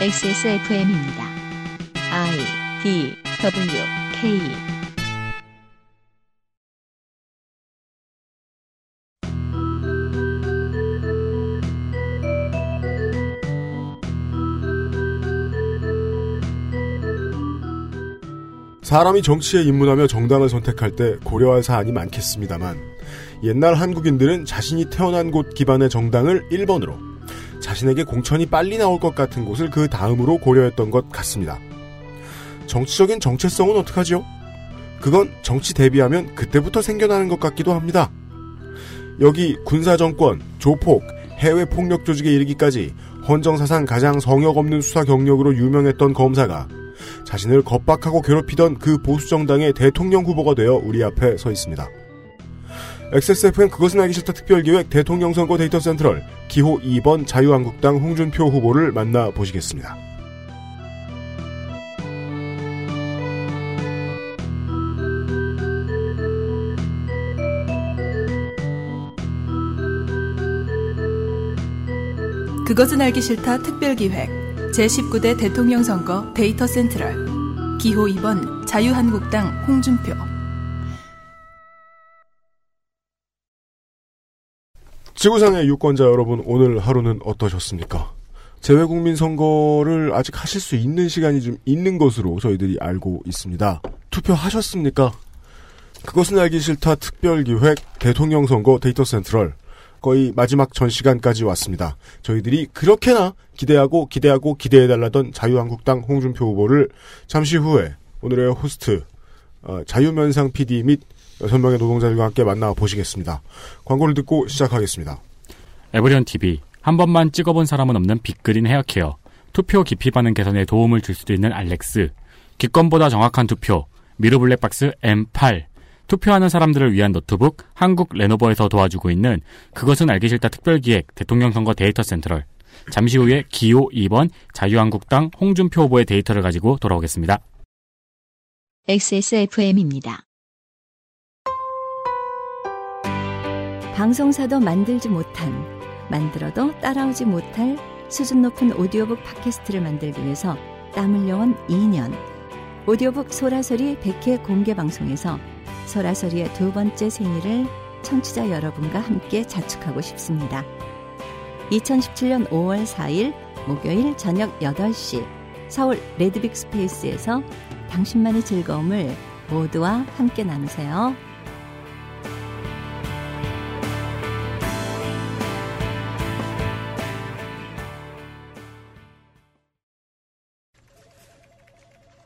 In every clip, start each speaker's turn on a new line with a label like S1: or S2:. S1: XSFM입니다. I D W K
S2: 사람이 정치에 입문하며 정당을 선택할 때 고려할 사안이 많겠습니다만 옛날 한국인들은 자신이 태어난 곳 기반의 정당을 1번으로 자신에게 공천이 빨리 나올 것 같은 곳을 그 다음으로 고려했던 것 같습니다. 정치적인 정체성은 어떡하지요? 그건 정치 대비하면 그때부터 생겨나는 것 같기도 합니다. 여기 군사정권, 조폭, 해외 폭력 조직에 이르기까지 헌정사상 가장 성역 없는 수사 경력으로 유명했던 검사가 자신을 겁박하고 괴롭히던 그 보수정당의 대통령 후보가 되어 우리 앞에 서 있습니다. XSFM 그것은 알기 싫다 특별기획 대통령 선거 데이터 센트럴 기호 2번 자유한국당 홍준표 후보를 만나보시겠습니다.
S3: 그것은 알기 싫다 특별기획 제19대 대통령 선거 데이터 센트럴 기호 2번 자유한국당 홍준표
S2: 지구상의 유권자 여러분 오늘 하루는 어떠셨습니까? 재외국민 선거를 아직 하실 수 있는 시간이 좀 있는 것으로 저희들이 알고 있습니다. 투표하셨습니까? 그것은 알기 싫다 특별기획 대통령 선거 데이터 센트럴 거의 마지막 전 시간까지 왔습니다. 저희들이 그렇게나 기대하고 기대하고 기대해달라던 자유한국당 홍준표 후보를 잠시 후에 오늘의 호스트 어, 자유면상 PD 및 여섯 명의 노동자들과 함께 만나보시겠습니다. 광고를 듣고 시작하겠습니다.
S4: 에브리온 TV 한 번만 찍어본 사람은 없는 빅그린 헤어케어 투표 기피 반응 개선에 도움을 줄 수도 있는 알렉스 기권보다 정확한 투표 미르 블랙박스 M8 투표하는 사람들을 위한 노트북 한국 레노버에서 도와주고 있는 그것은 알기 싫다 특별기획 대통령 선거 데이터 센트럴 잠시 후에 기호 2번 자유한국당 홍준표 후보의 데이터를 가지고 돌아오겠습니다.
S1: XSFM입니다.
S5: 방송사도 만들지 못한, 만들어도 따라오지 못할 수준 높은 오디오북 팟캐스트를 만들기 위해서 땀 흘려온 2년. 오디오북 소라소리 100회 공개 방송에서 소라소리의 두 번째 생일을 청취자 여러분과 함께 자축하고 싶습니다. 2017년 5월 4일 목요일 저녁 8시 서울 레드빅 스페이스에서 당신만의 즐거움을 모두와 함께 나누세요.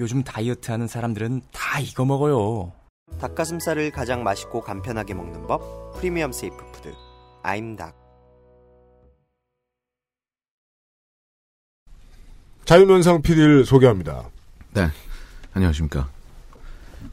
S6: 요즘 다이어트하는 사람들은 다 이거 먹어요.
S7: 닭가슴살을 가장 맛있고 간편하게 먹는 법 프리미엄 세이프 푸드 아임닭
S2: 자유면상 PD를 소개합니다.
S8: 네, 안녕하십니까.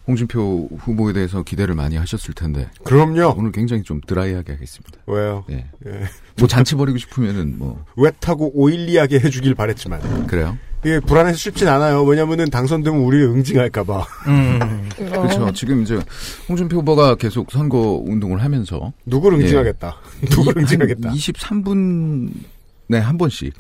S8: 홍준표 후보에 대해서 기대를 많이 하셨을 텐데
S2: 그럼요.
S8: 오늘 굉장히 좀 드라이하게 하겠습니다.
S2: 왜요?
S8: 예.
S2: 예.
S8: 뭐 잔치 벌이고 싶으면은 뭐
S2: 웻하고 오일리하게 해주길 바랬지만
S8: 그래요.
S2: 이게 불안해서 쉽진 않아요. 왜냐면은 당선되면 우리 응징할까봐. 음.
S8: 그렇죠. 지금 이제 홍준표 후보가 계속 선거 운동을 하면서 예.
S2: 누굴 응징하겠다. 누굴 응징하겠다.
S8: 23분에 네, 한 번씩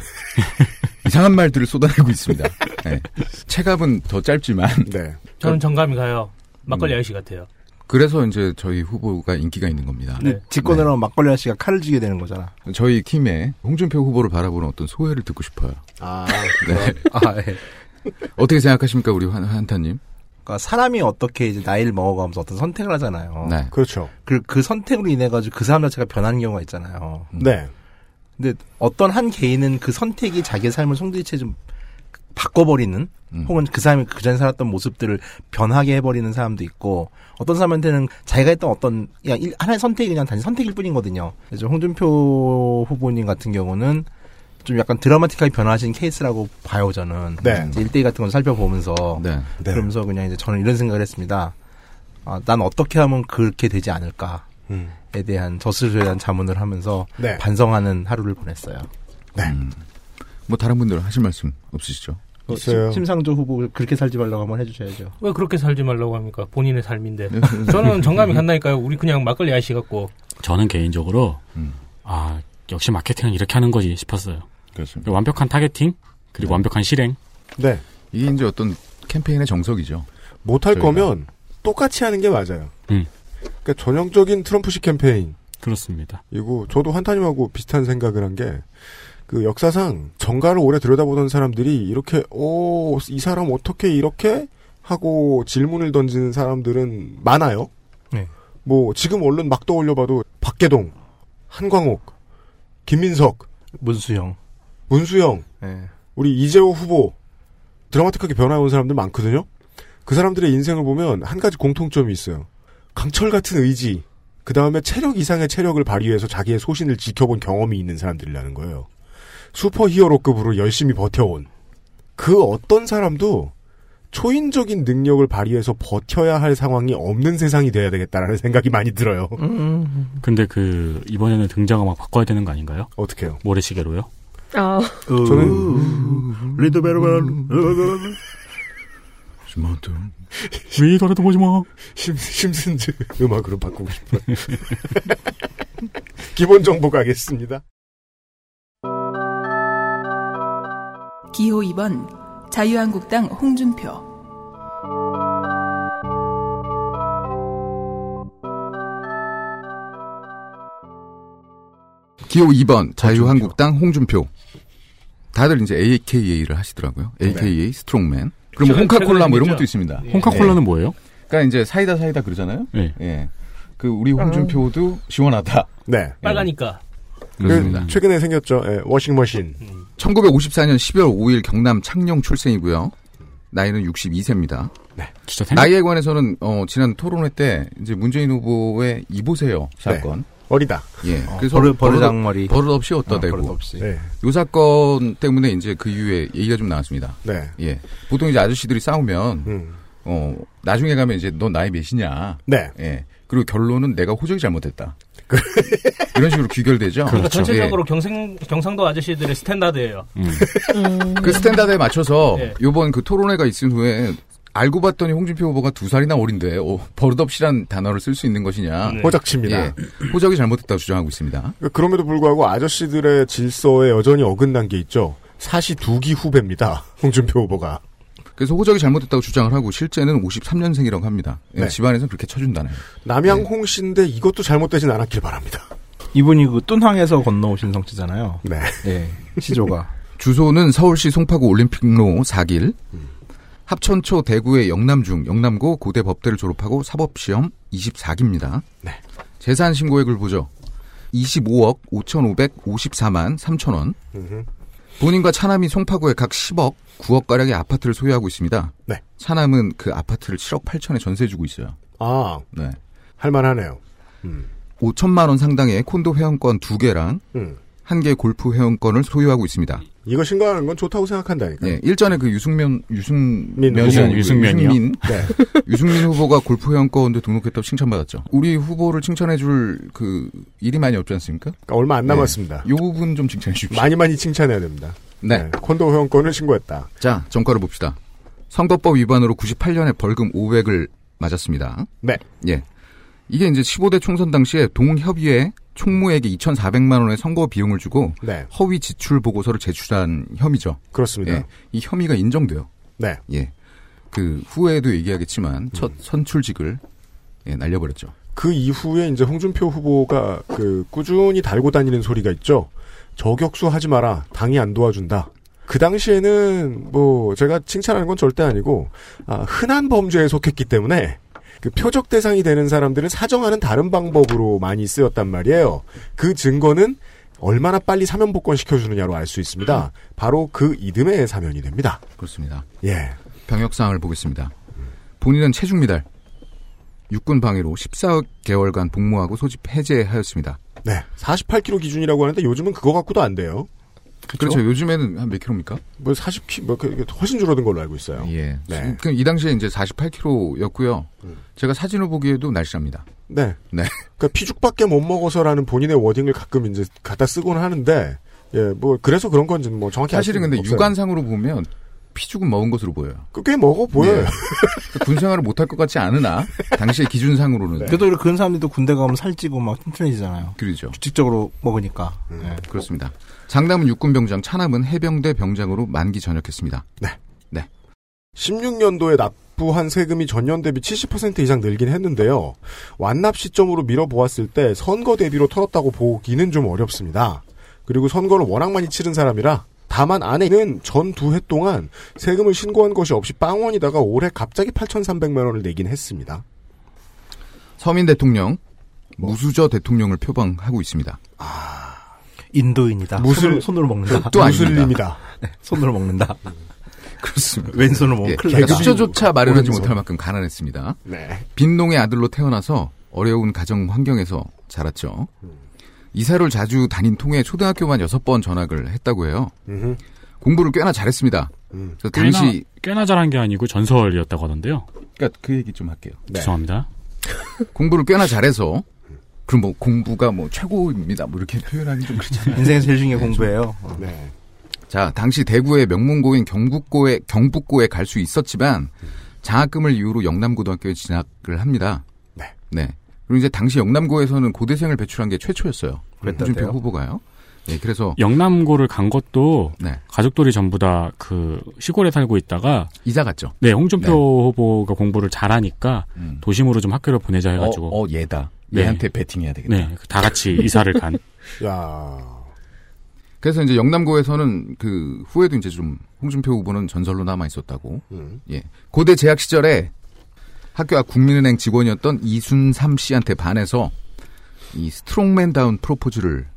S8: 이상한 말들을 쏟아내고 있습니다. 예. 체감은 더 짧지만
S2: 네.
S9: 저는 정감이 가요. 막걸리
S8: 그 음.
S9: 아저씨 같아요.
S8: 그래서 이제 저희 후보가 인기가 있는 겁니다.
S9: 네.
S10: 집권을 하면 막걸리 아씨가 칼을 쥐게 되는 거잖아.
S8: 저희 팀에 홍준표 후보를 바라보는 어떤 소회를 듣고 싶어요.
S2: 아,
S8: 네.
S10: 아,
S8: 어떻게 생각하십니까, 우리 환, 한타님?
S10: 예. 그러니까 사람이 어떻게 이제 나이를 먹어가면서 어떤 선택을 하잖아요.
S8: 네.
S2: 그렇죠.
S10: 그, 그 선택으로 인해가지고 그 사람 자체가 변하는 경우가 있잖아요. 음.
S2: 네.
S10: 근데 어떤 한 개인은 그 선택이 자기의 삶을 송두리째 좀 바꿔버리는
S8: 음.
S10: 혹은 그 사람이 그전에 살았던 모습들을 변하게 해버리는 사람도 있고 어떤 사람한테는 자기가 했던 어떤 그냥 일- 하나의 선택이 그냥 단지 선택일 뿐이거든요. 그래서 홍준표 후보님 같은 경우는 좀 약간 드라마틱하게 변화하신 케이스라고 봐요 저는
S2: 네.
S10: 이제 일대일 같은 걸 살펴보면서
S8: 네.
S10: 그러면서 그냥 이제 저는 이런 생각을 했습니다. 아, 난 어떻게 하면 그렇게 되지 않을까에
S2: 음.
S10: 대한 저 스스로에 대한 자문을 하면서
S2: 네.
S10: 반성하는 하루를 보냈어요.
S8: 음. 뭐 다른 분들 하실 말씀 없으시죠? 네.
S9: 없어요.
S10: 심, 상조 후보 그렇게 살지 말라고 한번 해주셔야죠.
S9: 왜 그렇게 살지 말라고 합니까? 본인의 삶인데.
S8: 네.
S9: 저는 정감이 간다니까요. 우리 그냥 막걸리 아저씨 같고.
S4: 저는 개인적으로
S8: 음.
S4: 아 역시 마케팅은 이렇게 하는 거지 싶었어요.
S8: 그렇습니다.
S4: 완벽한 타겟팅 그리고 완벽한 실행.
S2: 네.
S8: 이게 이제 어떤 캠페인의 정석이죠.
S2: 못할
S8: 저희가.
S2: 거면 똑같이 하는 게 맞아요.
S4: 음.
S2: 그러니까 전형적인 트럼프식 캠페인.
S4: 그렇습니다.
S2: 이고 저도 한타님하고 비슷한 생각을 한 게. 그 역사상 정가를 오래 들여다보던 사람들이 이렇게 오 이 사람 어떻게 이렇게 하고 질문을 던지는 사람들은 많아요.
S6: 네.
S2: 뭐 지금 언론 막 떠올려봐도 박계동, 한광옥, 김민석,
S10: 문수영,
S2: 문수영,
S10: 네.
S2: 우리 이재호 후보 드라마틱하게 변화해온 사람들 많거든요. 그 사람들의 인생을 보면 한 가지 공통점이 있어요. 강철 같은 의지, 그 다음에 체력 이상의 체력을 발휘해서 자기의 소신을 지켜본 경험이 있는 사람들이라는 거예요. 슈퍼히어로급으로 열심히 버텨온 그 어떤 사람도 초인적인 능력을 발휘해서 버텨야 할 상황이 없는 세상이 돼야 되겠다라는 생각이 많이 들어요.
S11: 음.
S4: 근데 그 이번에는 등장을 막 바꿔야 되는 거 아닌가요?
S2: 어떻게요?
S4: 모래시계로요?
S12: 아.
S10: 그
S8: 그
S2: 저는
S10: 리드베르베르
S4: 음.
S8: 스마트
S4: 위 돌아도 보지 마.
S2: 심, 심슨즈 음악으로 바꾸고 싶어요. 기본 정보 가겠습니다.
S3: 기호 2번 자유한국당 홍준표
S8: 기호 2번 자유한국당 홍준표. 다들 이제 AKA를 하시더라고요.
S2: 네.
S8: AKA 스트롱맨. 그럼 뭐
S4: 최근-
S8: 홍카콜라 뭐 이런
S4: 최근이죠.
S8: 것도 있습니다.
S4: 예. 홍카콜라는
S8: 예.
S4: 뭐예요?
S8: 그러니까 이제 사이다 사이다 그러잖아요.
S4: 예.
S8: 그 우리 홍준표도 시원하다.
S2: 네.
S9: 빨가니까.
S8: 그렇습니다.
S2: 최근에 생겼죠. 예, 워싱머신.
S8: 1954년 12월 5일 경남 창녕 출생이고요. 나이는 62세입니다.
S2: 네.
S4: 진짜
S8: 나이에 관해서는 어, 지난 토론회 때 이제 문재인 후보의 이보세요 사건
S2: 네. 어리다.
S8: 예.
S10: 어, 버르- 버르장머리.
S8: 버릇없이 어다
S10: 어,
S8: 대고.
S10: 버릇없이.
S2: 네.
S8: 요 사건 때문에 이제 그 이후에 얘기가 좀 나왔습니다.
S2: 네.
S8: 예. 보통 이제 아저씨들이 싸우면
S2: 음.
S8: 어, 나중에 가면 이제 너 나이 몇이냐.
S2: 네.
S8: 예. 그리고 결론은 내가 호적이 잘못했다. 이런 식으로 귀결되죠.
S9: 그러니까
S10: 그렇죠.
S8: 예.
S9: 전체적으로 경생, 경상도 아저씨들의 스탠다드예요
S8: 음. 그 스탠다드에 맞춰서
S6: 네.
S9: 예.
S8: 요번 그 토론회가 있은 후에 알고 봤더니 홍준표 후보가 두 살이나 어린데 어, 버릇없이란 단어를 쓸 수 있는 것이냐.
S2: 네. 호적칩니다.
S8: 예. 호적이 잘못됐다고 주장하고 있습니다.
S2: 그럼에도 불구하고 아저씨들의 질서에 여전히 어긋난 게 있죠. 사시 두기 후배입니다. 홍준표 후보가.
S8: 그래서 호적이 잘못됐다고 주장을 하고 실제는 53년생이라고 합니다. 예,
S2: 네.
S8: 집안에서 그렇게 쳐준다네요.
S2: 남양홍 씨인데 이것도 잘못되진 않았길 바랍니다.
S10: 이분이 그 뚠항에서 건너오신 성취잖아요.
S2: 네.
S10: 시조가.
S8: 예. 주소는 서울시 송파구 올림픽로 4길, 합천초 대구의 영남중, 영남고 고대 법대를 졸업하고 사법시험 24기입니다.
S2: 네.
S8: 재산 신고액을 보죠. 25억 5,554만 3천 원. 본인과 차남이 송파구에 각 10억, 9억 가량의 아파트를 소유하고 있습니다.
S2: 네.
S8: 차남은 그 아파트를 7억 8천에 전세 주고 있어요.
S2: 아,
S8: 네.
S2: 할만하네요.
S8: 5천만 원 상당의 콘도 회원권 2개랑
S2: 음.
S8: 한 개의 골프 회원권을 소유하고 있습니다.
S2: 이거 신고하는 건 좋다고 생각한다니까.
S8: 예, 일전에 그 유승면 유승민이
S2: 민
S8: 아니고
S2: 후보. 유승면이요?
S8: 유승민
S2: 네.
S8: 유승민 후보가 골프 회원권도 등록했다고 칭찬받았죠. 우리 후보를 칭찬해줄 그 일이 많이 없지 않습니까?
S2: 그러니까 얼마 안 남았습니다.
S8: 이 부분 좀 칭찬해 주십시오.
S2: 많이 많이 칭찬해야 됩니다.
S8: 네.
S2: 콘도 회원권을 신고했다.
S8: 자, 정가를 봅시다. 선거법 위반으로 98년에 벌금 500을 맞았습니다.
S2: 네.
S8: 예. 이게 이제 15대 총선 당시에 동협의회 총무에게 2,400만 원의 선거 비용을 주고
S2: 네.
S8: 허위 지출 보고서를 제출한 혐의죠.
S2: 그렇습니다.
S8: 예. 이 혐의가 인정돼요.
S2: 네.
S8: 예. 그 후에도 얘기하겠지만
S10: 음.
S8: 첫 선출직을 예, 날려버렸죠.
S2: 그 이후에 이제 홍준표 후보가 그 꾸준히 달고 다니는 소리가 있죠. 저격수 하지 마라. 당이 안 도와준다. 그 당시에는 뭐 제가 칭찬하는 건 절대 아니고 아, 흔한 범죄에 속했기 때문에 그 표적 대상이 되는 사람들은 사정하는 다른 방법으로 많이 쓰였단 말이에요. 그 증거는 얼마나 빨리 사면 복권 시켜주느냐로 알 수 있습니다. 바로 그 이듬해의 사면이 됩니다.
S8: 그렇습니다.
S2: 예.
S8: 병역 사항을 보겠습니다. 본인은 체중 미달, 육군 방위로 14개월간 복무하고 소집 해제하였습니다.
S2: 네. 48kg 기준이라고 하는데 요즘은 그거 갖고도 안 돼요.
S8: 그렇죠. 요즘에는 한 몇 킬로입니까?
S2: 뭐 40키 뭐 그- 그 훨씬 줄어든 걸로 알고 있어요.
S8: 예.
S2: 네.
S8: 그이 당시에 이제 48kg였고요.
S10: 음.
S8: 제가 사진을 보기에도 날씬합니다.
S2: 네.
S8: 네.
S2: 그러니까 피죽밖에 못 먹어서라는 본인의 워딩을 가끔 이제 갖다 쓰곤 하는데 예, 뭐 그래서 그런 건지는 뭐 정확히 알
S8: 사실은
S2: 수는
S8: 근데
S2: 없어요.
S8: 육안상으로 보면 피죽은 먹은 것으로 보여요. 예.
S2: 그게 먹어 보여요.
S8: 군생활을 못할 것 같지 않으나 당시의 기준상으로는
S10: 그래도 이렇게 그런 사람들도 군대 가면 살찌고 막 튼튼해지잖아요.
S8: 그렇죠.
S10: 규칙적으로 먹으니까.
S8: 네, 그렇습니다. 장남은 육군병장, 차남은 해병대 병장으로 만기 전역했습니다.
S2: 네.
S8: 네.
S2: 16년도에 납부한 세금이 전년 대비 70% 이상 늘긴 했는데요. 완납 시점으로 밀어보았을 때 선거 대비로 털었다고 보기는 좀 어렵습니다. 그리고 선거를 워낙 많이 치른 사람이라 다만 아내는 전 두 해 동안 세금을 신고한 것이 없이 빵원이다가 올해 갑자기 8,300만 원을 내긴 했습니다.
S8: 서민 대통령, 무수저 대통령을 표방하고 있습니다.
S10: 아, 인도인이다.
S8: 무슬-
S10: 손으로, 손으로 먹는다.
S8: 또 아닙니다.
S10: 네, 손으로 먹는다.
S8: 그렇습니다.
S10: 왼손을 먹으면
S8: 예,
S10: 큰일 나다.
S8: 개급조조차 마련하지
S10: 오른손.
S8: 못할 만큼 가난했습니다.
S2: 네.
S8: 빈농의 아들로 태어나서 어려운 가정 환경에서 자랐죠. 이사를 자주 다닌 통에 초등학교만 6번 전학을 했다고 해요. 공부를 꽤나 잘했습니다.
S2: 음.
S8: 그래서 당시
S4: 꽤나 잘한 게 아니고 전설이었다고 하던데요.
S8: 그러니까 그 얘기 좀 할게요.
S2: 네.
S4: 죄송합니다.
S8: 공부를 꽤나 잘해서 그럼 뭐 공부가 뭐 최고입니다. 뭐 이렇게 표현하기 좀 그렇잖아요.
S10: 인생에서 제일 중요한
S8: 네, 좀.
S10: 공부예요.
S2: 네.
S8: 자, 당시 대구의 명문고인 경북고에 경북고에 갈 수 있었지만 장학금을 이유로 영남고등학교에 진학을 합니다.
S2: 네.
S8: 그리고 이제 당시 영남고에서는 고대생을 배출한 게 최초였어요.
S4: 그랬다대요?
S8: 홍준표 후보가요. 네, 그래서
S4: 영남고를 간 것도
S8: 네.
S4: 가족들이 전부 다 그 시골에 살고 있다가
S8: 이사 갔죠. 음.
S4: 네, 홍준표 후보가 공부를 잘하니까 도심으로 좀 학교를 보내자 해가지고
S8: 어, 어, 얘다. 얘한테 배팅해야 되겠다.
S4: 네, 다 같이 이사를 간.
S2: 야.
S8: 그래서 이제 영남고에서는 그 후에도 이제 좀 홍준표 후보는 전설로 남아 있었다고.
S2: 음.
S8: 예. 고대 재학 시절에 학교 앞 국민은행 직원이었던 이순삼 씨한테 반해서 이 스트롱맨다운 프로포즈를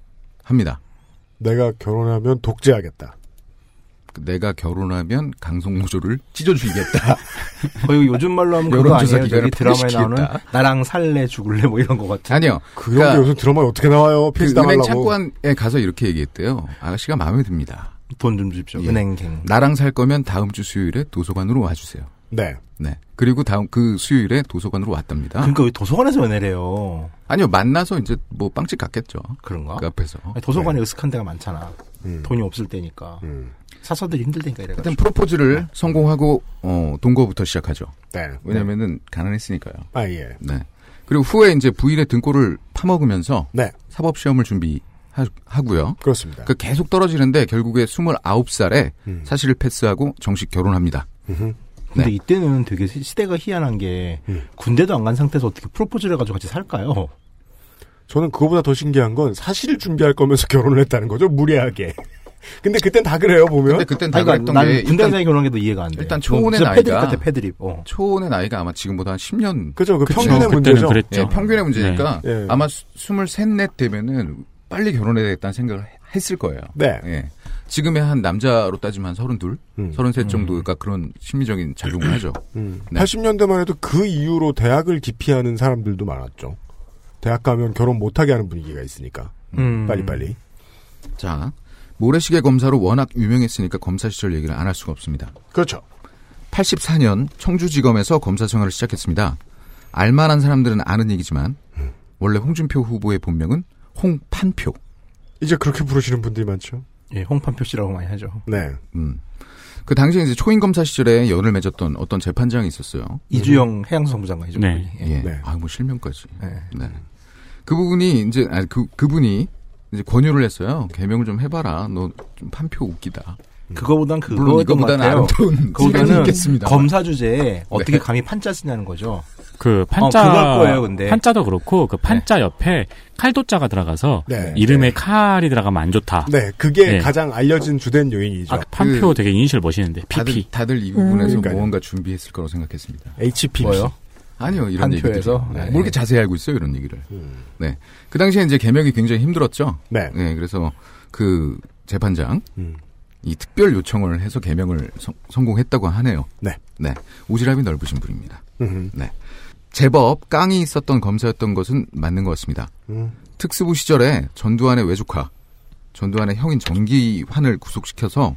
S8: 합니다.
S2: 내가 결혼하면 독재하겠다.
S8: 내가 결혼하면 강성모조를 찢어 죽이겠다.
S10: 거의 요즘 말로 하면 그거
S8: 음. 여론조사
S10: 아니에요?
S8: 기간을
S10: 저기 드라마에
S8: 폭력시키겠다.
S10: 나오는 나랑 살래 죽을래 뭐 이런 거 같은.
S8: 아니요. 그러니까
S2: 그런 게 요즘 드라마에 어떻게 나와요?
S8: 그
S2: 피해지
S8: 은행
S2: 당하려고.
S8: 창구에 가서 이렇게 얘기했대요. 아가씨가 마음에 듭니다. 예.
S10: 돈 좀 주십시오. 은행갱.
S8: 나랑 살 거면 다음 주 수요일에 도서관으로 와주세요.
S2: 네.
S8: 네. 그리고 다음 그 수요일에 도서관으로 왔답니다.
S10: 그러니까 왜 도서관에서 연애를 해요?
S8: 아니요 만나서 이제 뭐 빵집 갔겠죠.
S10: 그런가?
S8: 그 앞에서.
S10: 아니, 도서관에 으슥한 데가 많잖아. 돈이 없을 때니까.
S8: 음.
S10: 사서들이 힘들다니까 이래가지고.
S8: 일단
S10: 네.
S8: 프로포즈를 성공하고 어, 동거부터 시작하죠.
S2: 네.
S8: 왜냐면은 가난했으니까요.
S2: 아 예.
S8: 네. 그리고 후에 이제 부인의 등골을 파먹으면서 사법 시험을 준비하고요.
S2: 네. 그렇습니다. 음.
S8: 그 계속 떨어지는데 결국에 29살에 사실을 패스하고 정식 결혼합니다.
S10: 근데
S8: 네.
S10: 이때는 되게 시- 시대가 희한한 게 군대도 안 간 상태에서 어떻게 프로포즈를 해가지고 같이 살까요?
S2: 저는 그거보다 더 신기한 건 사실을 준비할 거면서 결혼을 했다는 거죠 무례하게. 근데 그땐 다 그래요 보면.
S8: 근데 그땐 다 그랬던 게
S10: 그러니까 난 군대
S8: 일단-
S10: 생이 그런 게도 이해가 안 돼.
S8: 일단 초혼의
S10: 진짜
S8: 나이가
S10: 패드립 같아 패드립. 어.
S8: 초혼의 나이가 아마 지금보다 한 10년.
S2: 그죠, 그
S8: 그쵸?
S2: 평균의 그때는 문제죠. 그랬죠.
S8: 예, 평균의 문제니까
S2: 네. 예.
S8: 아마 수- 23, 4 되면은 빨리 결혼해야겠다는 생각을 했을 거예요.
S2: 네.
S8: 예. 지금의 한 남자로 따지면 한 32,
S2: 음.
S8: 33 정도가 그런 심리적인 작용을 하죠.
S2: 음.
S8: 네.
S2: 80년대만 해도 그 이유로 대학을 기피하는 사람들도 많았죠. 대학 가면 결혼 못하게 하는 분위기가 있으니까.
S8: 음.
S2: 빨리빨리.
S8: 자, 모래시계 검사로 워낙 유명했으니까 검사 시절 얘기를 안 할 수가 없습니다.
S2: 그렇죠.
S8: 84년 청주지검에서 검사 생활을 시작했습니다. 알만한 사람들은 아는 얘기지만 원래 홍준표 후보의 본명은 홍판표.
S2: 이제 그렇게 부르시는 분들이 많죠.
S10: 예, 홍판표 씨라고 많이 하죠.
S2: 네.
S8: 음. 그 당시에 이제 초임 검사 시절에 연을 맺었던 어떤 재판장이 있었어요.
S10: 이주영 해양수산부 장관이죠.
S8: 네.
S10: 그분이.
S8: 예. 아, 뭐 실명까지. 네. 그분이 이제 아니, 그 그분이 이제 권유를 했어요. 개명을 좀 해봐라. 너 좀 판표 웃기다.
S10: 그거보단 그거
S8: 물론 이거보다는
S10: 같아요.
S8: 아름다운 시간이
S10: 그거보다는
S8: 있겠습니다. 네.
S10: 검사 주제에 어떻게 감히 판자 쓰냐는 거죠.
S4: 그 판자
S10: 어, 그걸 거예요, 근데.
S4: 판자도 그렇고
S8: 네.
S4: 그 판자 옆에 칼도자가 들어가서
S2: 네.
S4: 이름에 칼이 가면 안 좋다.
S2: 네, 그게
S4: 네.
S2: 가장 알려진 주된 요인이죠.
S4: 아, 판표 되게 인실 멋있는데 PP.
S8: 그 다들, 다들 이 부분에서
S4: 음.
S8: 무언가 준비했을 거라고 생각했습니다.
S2: HP.
S8: 뭐요? 아니요, 이런 얘기들.
S10: 한표에서?
S8: 네.
S10: 네. 음.
S8: 뭐 이렇게 자세히 알고 있어요, 이런 얘기를. 네. 그 당시에 이제 개명이 굉장히 힘들었죠.
S2: 네.
S8: 그래서 그 재판장,
S2: 음.
S8: 이 특별 요청을 해서 개명을 성, 성공했다고 하네요.
S2: 네.
S8: 네. 오지랖이 넓으신 분입니다.
S2: 음.
S8: 네. 제법 깡이 있었던 검사였던 것은 맞는 것 같습니다.
S2: 음.
S8: 특수부 시절에 전두환의 외조카 전두환의 형인 정기환을 구속시켜서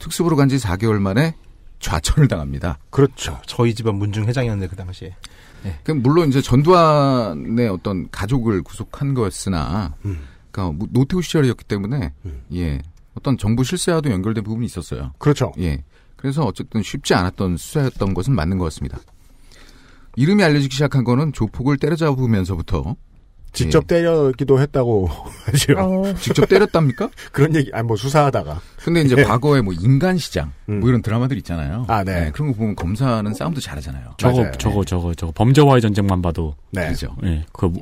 S8: 특수부로 간 지 4개월 만에 좌천을 당합니다.
S2: 그렇죠.
S10: 저희 집안 문중 회장이었는데 그 당시에.
S2: 네.
S8: 그럼 물론 이제 전두환의 어떤 가족을 구속한 거였으나,
S2: 음.
S8: 그러니까 뭐 노태우 시절이었기 때문에 예 어떤 정부 실세와도 연결된 부분이 있었어요.
S2: 그렇죠.
S8: 예. 그래서 어쨌든 쉽지 않았던 수사였던 것은 맞는 것 같습니다. 이름이 알려지기 시작한 거는 조폭을 때려잡으면서부터 예.
S2: 직접 때렸기도 했다고 하죠.
S4: 어.
S8: 직접 때렸답니까?
S2: 그런 얘기, 아니, 뭐 수사하다가.
S8: 근데 이제
S2: 예. 음.
S8: 과거에 뭐 인간시장 뭐 이런 드라마들 있잖아요. 예,
S2: 아, 네.
S8: 그런 거 보면 검사는 싸움도 잘하잖아요. 네.
S4: 저거 저거 저거 저거 범죄와의 전쟁만 봐도
S2: 네.
S8: 그죠.
S4: 예, 그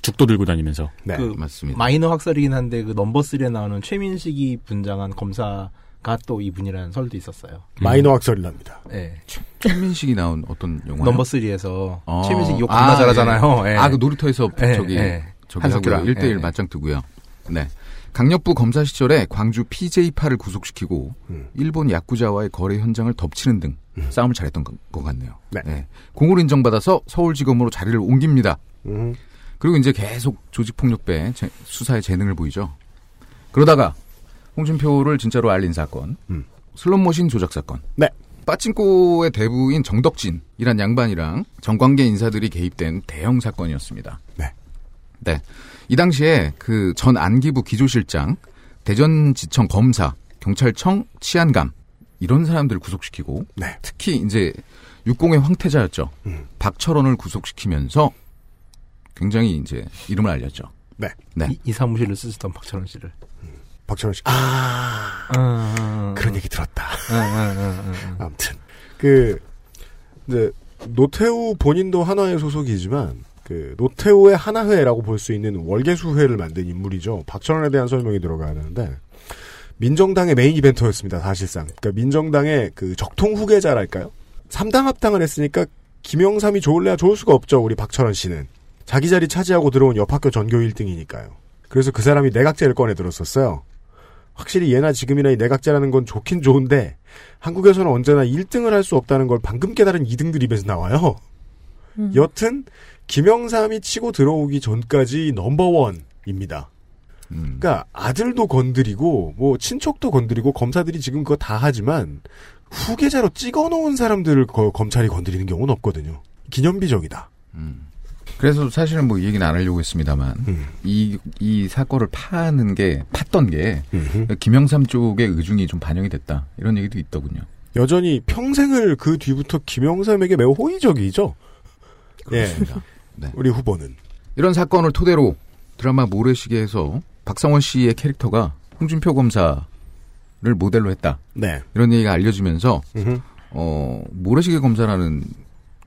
S4: 죽도 들고 다니면서
S8: 네.
S10: 그 마이너 학살이긴 한데 그 넘버 3에 나오는 최민식이 분장한 검사가 또 이분이라는 설도 있었어요.
S8: 음.
S2: 음. 마이너 학설이랍니다.
S10: 예.
S8: 최민식이 나온 어떤 영화
S10: 넘버 3에서 최민식 욕 겁나 잘하잖아요. 예.
S8: 아그 놀이터에서
S10: 예,
S8: 저기
S10: 예.
S8: 저기 하고
S10: 한석규랑.
S8: 1대1
S10: 예.
S8: 맞짱 뜨고요. 네. 강력부 검사 시절에 광주 PJ파를 구속시키고
S2: 음.
S8: 일본 야쿠자와의 거래 현장을 덮치는 등 싸움을 잘했던 것- 것 같네요.
S2: 네.
S8: 공으로 인정받아서 서울지검으로 자리를 옮깁니다. 그리고 이제 계속 조직폭력배 제- 수사의 재능을 보이죠. 그러다가 홍준표를 진짜로 알린 사건, 슬롯머신 조작 사건,
S2: 음. 네.
S8: 빠친코의 대부인 정덕진이란 양반이랑 정관계 인사들이 개입된 대형 사건이었습니다.
S2: 네.
S8: 네. 이 당시에 그 전 안기부 기조실장, 대전지청 검사, 경찰청 치안감 이런 사람들을 구속시키고
S2: 네.
S8: 특히 이제 육공의 황태자였죠. 박철원을 구속시키면서 굉장히 이제 이름을 알렸죠.
S2: 네.
S8: 네.
S10: 이, 이 사무실을 쓰시던 박철원 씨를.
S2: 박철원 씨. 아. 그런 얘기 들었다. 아무튼 그 이제 노태우 본인도 하나의 소속이지만 그 노태우의 하나회라고 볼 수 있는 월계수회를 만든 인물이죠. 박철원에 대한 설명이 들어가는데 민정당의 메인 이벤트였습니다. 사실상 그러니까 민정당의 그 적통 후계자랄까요? 삼당 합당을 했으니까 김영삼이 좋을래야 좋을 수가 없죠. 우리 박철원 씨는 자기 자리 차지하고 들어온 옆 학교 전교 1등이니까요. 그래서 그 사람이 내각제를 꺼내 들었었어요. 확실히 예나 지금이나 이 내각제라는 건 좋긴 좋은데 한국에서는 언제나 1등을 할 수 없다는 걸 방금 깨달은 2등들 입에서 나와요.
S10: 음.
S2: 여튼 김영삼이 치고 들어오기 전까지 넘버원입니다. 그러니까 아들도 건드리고 뭐 친척도 건드리고 검사들이 지금 그거 다 하지만 후계자로 찍어놓은 사람들을 거- 검찰이 건드리는 경우는 없거든요. 기념비적이다.
S8: 그래서 사실은 뭐 이 얘기는 안 하려고 했습니다만
S2: 음.
S8: 이, 이 사건을 파는 게 팠던 게 김영삼 쪽의 의중이 좀 반영이 됐다 이런 얘기도 있더군요.
S2: 여전히 평생을 그 뒤부터 김영삼에게 매우 호의적이죠. 예.
S8: 그렇습니다. 네.
S2: 우리 후보는
S8: 이런 사건을 토대로 드라마 모래시계에서 박상원 씨의 캐릭터가 홍준표 검사를 모델로 했다.
S2: 네.
S8: 이런 얘기가 알려지면서
S2: 음흠.
S8: 어, 모래시계 검사라는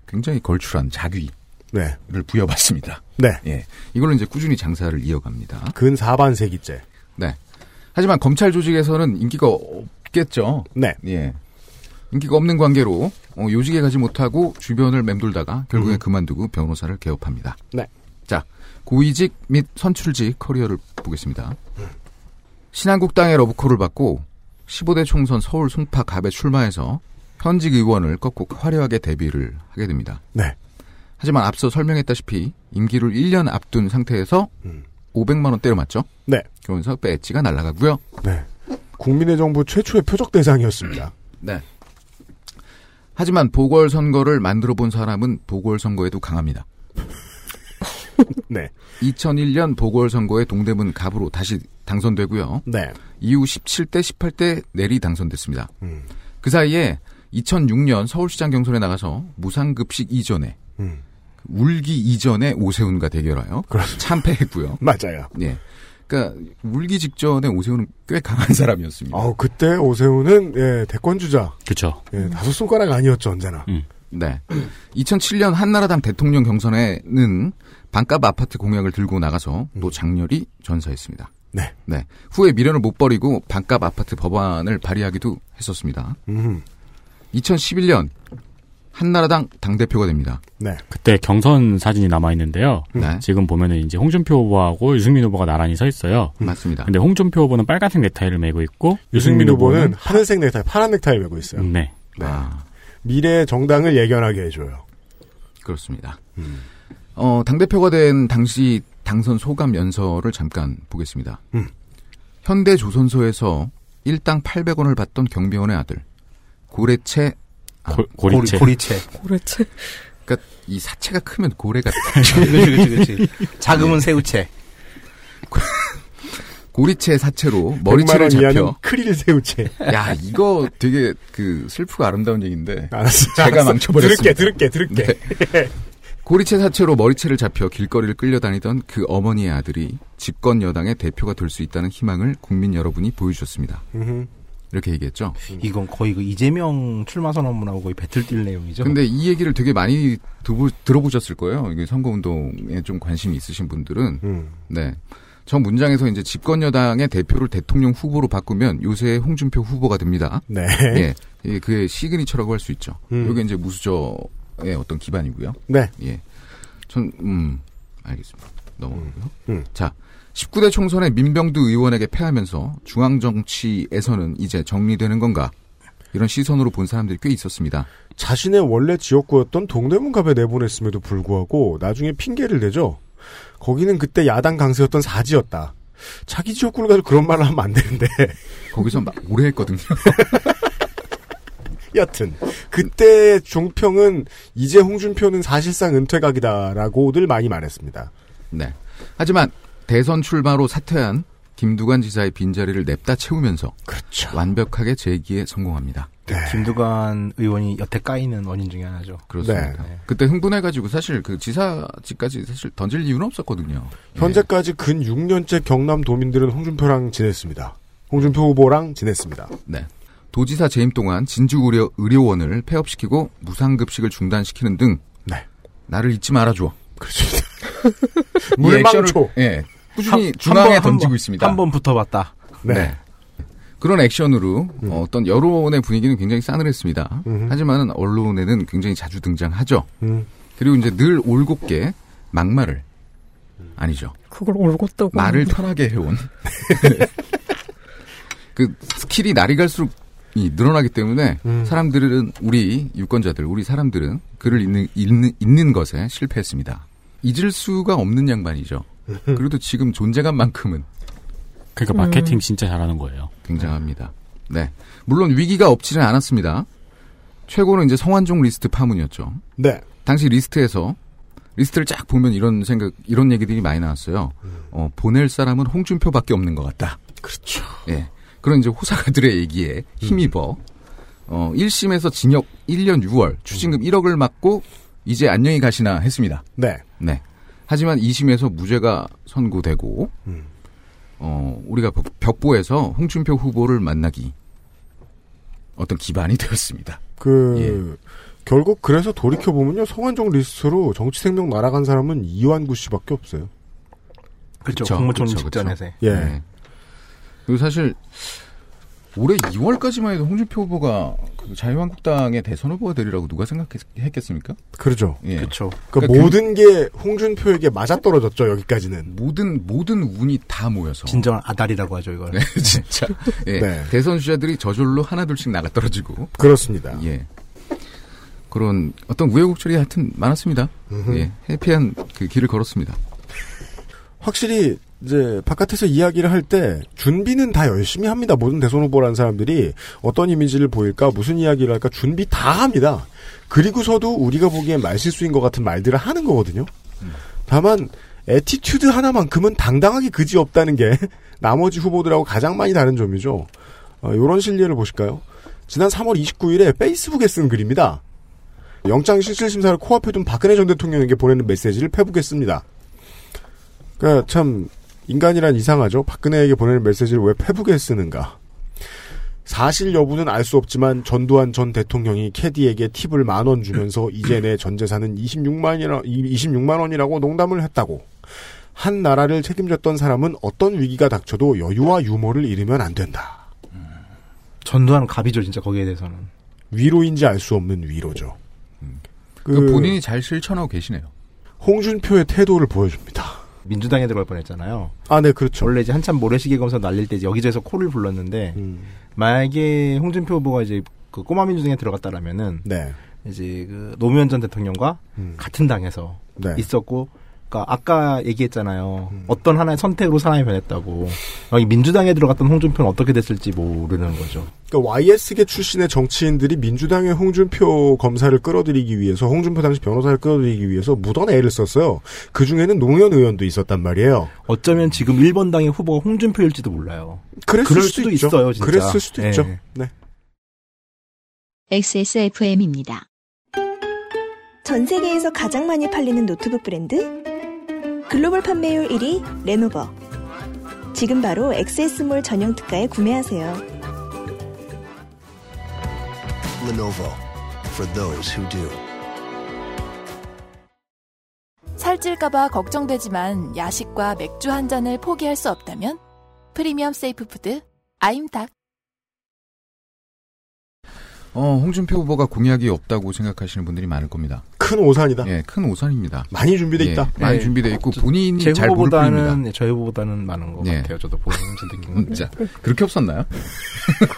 S8: 굉장히 걸출한 자귀를
S2: 네.
S8: 부여받습니다.
S2: 네.
S8: 예. 이걸로 이제 꾸준히 장사를 이어갑니다.
S2: 근 4반세기째.
S8: 네. 하지만 검찰 조직에서는 인기가 없겠죠.
S2: 네.
S8: 예. 인기가 없는 관계로 어, 요직에 가지 못하고 주변을 맴돌다가 결국에 그만두고 변호사를 개업합니다.
S2: 음. 네.
S8: 자, 고위직 및 선출직 커리어를 보겠습니다. 신한국당의 러브콜을 받고 15대 총선 서울 송파 갑에 출마해서 현직 의원을 꺾고 화려하게 데뷔를 하게 됩니다.
S2: 네.
S8: 하지만 앞서 설명했다시피 임기를 1년 앞둔 상태에서
S2: 음.
S8: 500만 원 때려맞죠?
S2: 네.
S8: 그러면서 배지가 날아가고요.
S2: 네. 국민의 정부 최초의 표적 대상이었습니다.
S8: 네. 하지만 보궐선거를 만들어 본 사람은 보궐선거에도 강합니다.
S2: 네.
S8: 2001년 보궐선거에 동대문 갑으로 다시 당선되고요.
S2: 네.
S8: 이후 17대, 18대 내리 당선됐습니다. 그 사이에 2006년 서울시장 경선에 나가서 무상급식 이전에
S2: 음.
S8: 울기 이전에 오세훈과 대결하여 참패했고요.
S2: 맞아요.
S8: 예. 그러니까 울기 직전에 오세훈은 꽤 강한 사람이었습니다.
S2: 아우 그때 오세훈은 예, 대권 주자.
S4: 그렇죠.
S2: 예, 다섯 손가락 아니었죠 언제나.
S8: 네. 2007년 한나라당 대통령 경선에는 반값 아파트 공약을 들고 나가서
S2: 음.
S8: 노장렬이 전사했습니다.
S2: 네.
S8: 네. 후에 미련을 못 버리고 반값 아파트 법안을 발의하기도 했었습니다.
S2: 음,
S8: 2011년 한나라당 당대표가 됩니다.
S2: 네.
S4: 그때 경선 사진이 남아 있는데요.
S8: 네.
S4: 지금 보면은 이제 홍준표 후보하고 유승민 후보가 나란히 서 있어요.
S8: 맞습니다.
S4: 근데 홍준표 후보는 빨간색 넥타이를 메고 있고 유승민,
S2: 후보는 하늘색 넥타이, 파란 넥타이 메고 있어요.
S4: 네.
S8: 아.
S2: 미래의 정당을 예견하게 해줘요. 음.
S8: 그렇습니다.
S4: 음.
S8: 어, 당대표가 된 당시 당선 소감 연설을 잠깐 보겠습니다. 현대조선소에서 일당 800원을 받던 경비원의 아들 고래채 아,
S4: 고- 고리채.
S8: 고리, 채
S12: 고래채.
S8: 그러니까 이 사체가 크면 고래가
S10: 그치, 그치, 그치, 그치. 작으면
S8: 새우채. 고리채 사체로
S2: 100만
S8: 머리채를
S2: 원 이하는
S8: 잡혀
S2: 크릴 새우채.
S8: 야 이거 되게 그 슬프고 아름다운 얘기인데
S2: 알았어,
S8: 제가
S2: 알았어.
S8: 망쳐버렸습니다. 네.
S2: 들을게, 들을게, 들을게.
S8: 고리채 사체로 머리채를 잡혀 길거리를 끌려다니던 그 어머니의 아들이 집권 여당의 대표가 될 수 있다는 희망을 국민 여러분이 보여주셨습니다. 이렇게 얘기했죠.
S10: 이건 거의 그 이재명 출마 선언문하고 거의 배틀뛸 내용이죠.
S8: 근데 이 얘기를 되게 많이 두부- 들어보셨을 거예요. 이게 선거운동에 좀 관심이 있으신 분들은.
S2: 음.
S8: 네. 저 문장에서 이제 집권여당의 대표를 대통령 후보로 바꾸면 요새 홍준표 후보가 됩니다.
S2: 네.
S8: 예. 이게 그의 시그니처라고 할 수 있죠.
S2: 음.
S8: 요게 이제 무수저의 어떤 기반이고요.
S2: 네.
S8: 예. 전, 음, 알겠습니다. 넘어가고요.
S2: 음.
S8: 자, 19대 총선에 민병두 의원에게 패하면서 중앙정치에서는 이제 정리되는 건가? 이런 시선으로 본 사람들이 꽤 있었습니다.
S2: 자신의 원래 지역구였던 동대문갑에 내보냈음에도 불구하고 나중에 핑계를 대죠. 거기는 그때 야당 강세였던 사지였다. 자기 지역구를 가서 그런 말을 하면 안 되는데.
S8: 거기서 막 오래 했거든요.
S2: 여튼 그때 종평은 이제 홍준표는 사실상 은퇴각이다라고들 많이 말했습니다.
S8: 네. 하지만 대선 출마로 사퇴한 김두관 지사의 빈자리를 냅다 채우면서
S10: 그렇죠.
S8: 완벽하게 재기에 성공합니다.
S10: 그
S2: 네.
S10: 김두관 의원이 여태 까이는 원인 중에 하나죠. 네.
S8: 그렇습니다.
S2: 네.
S8: 그때 흥분해가지고 사실 그 지사직까지 사실 던질 이유는 없었거든요.
S2: 현재까지 근 6년째 경남 도민들은 홍준표랑 지냈습니다. 홍준표 후보랑 지냈습니다.
S8: 네. 도지사 재임 동안 진주 의료, 의료원을 폐업시키고 무상급식을 중단시키는 등
S10: 네.
S8: 나를 잊지 말아줘.
S2: 그렇습니다.
S10: 물망초.
S8: 예. 꾸준히
S10: 한-
S8: 중앙에
S10: 한 번,
S8: 던지고
S10: 한
S8: 있습니다.
S10: 번, 한번 붙어봤다.
S8: 네. 그런 액션으로 어떤 여론의 분위기는 굉장히 싸늘했습니다. 하지만 언론에는 굉장히 자주 등장하죠.
S2: 음.
S8: 그리고 이제 늘 올곧게 막말을 아니죠.
S12: 그걸 울고 뜨고.
S8: 말을 편하게 해온 그 스킬이 날이 갈수록 이 늘어나기 때문에 사람들은 우리 유권자들 우리 사람들은 그를 읽는, 읽는, 읽는 것에 실패했습니다. 잊을 수가 없는 양반이죠. 그래도 지금 존재감만큼은
S4: 그러니까 마케팅 진짜 잘하는 거예요.
S8: 굉장합니다. 네. 물론 위기가 없지는 않았습니다. 최고는 이제 성환종 리스트 파문이었죠.
S2: 네.
S8: 당시 리스트에서 리스트를 쫙 보면 이런 생각, 이런 얘기들이 많이 나왔어요. 어, 보낼 사람은 홍준표밖에 없는 것 같다. 그렇죠. 음. 예. 그런 이제 호사가들의 얘기에 힘입어 어, 1심에서 징역 1년 6월, 추징금 1억을 맞고 이제 안녕히 가시나 했습니다.
S2: 네.
S8: 네. 하지만 2심에서 무죄가 선고되고 어, 우리가 벽- 벽보에서 홍준표 후보를 만나기 어떤 기반이 되었습니다.
S2: 그
S8: 예.
S2: 결국 그래서 돌이켜 보면요 성한종 리스트로 정치 생명 날아간 사람은 이완구 씨밖에 없어요.
S10: 그렇죠.
S8: 그쵸,
S10: 국무총리
S8: 그쵸, 그쵸.
S10: 직전에서.
S2: 예.
S8: 네. 그리고 사실 올해 2월까지만 해도 홍준표 후보가 그 자유한국당의 대선 후보가 되리라고 누가 생각했겠습니까?
S2: 그렇죠.
S8: 예.
S10: 그렇죠.
S2: 그러니까
S8: 그러니까
S2: 모든 게 홍준표에게 맞아떨어졌죠 여기까지는.
S8: 모든 모든 운이 다 모여서
S10: 진정한 아달이라고 하죠 이걸.
S8: 네, 진짜. 예.
S10: 네.
S8: 대선 주자들이 저절로 하나둘씩 나가떨어지고.
S2: 그렇습니다.
S8: 예. 그런 어떤 우여곡절이 하여튼 많았습니다.
S2: 음흠.
S8: 예. 해피한 그 길을 걸었습니다.
S2: 확실히 이제 바깥에서 이야기를 할 때 준비는 다 열심히 합니다. 모든 대선 후보라는 사람들이 어떤 이미지를 보일까 무슨 이야기를 할까 준비 다 합니다. 그리고서도 우리가 보기엔 말실수인 것 같은 말들을 하는 거거든요.
S8: 음.
S2: 다만 에티튜드 하나만큼은 당당하게 그지 없다는 게 나머지 후보들하고 가장 많이 다른 점이죠. 이런 실례를 보실까요? 지난 3월 29일에 페이스북에 쓴 글입니다. 영장 실질 심사를 코앞에 둔 박근혜 전 대통령에게 보내는 메시지를 페북에 씁니다. 그러니까 참 인간이란 이상하죠. 박근혜에게 보내는 메시지를 왜 페북에 쓰는가? 사실 여부는 알 수 없지만 전두환 전 대통령이 캐디에게 팁을 만 원 주면서 이제 내 전 재산은 26만이라 26만 원이라고 농담을 했다고. 한 나라를 책임졌던 사람은 어떤 위기가 닥쳐도 여유와 유머를 잃으면 안 된다.
S10: 전두환 갑이죠 진짜 거기에 대해서는.
S2: 위로인지 알 수 없는 위로죠.
S10: 음.
S8: 그러니까 본인이 잘 실천하고 계시네요.
S2: 홍준표의 태도를 보여줍니다.
S10: 민주당에 들어갈 뻔했잖아요.
S2: 아, 네, 그렇죠.
S10: 원래 이제 한참 모래시계 검사 날릴 때 이제 여기저기서 코를 불렀는데
S2: 음.
S10: 만약에 홍준표 후보가 이제 그 꼬마 민주당에 들어갔다라면은
S2: 네.
S10: 음. 이제 그 노무현 전 대통령과 같은 당에서
S2: 네.
S10: 있었고 그러니까 아까 얘기했잖아요. 어떤 하나의 선택으로 사람이 변했다고. 여기 민주당에 들어갔던 홍준표는 어떻게 됐을지 모르는 거죠.
S2: 그러니까 YS계 출신의 정치인들이 민주당의 홍준표 검사를 끌어들이기 위해서 홍준표 당시 변호사를 끌어들이기 위해서 묻어내 애를 썼어요. 그 중에는 노무현 의원도 있었단 말이에요.
S10: 어쩌면 지금 1번 당의 후보가 홍준표일지도 몰라요.
S2: 그랬을
S10: 그럴
S2: 수도,
S10: 수도
S2: 있죠.
S10: 있어요, 진짜.
S2: 그랬을 수도
S10: 예.
S2: 있죠. 네.
S1: XSFM입니다.
S12: 전 세계에서 가장 많이 팔리는 노트북 브랜드? 글로벌 판매율 1위 레노버. 지금 바로 XS몰 전용 특가에 구매하세요.
S13: Lenovo for those who do.
S14: 살찔까봐 걱정되지만 야식과 맥주 한 잔을 포기할 수 없다면 프리미엄 세이프푸드 아임닭
S8: 어, 홍준표 후보가 공약이 없다고 생각하시는 분들이 많을 겁니다.
S2: 큰 오산이다.
S8: 예, 큰 오산입니다.
S2: 많이 준비돼
S8: 예,
S2: 있다.
S8: 많이
S10: 예.
S8: 준비돼 있고 본인이
S10: 제
S8: 잘 모를 뿐입니다.
S10: 후보보다는 예, 저희 후보보다는 많은 것
S8: 예.
S10: 같아요. 저도 보는 느낌.
S8: 자, 그렇게 없었나요?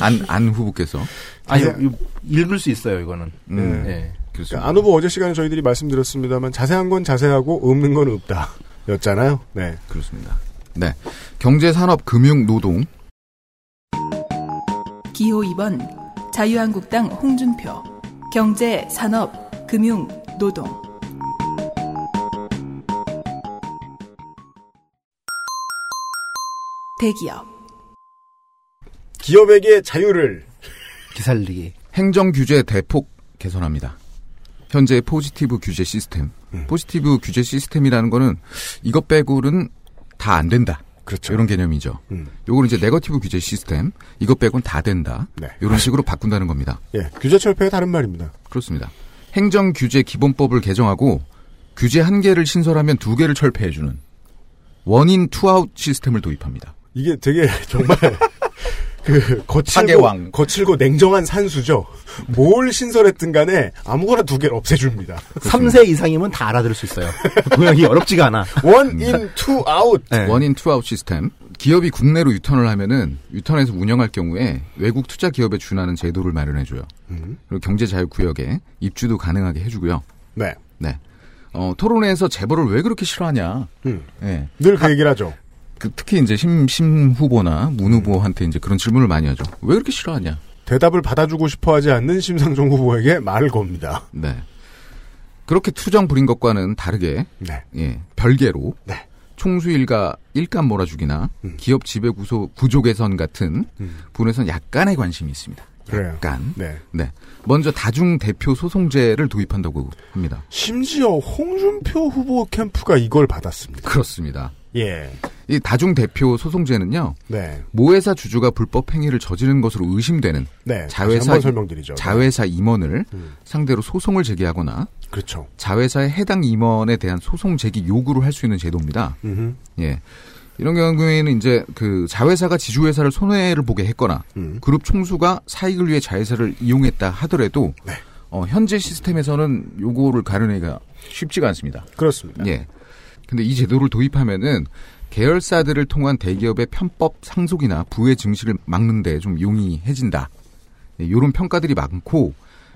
S8: 안, 안 후보께서.
S10: 아니,
S2: 예.
S10: 이거 읽을 수 있어요, 이거는.
S8: 음,
S10: 예.
S8: 그렇습니다.
S2: 안 후보 어제 시간에 저희들이 말씀드렸습니다만 자세한 건 자세하고 없는 건 없다. 였잖아요. 네.
S8: 그렇습니다. 네. 경제, 산업, 금융, 노동.
S3: 기호 2번 자유한국당 홍준표 경제, 산업, 금융, 노동 대기업
S2: 기업에게 자유를
S10: 기살리기.
S8: 행정 규제 대폭 개선합니다. 현재 포지티브 규제 시스템.
S2: 음.
S8: 포지티브 규제 시스템이라는 거는 이것 빼고는 다 안 된다.
S2: 그렇죠.
S8: 이런 개념이죠.
S2: 음.
S8: 요거는 이제 네거티브 규제 시스템. 이것 빼고는 다 된다.
S2: 네.
S8: 이런 식으로 바꾼다는 겁니다.
S2: 예, 규제 철폐의 다른 말입니다.
S8: 그렇습니다. 행정 규제 기본법을 개정하고 규제 한 개를 신설하면 두 개를 철폐해 주는 원인 투아웃 시스템을 도입합니다.
S2: 이게 되게 정말 그 거칠고
S8: 사계왕.
S2: 거칠고 냉정한 산수죠. 뭘 신설했든 간에 아무거나 두 개를 없애줍니다.
S10: 3세 이상이면 다 알아들을 수 있어요. 음. 고양이 어렵지가 않아.
S2: 원인 투 아웃.
S8: 원인 투아웃 시스템. 기업이 국내로 유턴을 하면은 유턴해서 운영할 경우에 외국 투자 기업에 준하는 제도를 마련해 줘요. 그리고 경제 자유 구역에 입주도 가능하게 해 주고요.
S2: 네.
S8: 네. 어, 토론회에서 재벌을 왜 그렇게 싫어하냐.
S2: 음.
S8: 예.
S2: 늘 그 얘기를 하죠.
S8: 그, 특히 이제 심, 심 후보나 문 후보한테 이제 그런 질문을 많이 하죠. 왜 그렇게 싫어하냐.
S2: 대답을 받아주고 싶어하지 않는 심상정 후보에게 말을 겁니다.
S8: 네. 그렇게 투정 부린 것과는 다르게
S2: 네.
S8: 예, 별개로 총수일가 일감 몰아주기나
S2: 음.
S8: 기업 지배 구조 구조 개선 같은 분에선 약간의 관심이 있습니다.
S2: 그래요.
S8: 약간.
S2: 네.
S8: 네. 먼저 다중 대표 소송제를 도입한다고 합니다.
S2: 심지어 홍준표 후보 캠프가 이걸 받았습니다.
S8: 그렇습니다.
S2: 예.
S8: 이 다중 대표 소송제는요.
S2: 네.
S8: 모회사 주주가 불법 행위를 저지른 것으로 의심되는
S2: 네. 다시
S8: 자회사
S2: 한번 설명드리죠. 네. 음.
S8: 자회사 임원을 상대로 소송을 제기하거나
S2: 그렇죠.
S8: 자회사의 해당 임원에 대한 소송 제기 요구를 할 수 있는 제도입니다.
S2: 음흠.
S8: 예. 이런 경우에는 이제 그 자회사가 지주회사를 손해를 보게 했거나
S2: 음.
S8: 그룹 총수가 사익을 위해 자회사를 이용했다 하더라도
S2: 네.
S8: 어, 현재 시스템에서는 요거를 가르내기가 쉽지가 않습니다.
S2: 그렇습니다.
S8: 예. 근데 이 제도를 도입하면은 계열사들을 통한 대기업의 편법 상속이나 부의 증식을 막는데 좀 용이해진다. 이런 평가들이 많고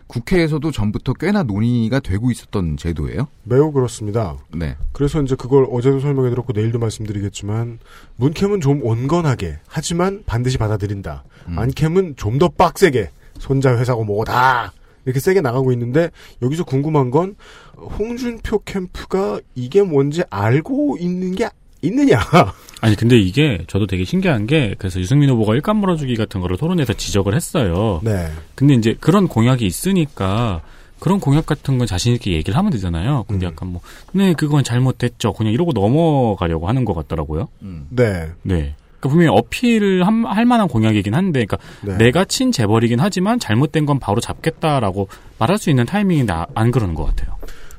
S8: 국회에서도 전부터 꽤나 논의가 되고 있었던 제도예요.
S2: 매우 그렇습니다.
S8: 네.
S2: 그래서 이제 그걸 어제도 설명해 드렸고 내일도 말씀드리겠지만 문캠은 좀 온건하게 하지만 반드시 받아들인다. 안캠은 좀 더 빡세게 손자 회사고 뭐고 다 이렇게 세게 나가고 있는데 여기서 궁금한 건 홍준표 캠프가 이게 뭔지 알고 있는 게 있느냐?
S15: 아니 근데 이게 저도 되게 신기한 게 그래서 유승민 후보가 일감 몰아주기 같은 거를 토론에서 지적을 했어요.
S2: 네.
S15: 근데 이제 그런 공약이 있으니까 그런 공약 같은 건 자신 있게 얘기를 하면 되잖아요.
S4: 음.
S15: 근데 약간 뭐, 네, 그건 잘못됐죠. 그냥 이러고 넘어가려고 하는 것 같더라고요.
S4: 음.
S2: 네.
S15: 네. 그러니까 분명히 어필을 함- 할 만한 공약이긴 한데, 그러니까
S2: 네.
S15: 내가 친재벌이긴 하지만 잘못된 건 바로 잡겠다라고 말할 수 있는 타이밍인데 아- 안 그러는 것 같아요.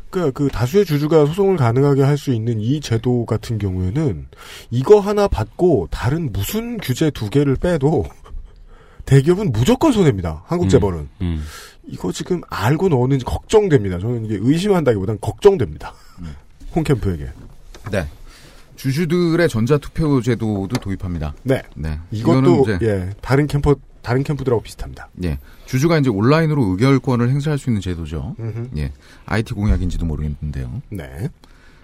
S2: 그, 그 다수의 주주가 소송을 가능하게 할 수 있는 이 제도 같은 경우에는 이거 하나 받고 다른 무슨 규제 두 개를 빼도 대기업은 무조건 손해입니다. 한국 재벌은.
S15: 음.
S2: 이거 지금 알고 넣었는지 걱정됩니다. 저는 이게 의심한다기보단 걱정됩니다.
S10: 음.
S2: 홍캠프에게.
S8: 네. 주주들의 전자투표 제도도 도입합니다.
S2: 네.
S8: 네. 이거는
S2: 이것도
S8: 이제
S2: 예 다른 캠퍼 다른 캠프들하고 비슷합니다.
S8: 예. 주주가 이제 온라인으로 의결권을 행사할 수 있는 제도죠.
S2: 음흠.
S8: 예. IT 공약인지도 모르겠는데요.
S2: 네.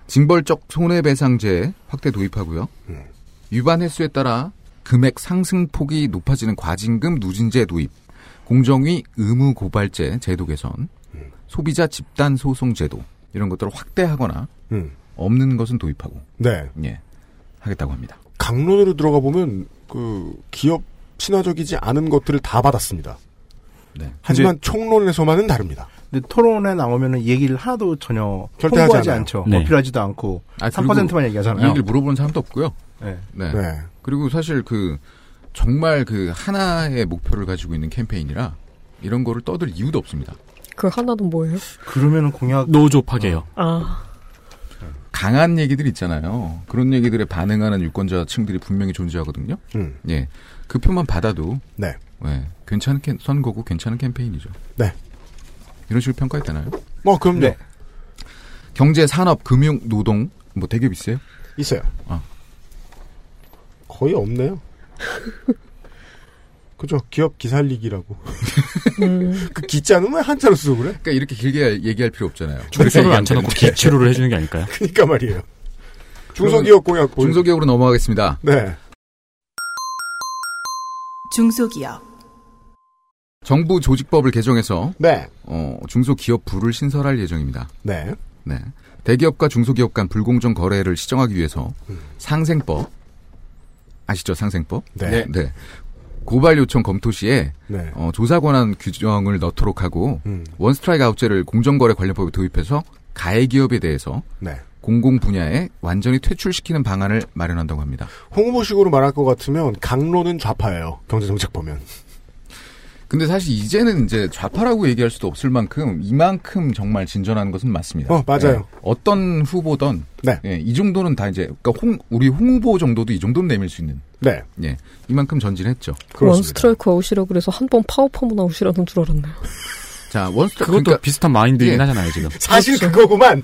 S8: 징벌적 손해배상제 확대 도입하고요.
S2: 음.
S8: 위반 횟수에 따라 금액 상승폭이 높아지는 과징금 누진제 도입, 공정위 의무 고발제 제도 개선, 소비자 집단 소송 제도 이런 것들을 확대하거나
S2: 음.
S8: 없는 것은 도입하고
S2: 네.
S8: 예 하겠다고 합니다.
S2: 강론으로 들어가 보면 그 기업 친화적이지 않은 것들을 다 받았습니다.
S8: 네.
S2: 하지만 총론에서만은 다릅니다.
S10: 근데 토론에 나오면은 이 얘기를 하나도 전혀
S2: 절대 하지
S10: 홍보하지
S2: 않아요.
S10: 않죠.
S2: 네.
S10: 어필하지도 않고
S8: 아, 그리고
S10: 3%만
S8: 이
S10: 얘기하잖아요.
S8: 얘기를 물어보는 사람도 없고요.
S10: 네.
S2: 네.
S8: 그리고 사실 그 정말 그 하나의 목표를 가지고 있는 캠페인이라 이런 거를 떠들 이유도 없습니다.
S11: 그 하나는 뭐예요?
S10: 그러면은 공약
S4: 노조 파괴요.
S11: 아,
S8: 강한 얘기들 있잖아요. 그런 얘기들에 반응하는 유권자층들이 분명히 존재하거든요.
S2: 음.
S8: 예. 그 표만 받아도
S2: 네.
S8: 예. 괜찮은 캠- 선거고 괜찮은 캠페인이죠.
S2: 네.
S8: 이런 식으로 평가해도 되나요?
S2: 뭐 그럼요.
S10: 네.
S8: 경제, 산업, 금융, 노동 뭐 되게 비싸요?
S2: 있어요.
S8: 아.
S2: 거의 없네요. 그죠? 기업 기살리기라고. 그 기자는 왜 한자로 쓰고 그래?
S8: 그러니까 이렇게 길게 얘기할 필요 없잖아요.
S4: 출소를 앉혀놓고 기출을 해주는 게 아닐까요?
S2: 그러니까 말이에요. 중소기업 공약 보여주세요.
S8: 중소기업으로 넘어가겠습니다.
S2: 네.
S3: 중소기업,
S8: 정부 조직법을 개정해서
S2: 네.
S8: 어, 중소기업부를 신설할 예정입니다.
S2: 네.
S8: 네. 대기업과 중소기업 간 불공정 거래를 시정하기 위해서 상생법 아시죠 상생법?
S2: 네.
S8: 고발 요청 검토 시에
S2: 네. 음.
S8: 어, 조사 권한 규정을 넣도록 하고 원스트라이크 아웃제를 공정거래 관련법에 도입해서 가해 기업에 대해서
S2: 네.
S8: 공공 분야에 완전히 퇴출시키는 방안을 마련한다고 합니다.
S2: 홍보식으로 말할 것 같으면 강론은 좌파예요. 경제정책 보면.
S8: 근데 사실 이제는 이제 좌파라고 얘기할 수도 없을 만큼 이만큼 정말 진전하는 것은 맞습니다.
S2: 어, 맞아요. 네.
S8: 예, 어떤 후보든 예, 이 정도는 다 이제 그러니까 홍- 우리 홍 후보 정도도 이 정도는 내밀 수 있는
S2: 네.
S8: 예, 이만큼 전진했죠.
S11: 원스트라이크 아웃이라 그래서 한 번 파워펌은 아웃이라는 줄 알았네요.
S8: 자, 그러니까 원스트
S4: 그것도 비슷한 마인드이긴
S15: 예.
S4: 하잖아요, 지금.
S2: 사실 그거구만.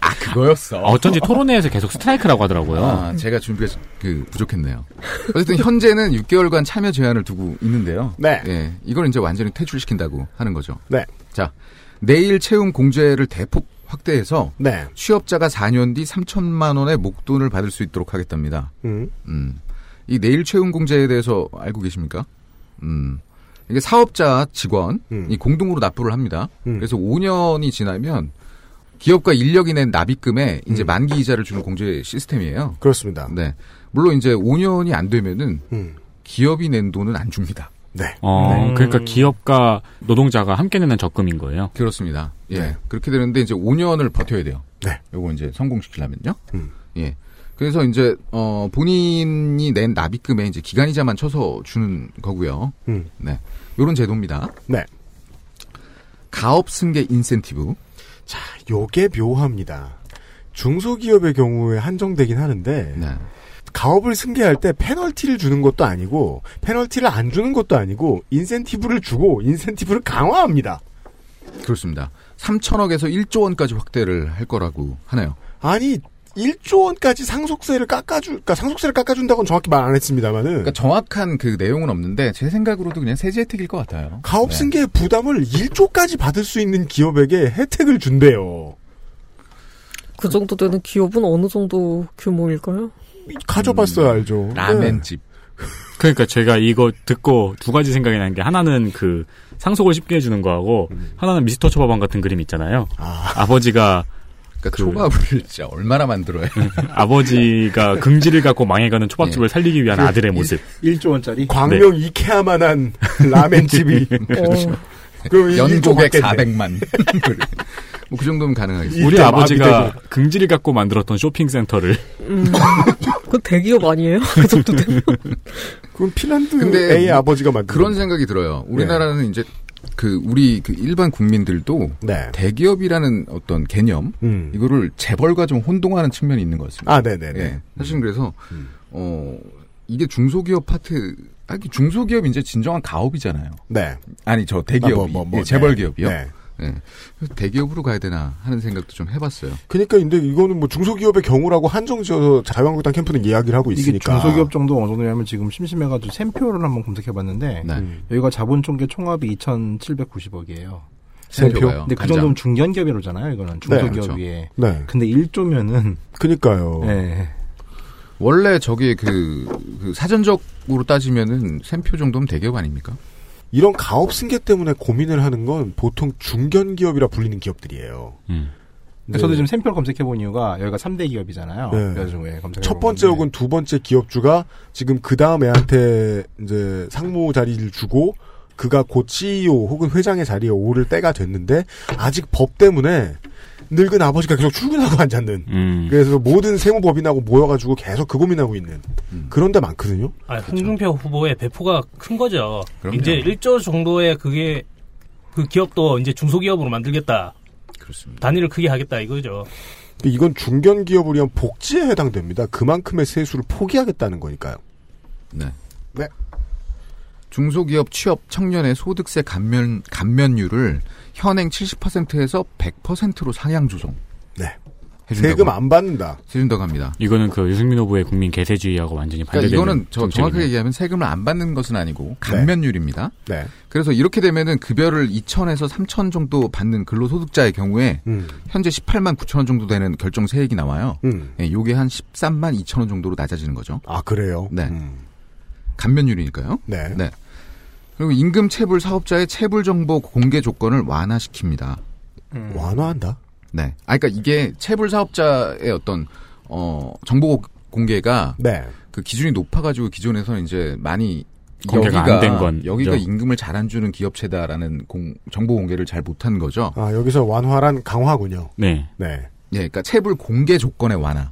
S8: 아, 그거였어.
S4: 아, 어쩐지 토론회에서 계속 스트라이크라고 하더라고요.
S8: 아, 제가 준비가 그 부족했네요. 어쨌든 현재는 6개월간 참여 제한을 두고 있는데요.
S2: 네.
S8: 예, 이걸 이제 완전히 퇴출시킨다고 하는 거죠.
S2: 네.
S8: 자, 내일 채용 공제를 대폭 확대해서
S2: 네.
S8: 취업자가 4년 뒤 3천만 원의 목돈을 받을 수 있도록 하겠답니다.
S2: 음.
S8: 음. 이 내일 채용 공제에 대해서 알고 계십니까? 음. 이게 사업자 직원이
S2: 음.
S8: 공동으로 납부를 합니다. 그래서 5년이 지나면 기업과 인력이 낸 납입금에 이제 만기 이자를 주는 공제 시스템이에요.
S2: 음. 그렇습니다.
S8: 네. 물론 이제 5년이 안 되면은
S2: 음.
S8: 기업이 낸 돈은 안 줍니다.
S2: 네.
S4: 어,
S8: 네.
S4: 그러니까 기업과 노동자가 함께 내는 적금인 거예요.
S8: 그렇습니다. 예. 그렇게 되는데 이제 5년을 버텨야 돼요.
S2: 네.
S8: 요거 이제 성공시키려면요.
S2: 음.
S8: 예. 그래서 이제 어 본인이 낸 납입금에 이제 기간이자만 쳐서 주는 거고요.
S2: 음.
S8: 네. 요런 제도입니다.
S2: 네.
S8: 가업 승계 인센티브.
S2: 자, 요게 묘합니다. 중소기업의 경우에 한정되긴 하는데
S8: 네.
S2: 가업을 승계할 때 페널티를 주는 것도 아니고 페널티를 안 주는 것도 아니고 인센티브를 주고 인센티브를 강화합니다.
S8: 그렇습니다. 3천억에서 1조 원까지 확대를 할 거라고 하네요.
S2: 아니 1조 원까지 상속세를 깎아줄, 그러니까 상속세를 깎아준다고는 정확히 말 안 했습니다만은.
S8: 그러니까 정확한 그 내용은 없는데 제 생각으로도 그냥 세제 혜택일 것 같아요.
S2: 가업
S8: 네.
S2: 승계의 부담을 1조까지 받을 수 있는 기업에게 혜택을 준대요.
S11: 그 정도 되는 기업은 어느 정도 규모일까요?
S10: 음.
S2: 가져봤어야 알죠.
S8: 라멘집.
S4: 그러니까 제가 이거 듣고 두 가지 생각이 나는 게 하나는 그 상속을 쉽게 해주는 거하고
S8: 음.
S4: 하나는 미스터 초밥왕 같은 그림 있잖아요. 아. 버지가
S8: 그러니까 초밥을 진짜 얼마나 만들어요.
S4: 아버지가 긍지를 갖고 망해가는 초밥집을
S8: 예.
S4: 살리기
S8: 그
S4: 위한 아들의 모습.
S10: 1조 원짜리
S2: 광명
S8: 네.
S2: 이케아만한 그 라멘집이.
S4: 그렇죠.
S2: 그럼 이
S8: 연
S2: 일조
S8: 고백
S2: 받겠네.
S8: 400만. 뭐 그 정도면 가능하겠어요.
S4: 우리 아버지가
S8: 그
S4: 긍지를 갖고 만들었던 쇼핑센터를
S11: 음. 그 대기업 아니에요? 그 정도 되면?
S2: 그럼 핀란드
S8: 근데
S2: A의
S8: 뭐
S2: 아버지가 만든
S8: 그런 생각이 들어요. 우리나라는 이제 그 우리 그 일반 국민들도
S2: 네. 음.
S8: 대기업이라는 어떤 개념 이거를 재벌과 좀 혼동하는 측면이 있는 것 같습니다.
S2: 아, 네네네. 음.
S8: 예. 사실 은 그래서 어 이게 중소기업 파트 아 중소기업 이제 진정한 가업이잖아요.
S2: 네.
S8: 아니 저 대기업이
S2: 아, 뭐, 뭐, 뭐,
S8: 예, 재벌
S2: 네.
S8: 기업이요.
S2: 네.
S8: 예. 그래서 대기업으로 가야 되나 하는 생각도 좀 해봤어요.
S2: 그러니까 근데 이거는 뭐 중소기업의 경우라고 한정지어서 자유한국당 캠프는 이야기를 하고
S10: 이게
S2: 있으니까.
S10: 중소기업 정도 어느 정도냐면 지금 심심해가지고 샘표를 한번 검색해봤는데
S8: 네.
S10: 여기가 자본총계 총합이 2,790억이에요.
S8: 센표.
S10: 근데 그 정도면 중견기업이로잖아요.
S2: 네.
S10: 이거는 중소기업이에.
S8: 그렇죠. 네.
S10: 근데 1조면은
S2: 그니까요.
S8: 원래 저기 그, 그 사전적으로 따지면은 샘표 정도면 대기업 아닙니까?
S2: 이런 가업 승계 때문에 고민을 하는 건 보통 중견 기업이라 불리는 기업들이에요.
S10: 근데 음.
S8: 네.
S10: 저도 지금 샘표를 검색해 본 이유가 여기가 3대 기업이잖아요.
S2: 네.
S10: 그래서 왜 검색해
S2: 첫 번째 혹은 두 번째 기업주가 지금 그 다음 애한테 이제 상무 자리를 주고 그가 곧 CEO 혹은 회장의 자리에 오를 때가 됐는데 아직 법 때문에 늙은 아버지가 계속 출근하고 앉았는
S8: 음.
S2: 그래서 모든 세무법인하고 모여가지고 계속 그 고민하고 있는
S8: 음.
S2: 그런 데 많거든요.
S9: 아, 홍준표 후보의 배포가 큰 거죠.
S2: 그럼요.
S9: 이제 1조 정도의 그게 그 기업도 이제 중소기업으로 만들겠다.
S8: 그렇습니다.
S9: 단위를 크게 하겠다 이거죠.
S2: 근데 이건 중견 기업을 위한 복지에 해당됩니다. 그만큼의 세수를 포기하겠다는 거니까요.
S8: 네.
S2: 네.
S8: 중소기업 취업 청년의 소득세 감면 감면율을 현행 70%에서 100%로 상향 조정.
S2: 네.
S4: 세금
S2: 안 받는다.
S8: 해준다고 합니다.
S4: 이거는 그 유승민 후보의 국민 개세주의하고 완전히
S8: 그러니까
S4: 반대되는
S8: 이거는 저
S4: 정책이네요.
S8: 정확하게 얘기하면 세금을 안 받는 것은 아니고 감면율입니다.
S2: 네.
S8: 그래서 이렇게 되면은 급여를 2천에서 3천 정도 받는 근로소득자의 경우에 현재 18만 9천 원 정도 되는 결정 세액이 나와요.
S2: 음.
S8: 예, 요게 한 13만 2천 원 정도로 낮아지는 거죠.
S2: 아 그래요?
S8: 네. 감면율이니까요.
S2: 네.
S8: 그리고 임금 체불 사업자의 체불 정보 공개 조건을 완화시킵니다.
S4: 음.
S2: 완화한다.
S8: 네. 아 그러니까 이게 체불 사업자의 어떤 어 정보 공개가
S2: 네.
S8: 그 기준이 높아가지고 기존에서는 이제 많이
S4: 공개가
S8: 여기가
S4: 안된 건.
S8: 여기가
S4: 그죠.
S8: 임금을 잘 안 주는 기업체다라는 공- 정보 공개를 잘 못한 거죠.
S2: 아 여기서 완화란 강화군요.
S4: 네.
S2: 네.
S8: 예, 그러니까 체불 공개 조건의 완화.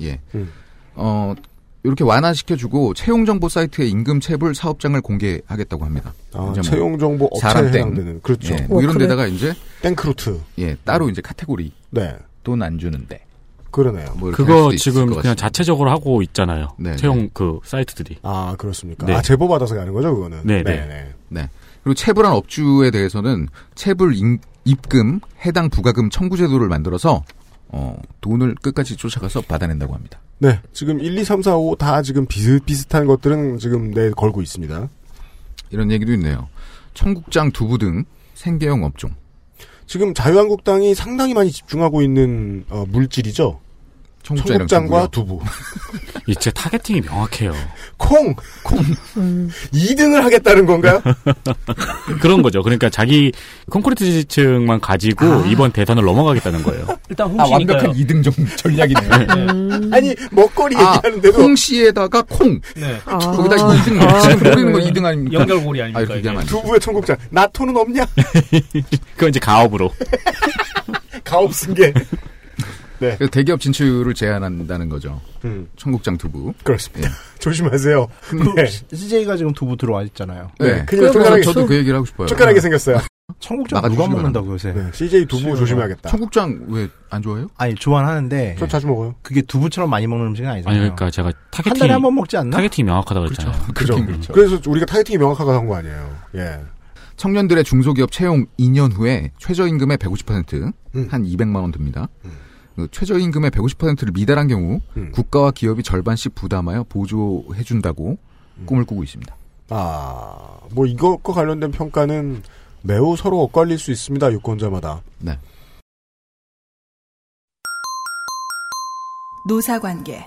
S8: 예.
S2: 음.
S8: 어 이렇게 완화시켜주고 채용 정보 사이트에 임금 체불 사업장을 공개하겠다고 합니다.
S2: 아,
S8: 이제 뭐
S2: 채용 정보 업체에
S8: 사람 땡.
S2: 해당되는 그렇죠.
S8: 예, 뭐
S2: 어,
S8: 이런
S2: 그래.
S8: 데다가 이제
S2: 땡크루트.
S8: 예, 따로 이제 카테고리.
S2: 네.
S8: 돈 안 주는데.
S2: 그러네요.
S8: 뭐 이렇게 할
S4: 그거
S8: 수도 있을
S4: 지금
S8: 것
S4: 그냥
S8: 같습니다.
S4: 자체적으로 하고 있잖아요.
S8: 네,
S4: 채용 그 사이트들이.
S2: 아 그렇습니까?
S4: 네.
S2: 아 제보 받아서 가는 거죠 그거는.
S4: 네, 네.
S8: 네. 그리고 체불한 업주에 대해서는 체불 임- 입금 해당 부가금 청구 제도를 만들어서 어, 돈을 끝까지 쫓아가서 받아낸다고 합니다.
S2: 네, 지금 1, 2, 3, 4, 5 다 지금 비슷비슷한 것들은 지금 내 걸고 있습니다.
S8: 이런 얘기도 있네요. 청국장, 두부 등 생계형 업종.
S2: 지금 자유한국당이 상당히 많이 집중하고 있는 어, 물질이죠.
S4: 청국장이랑
S2: 청국장과 두부.
S4: 이 제 타겟팅이 명확해요.
S2: 콩! 콩! 2등을 하겠다는 건가요?
S4: 그런 거죠. 그러니까 자기 콘크리트 지층만 가지고
S2: 아.
S4: 이번 대선을 넘어가겠다는 거예요.
S9: 일단 음.
S8: 아, 완벽한 2등 전략이네요.
S2: 아니, 먹거리
S8: 얘기하는데도. 홍시에다가 콩.
S9: 네.
S8: 거기다 2등. 지금 노리는 거 2등 아닙니까?
S9: 연결고리 아닙니까?
S8: 아, 그게 아니
S2: 두부의 청국장. 나토는 없냐?
S4: 그건 이제 가업으로.
S2: 가업 승계. 네.
S8: 그래서 대기업 진출을 제한한다는 거죠.
S2: 음.
S8: 청국장 두부. 예.
S2: 그렇습니다. 조심하세요. 네.
S10: 그 CJ가 지금 두부 들어와 있잖아요.
S8: 네. 네. 그래요. 저도 그 얘기를 하고 싶어요.
S2: 쫓겨나게 생겼어요.
S10: 청국장 누가 먹는다고 요새?
S2: CJ 두부 조심해야겠다.
S8: 청국장 왜 안 좋아해요?
S10: 아니 좋아하는데.
S2: 저 자주 먹어요.
S10: 그게 두부처럼 많이 먹는 음식은
S4: 아니
S10: 아니잖아요.
S4: 그러니까 제가 타겟팅
S10: 한 달에 한 번 먹지 않나?
S4: 타겟팅이 명확하다고 했잖아요.
S2: 그죠.
S8: 그렇죠.
S2: 그래서 우리가 타겟팅이 명확하게 한거 아니에요. 예.
S8: 청년들의 중소기업 채용 2년 후에 최저임금의 150%, 한 200만 원 듭니다. 그 최저임금의 150%를 미달한 경우 국가와 기업이 절반씩 부담하여 보조해준다고 꿈을 꾸고 있습니다.
S2: 아, 뭐 이것과 관련된 평가는 매우 서로 엇갈릴 수 있습니다. 유권자마다.
S8: 네.
S3: 노사관계.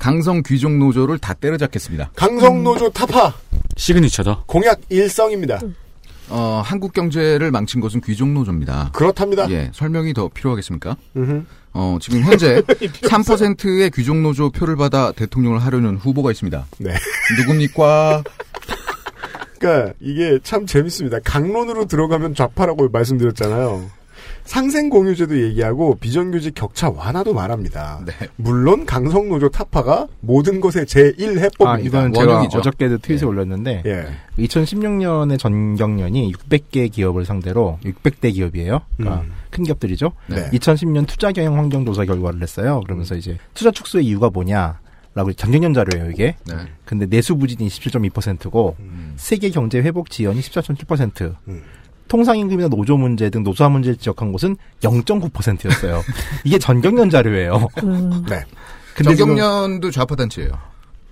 S8: 강성 귀족 노조를 다 때려잡겠습니다.
S2: 강성노조 타파
S4: 시그니처죠.
S2: 공약 일성입니다.
S8: 어, 한국 경제를 망친 것은 귀족 노조입니다.
S2: 그렇답니다.
S8: 예, 설명이 더 필요하겠습니까? 어, 지금 현재 3%의 귀족 노조 표를 받아 대통령을 하려는 후보가 있습니다.
S2: 네.
S8: 누굽니까?
S2: 그러니까 이게 참 재밌습니다. 강론으로 들어가면 좌파라고 말씀드렸잖아요. 상생 공유제도 얘기하고 비정규직 격차 완화도 말합니다.
S10: 네.
S2: 물론 강성 노조 타파가 모든 것의 제1
S10: 아,
S2: 해법입니다.
S10: 이건 제가 어저께도 트윗에
S8: 네.
S10: 올렸는데
S2: 예.
S10: 2016년에 전경련이 600개 기업을 상대로 600대 기업이에요. 그러니까
S2: 음.
S10: 큰 기업들이죠.
S2: 네.
S10: 2010년 투자 경영 환경 조사 결과를 냈어요. 그러면서 이제 투자 축소의 이유가 뭐냐라고 전경련 자료예요, 이게.
S8: 네.
S10: 근데 내수 부진이 27.2%고
S8: 음.
S10: 세계 경제 회복 지연이 14.7%. 통상 임금이나 노조 문제 등 노사 문제를 지적한 곳은 0.9%였어요. 이게 전경련 자료예요.
S2: 네.
S10: 근데 지금-
S8: 정경련도 좌파 단체예요.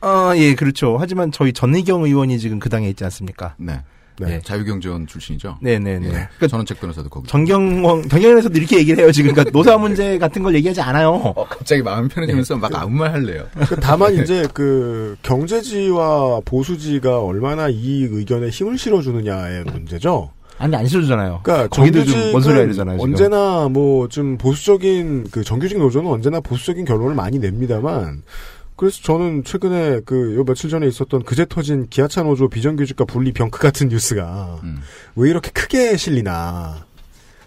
S10: 아, 예, 그렇죠. 하지만 저희 전의경 의원이 지금 그 당에 있지 않습니까?
S8: 네. 네. 자유경제원 출신이죠.
S10: 네네네.
S8: 예.
S10: 그러니까
S8: 전원책 변호사도 거기.
S10: 정경원 정경원에서도 이렇게 얘기를 해요 지금 그러니까 노사 문제 같은 걸 얘기하지 않아요.
S8: 네. 어,
S10: 네.
S8: 갑자기 마음 편해지면서 막 아무 말 할래요. 네.
S2: 그 다만 이제 그 경제지와 보수지가 얼마나 이 의견에 힘을 실어주느냐의 문제죠.
S10: 아니 안 실어주잖아요.
S2: 그러니까
S10: 거기도 좀
S2: 정규직은
S10: 뭔 소리 해야 되잖아요. 지금.
S2: 언제나 뭐 좀 보수적인 그 정규직 노조는 언제나 보수적인 결론을 많이 냅니다만 그래서 저는 최근에 그 요 며칠 전에 있었던 그제 터진 기아차 노조 비정규직과 분리 병크 같은 뉴스가
S10: 음.
S2: 왜 이렇게 크게 실리나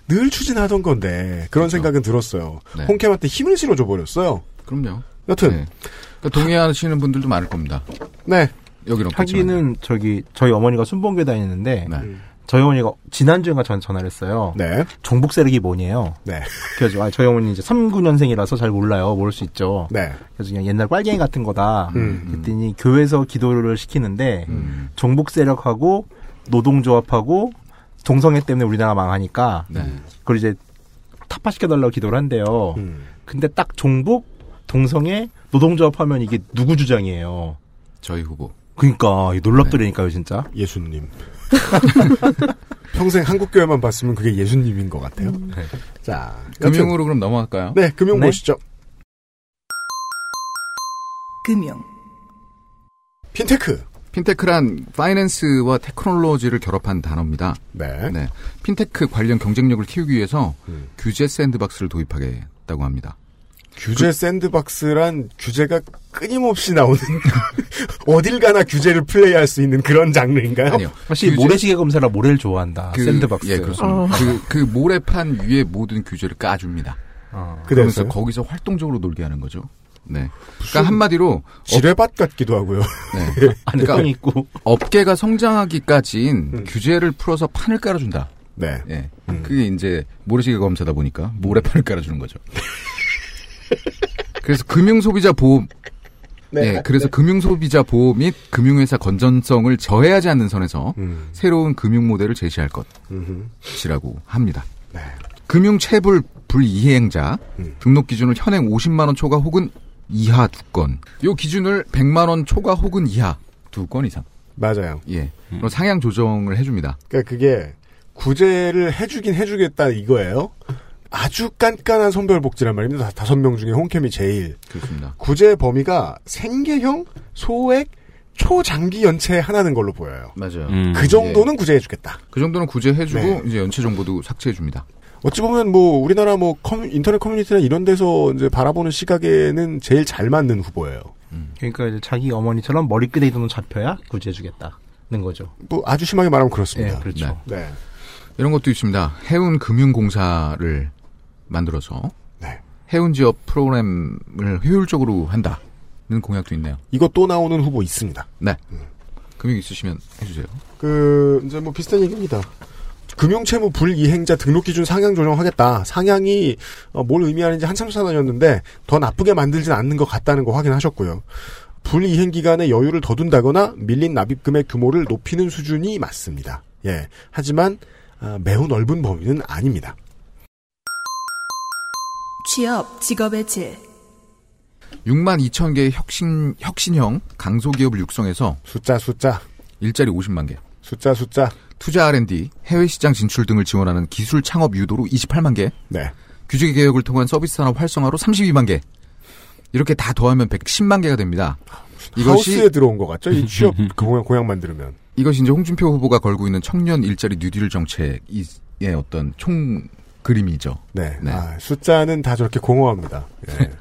S2: 늘 추진하던 건데
S10: 그렇죠.
S2: 그런 생각은 들었어요.
S8: 네.
S2: 홍캠한테 힘을 실어줘 버렸어요.
S8: 그럼요.
S2: 여튼
S10: 네.
S8: 그러니까 동의하시는 분들도 많을 겁니다.
S2: 네.
S8: 여기는 네.
S10: 하기는 저기 저희 어머니가 순봉교에 다니는데 저희 어머니가 지난주인가 전 전화를 했어요.
S2: 음. 네.
S10: 종북 세력이 뭐냐요?
S2: 네.
S10: 그래서 아, 저희 어머니 이제 39년생이라서 잘 몰라요. 모를 수 있죠.
S2: 네. 음.
S10: 그래서 그냥 옛날 빨갱이 같은 거다. 그랬더니 교회에서 기도를 시키는데
S8: 음.
S10: 종북 세력하고 노동조합하고 동성애 때문에 우리나라 망하니까
S8: 네.
S10: 그걸 이제 타파시켜달라고 기도를 한대요. 근데 딱 종북, 동성애, 노동조합 하면 이게 누구 주장이에요?
S8: 저희 후보.
S10: 그러니까 이게 놀랍더라니까요, 진짜.
S2: 예수님. 평생 한국 교회만 봤으면 그게 예수님인 것 같아요. 자,
S8: 음. 네. 금융으로 그럼 넘어갈까요?
S2: 네, 금융
S8: 네.
S2: 보시죠.
S3: 금융.
S2: 핀테크.
S8: 핀테크란 파이낸스와 테크놀로지를 결합한 단어입니다.
S2: 네. 음.
S8: 핀테크 관련 경쟁력을 키우기 위해서 규제 샌드박스를 도입하겠다고 합니다. 그-
S2: 규제 샌드박스란 규제가 끊임없이 나오는 어딜 가나 규제를 플레이할 수 있는 그런 장르인가요?
S8: 아니요.
S10: 사실 모래시계 검사라 모래를 좋아한다.
S8: 그-
S10: 샌드박스.
S8: 예, 그렇습니다. 그, 그 모래판 위에 모든 규제를 까줍니다.
S10: 어.
S8: 그러면서
S2: 그래서요?
S8: 거기서 활동적으로 놀게 하는 거죠. 네. 그러니까 한마디로
S2: 지뢰밭 같기도 하고요.
S8: 네.
S10: 안에 똥이 있고.
S8: 업계가 성장하기까지인 규제를 풀어서 판을 깔아준다.
S2: 음. 네.
S8: 예. 그게 이제 모래시계 검사다 보니까 모래판을 깔아주는 거죠. 그래서 금융소비자 보험.
S2: 네.
S8: 예, 그래서 금융소비자 보호 및 금융회사 건전성을 저해하지 않는 선에서
S2: 음.
S8: 새로운 금융 모델을 제시할 것이라고 합니다.
S2: 네.
S8: 금융 체불 불이행자
S2: 음.
S8: 등록 기준을 현행 50만 원 초과 혹은 이하 두 건. 요 기준을 100만 원 초과 혹은 이하 두 건 이상.
S2: 맞아요. 음.
S8: 예. 그럼 상향 조정을 해줍니다.
S2: 그러니까 그게 구제를 해주긴 해주겠다 이거예요. 아주 깐깐한 선별복지란 말입니다. 다- 다섯 명 중에 홍캠이 제일.
S8: 그렇습니다.
S2: 구제 범위가 생계형, 소액, 초장기 연체 하나는 걸로 보여요.
S8: 맞아요.
S2: 그 정도는 구제해주겠다.
S8: 그 정도는 구제해주고
S2: 네.
S8: 이제 연체 정보도 삭제해줍니다.
S2: 어찌 보면 뭐 우리나라 뭐 커뮤- 인터넷 커뮤니티나 이런 데서 이제 바라보는 시각에는 제일 잘 맞는 후보예요.
S10: 그러니까 이제 자기 어머니처럼 머리끝에 있는 놈 잡혀야 구제해주겠다는 거죠.
S2: 뭐 아주 심하게 말하면 그렇습니다.
S10: 예, 그렇죠.
S2: 네.
S8: 이런 것도 있습니다. 해운 금융공사를 만들어서
S2: 네.
S8: 해운 지역 프로그램을 효율적으로 한다는 공약도 있네요.
S2: 이거 또 나오는 후보 있습니다.
S8: 네. 금융 있으시면 해주세요.
S2: 그 이제 뭐 비슷한 얘기입니다. 금융채무 불이행자 등록 기준 상향 조정하겠다. 상향이 어, 뭘 의미하는지 한참 수사다녔는데 더 나쁘게 만들진 않는 것 같다는 거 확인하셨고요. 불이행 기간에 여유를 더 둔다거나 밀린 납입금의 규모를 높이는 수준이 맞습니다. 예. 하지만 아, 매우 넓은 범위는 아닙니다.
S3: 취업, 직업의 질.
S8: 6만 2천 개의 혁신 혁신형 강소기업을 육성해서
S2: 숫자 숫자
S8: 일자리 50만 개
S2: 숫자 숫자
S8: 투자 R&D 해외 시장 진출 등을 지원하는 기술 창업 유도로 28만 개
S2: 네.
S8: 규제 개혁을 통한 서비스 산업 활성화로 32만 개 이렇게 다 더하면 110만 개가 됩니다.
S2: 하우스에 들어온 것 같죠? 이 취업 그 공약, 공약만 들으면
S8: 이것이 이제 홍준표 후보가 걸고 있는 청년 일자리 뉴딜 정책의 어떤 총 그림이죠.
S2: 네. 아, 숫자는 다 저렇게 공허합니다. 예.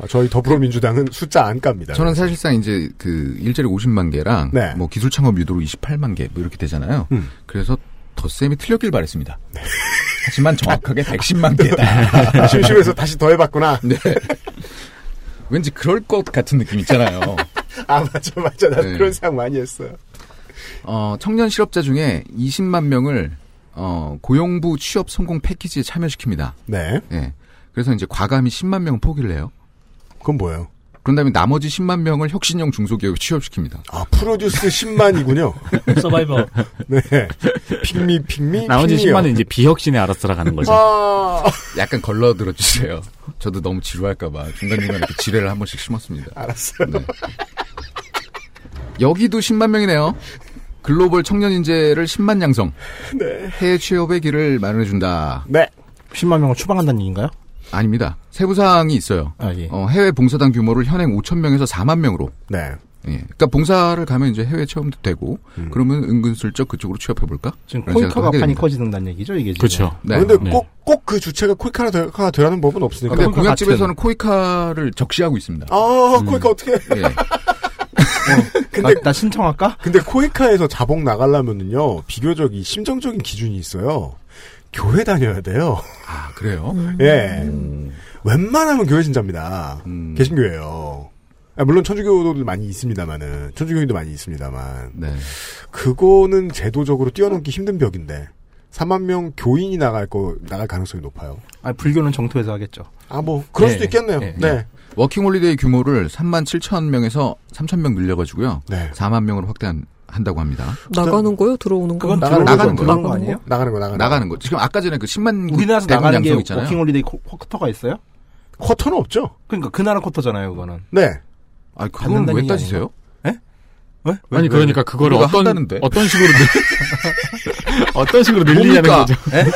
S2: 아, 저희 더불어민주당은 숫자 안 깝니다.
S8: 저는 사실상 이제 그 일자리 50만 개랑
S2: 네. 음.
S8: 뭐 기술 창업 유도로 28만 개 뭐 이렇게 되잖아요. 그래서 덧셈이 틀렸길 바랬습니다. 하지만 정확하게 110만 개다.
S2: 네. 심심해서 다시 더해봤구나.
S8: 네. 왠지 그럴 것 같은 느낌 있잖아요.
S2: 아 맞아 맞아 나도
S8: 네.
S2: 그런 생각 많이 했어요.
S8: 어, 청년 실업자 중에 20만 명을 어, 고용부 취업 성공 패키지에 참여시킵니다.
S2: 네.
S8: 예. 그래서 이제 과감히 10만 명은 포기를 해요.
S2: 그건 뭐예요?
S8: 그런 다음에 나머지 10만 명을 혁신형 중소기업에 취업시킵니다.
S2: 아, 프로듀스 10만이군요.
S9: 서바이버.
S2: 네. 핑미 핑미.
S4: 나머지
S2: 핑미요.
S4: 10만은 이제 비혁신에 알아서 가는 거죠.
S2: 아,
S8: 약간 걸러 들어주세요. 저도 너무 지루할까봐 중간중간 이렇게 지뢰를 한 네. 번씩 심었습니다.
S2: 알았어요.
S8: 여기도 10만 명이네요. 글로벌 청년 인재를 10만 양성.
S2: 네.
S8: 해외 취업의 길을 마련해 준다.
S2: 네.
S8: 10만 명을 추방한다는 얘기인가요? 아닙니다. 세부 사항이 있어요. 어, 해외 봉사단 규모를 현행 5천 명에서 4만 명으로.
S2: 네.
S8: 예. 그러니까 봉사를 가면 이제 해외 체험도 되고
S2: 음.
S8: 그러면 은근슬쩍 그쪽으로 취업해 볼까?
S10: 지금 콜카가 판이 커지는다는 얘기죠, 이게 지금.
S2: 그렇죠.
S8: 네.
S2: 그런데 꼭 꼭 그 주체가 코이카가 되라는 법은 없으니까.
S8: 근데
S9: 그러니까
S8: 그러니까 공약집에서는 코이카를 적시하고 있습니다. 음.
S2: 아 코이카 어떻게?
S8: 예.
S2: 근데
S10: 예. 나, 신청할까?
S2: 근데 코이카에서 자복 나가려면은요 비교적 이 심정적인 기준이 있어요. 교회 다녀야 돼요.
S8: 아 그래요?
S2: 예. 웬만하면 교회 신자입니다.
S10: 음.
S2: 개신교예요. 아, 물론 천주교도 많이 있습니다만은 천주교인도 많이 있습니다만
S10: 네.
S2: 그거는 제도적으로 뛰어넘기 힘든 벽인데 4만 명 교인이 나갈 거 나갈 가능성이 높아요.
S10: 아, 불교는 정토에서 하겠죠.
S2: 아 뭐
S10: 예.
S2: 그럴 수도 있겠네요. 네.
S8: 워킹홀리데이 규모를 3만 7천 명에서 3천 명 늘려가지고요.
S2: 네.
S8: 4만 명으로 확대한다고 합니다.
S11: 나가는 거요? 들어오는 거요?
S8: 나가는, 나가는 거
S10: 들어오는 거 아니에요?
S2: 음, 나가는 거 나가는,
S8: 나가는 거. 지금 아까 전에 그 10만
S10: 우리나라에서
S8: 대군
S10: 나가는 게
S8: 양성 있잖아요.
S10: 워킹홀리데이 코- 쿼터가 있어요?
S2: 쿼터는 없죠.
S10: 그러니까 그 나라 쿼터잖아요, 그거는.
S2: 네.
S8: 아, 그건
S10: 받는다는
S8: 왜
S10: 얘기
S8: 따지세요?
S10: 아닌가? 예? 왜? 왜?
S15: 아니
S10: 왜?
S15: 그러니까 그거를
S10: 우리가
S15: 어떤
S10: 한다는데.
S15: 어떤 식으로 늘- 어떤 식으로 늘리냐는
S10: 뭡니까?
S15: 거죠.
S10: 예?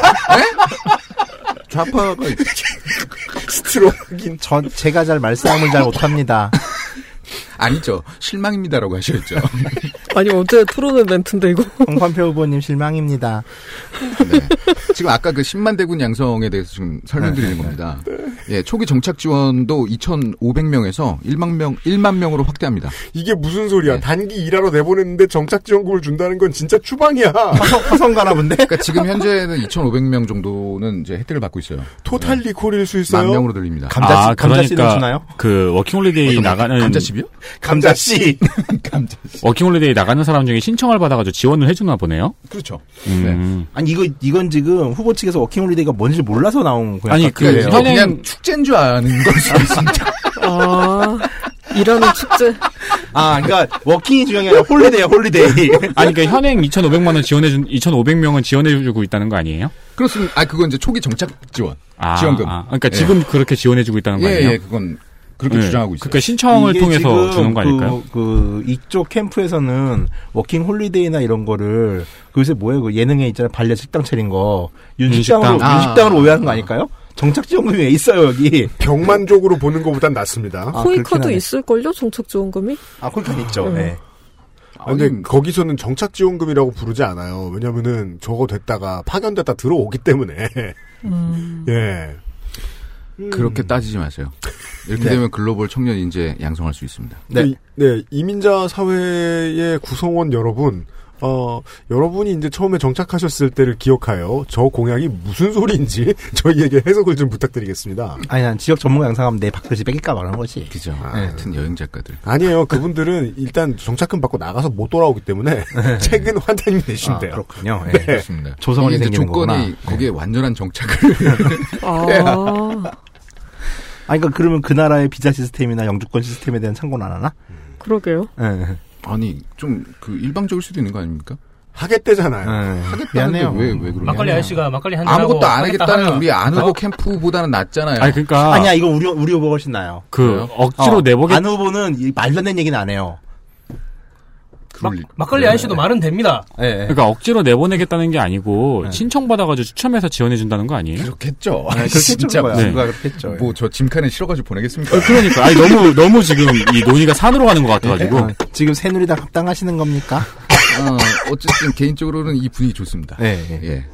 S8: 좌파가
S2: 스트로긴
S10: 전 제가 잘 말싸움을 잘 못합니다.
S8: 아니죠. 실망입니다라고 하셔야죠.
S11: 아니 어제 토론회 멘트인데 이거.
S10: 홍판표 후보님 실망입니다.
S8: 네. 지금 아까 그 10만 대군 양성에 대해서 지금 설명드리는 겁니다. 예, 초기 정착 지원도 2,500명에서 1만 명 1만 명으로 확대합니다. 예.
S2: 이게 무슨 소리야? 단기 일하러 내보냈는데 정착 지원금을 준다는 건 진짜 추방이야. 화성 가나 본데.
S8: 그러니까 지금 현재는 2,500명 정도는 이제 혜택을 받고 있어요.
S2: 토탈리 콜일 수 있어요.
S8: 만 명으로 늘립니다.
S15: 아, 그러니까 그 워킹홀리데이 나가는
S8: 감자칩이요?
S2: 감자씨.
S15: 워킹홀리데이 나가는 사람 중에 신청을 받아가지고 지원을 해주나 보네요.
S8: 그렇죠.
S15: 음.
S10: 아니 이거 이건 지금 후보 측에서 워킹홀리데이가 뭔지 몰라서 나온 거예요.
S15: 아니, 그
S10: 그래요.
S15: 현행-
S8: 그냥 축제인 줄 아는 걸 수도 있습니다.
S11: 아 일하는 축제.
S10: 아, 그러니까 워킹이 중요한 게 아니라 홀리데이야, 홀리데이.
S8: 네.
S15: 아니 그러니까 현행 2,500만 원 지원해준 2,500명은 지원해주고 있다는 거 아니에요?
S8: 그렇습니다. 아, 그건 이제 초기 정착 지원.
S15: 아,
S8: 지원금.
S15: 아, 그러니까
S8: 예.
S15: 지금 그렇게 지원해주고 있다는 거
S8: 예,
S15: 아니에요?
S8: 예, 그건 그렇게
S15: 예.
S8: 주장하고 있어요.
S15: 그러니까 신청을
S10: 이게
S15: 통해서
S10: 지금
S15: 주는 거 아닐까요?
S10: 그, 그 이쪽 캠프에서는 워킹 홀리데이나 이런 거를 그 요새 뭐예요? 그 예능에 있잖아요. 발레 식당 차린 거. 윤식당으로
S2: 윤식당. 아.
S10: 윤식당으로 오해하는 거 아닐까요? 정착 지원금이 왜 있어요, 여기?
S2: 병만족으로 보는 것보단 낫습니다.
S8: 아,
S11: 코이카도 있을걸요? 정착지원금이?
S10: 아, 코이카 있죠.
S11: 음.
S2: 네. 아, 근데 거기서는 정착 지원금이라고 부르지 않아요. 왜냐면은 저거 됐다가 파견됐다 들어오기 때문에. 예.
S8: 그렇게 따지지 마세요. 이렇게
S2: 네.
S8: 되면 글로벌 청년 인재 양성할 수 있습니다.
S2: 네. 네, 이민자 사회의 구성원 여러분, 어, 여러분이 이제 처음에 정착하셨을 때를 기억하여 저 공약이 무슨 소리인지 저희에게 해석을 좀 부탁드리겠습니다.
S10: 아니, 난 지역 전문가 양상하면 내 밥그릇이 뺏길까 말하는 거지. 네.
S8: 그죠. 하여튼 여행 작가들.
S2: 아니에요. 그분들은 일단 정착금 받고 나가서 못 돌아오기 때문에
S8: 네.
S2: 책은 환타님이 내시면
S10: 아,
S2: 돼요.
S10: 그렇군요. 예,
S2: 네.
S8: 그렇습니다.
S10: 조성원이
S8: 이게 이제
S10: 생기는
S8: 조건이
S10: 거구나.
S8: 거기에
S15: 네.
S8: 완전한 정착을.
S15: 아.
S11: 아
S10: 아, 그러니까 그러면 그 나라의 비자 시스템이나 영주권 시스템에 대한 참고는 안 하나?
S11: 그러게요.
S10: 예.
S8: 음. 아니 좀 그 일방적일 수도 있는 거 아닙니까?
S2: 하겠대잖아요.
S15: 네.
S8: 하겠다는데 왜왜 그러냐?
S9: 막걸리 아저씨가 막걸리 한잔
S8: 아무것도 안
S9: 하겠다
S8: 하겠다는
S9: 하면-
S8: 우리 안
S9: 어?
S8: 후보 캠프보다는 낫잖아요.
S15: 아니, 그러니까-
S10: 아니야, 이거 우리, 우리 후보가 훨씬 나아요.
S15: 그
S10: 그래요?
S15: 억지로
S8: 어.
S15: 내보겠-
S10: 안 후보는 이 말도 안 되는 얘기는 안 해요.
S8: 네,
S9: 막걸리 아저씨도 말은 됩니다.
S15: 그러니까 억지로 내보내겠다는 게
S10: 네.
S15: 아니고 신청 받아가지고 추첨해서 지원해준다는 거 아니에요?
S8: 그렇겠죠.
S15: 아니, 네, 그렇겠죠,
S8: 진짜
S15: 그거야.
S8: 누가
S15: 네.
S8: 그렇겠죠. 뭐 저 짐칸에 실어가지고 보내겠습니까? 네.
S15: 어, 그러니까 아니 너무 너무 지금 이 논의가 산으로 가는 것 같아가지고
S10: 아, 지금 새누리당 합당하시는 겁니까?
S8: 어, 쨌든 개인적으로는 이 분위기 좋습니다.
S10: 네.
S8: 예.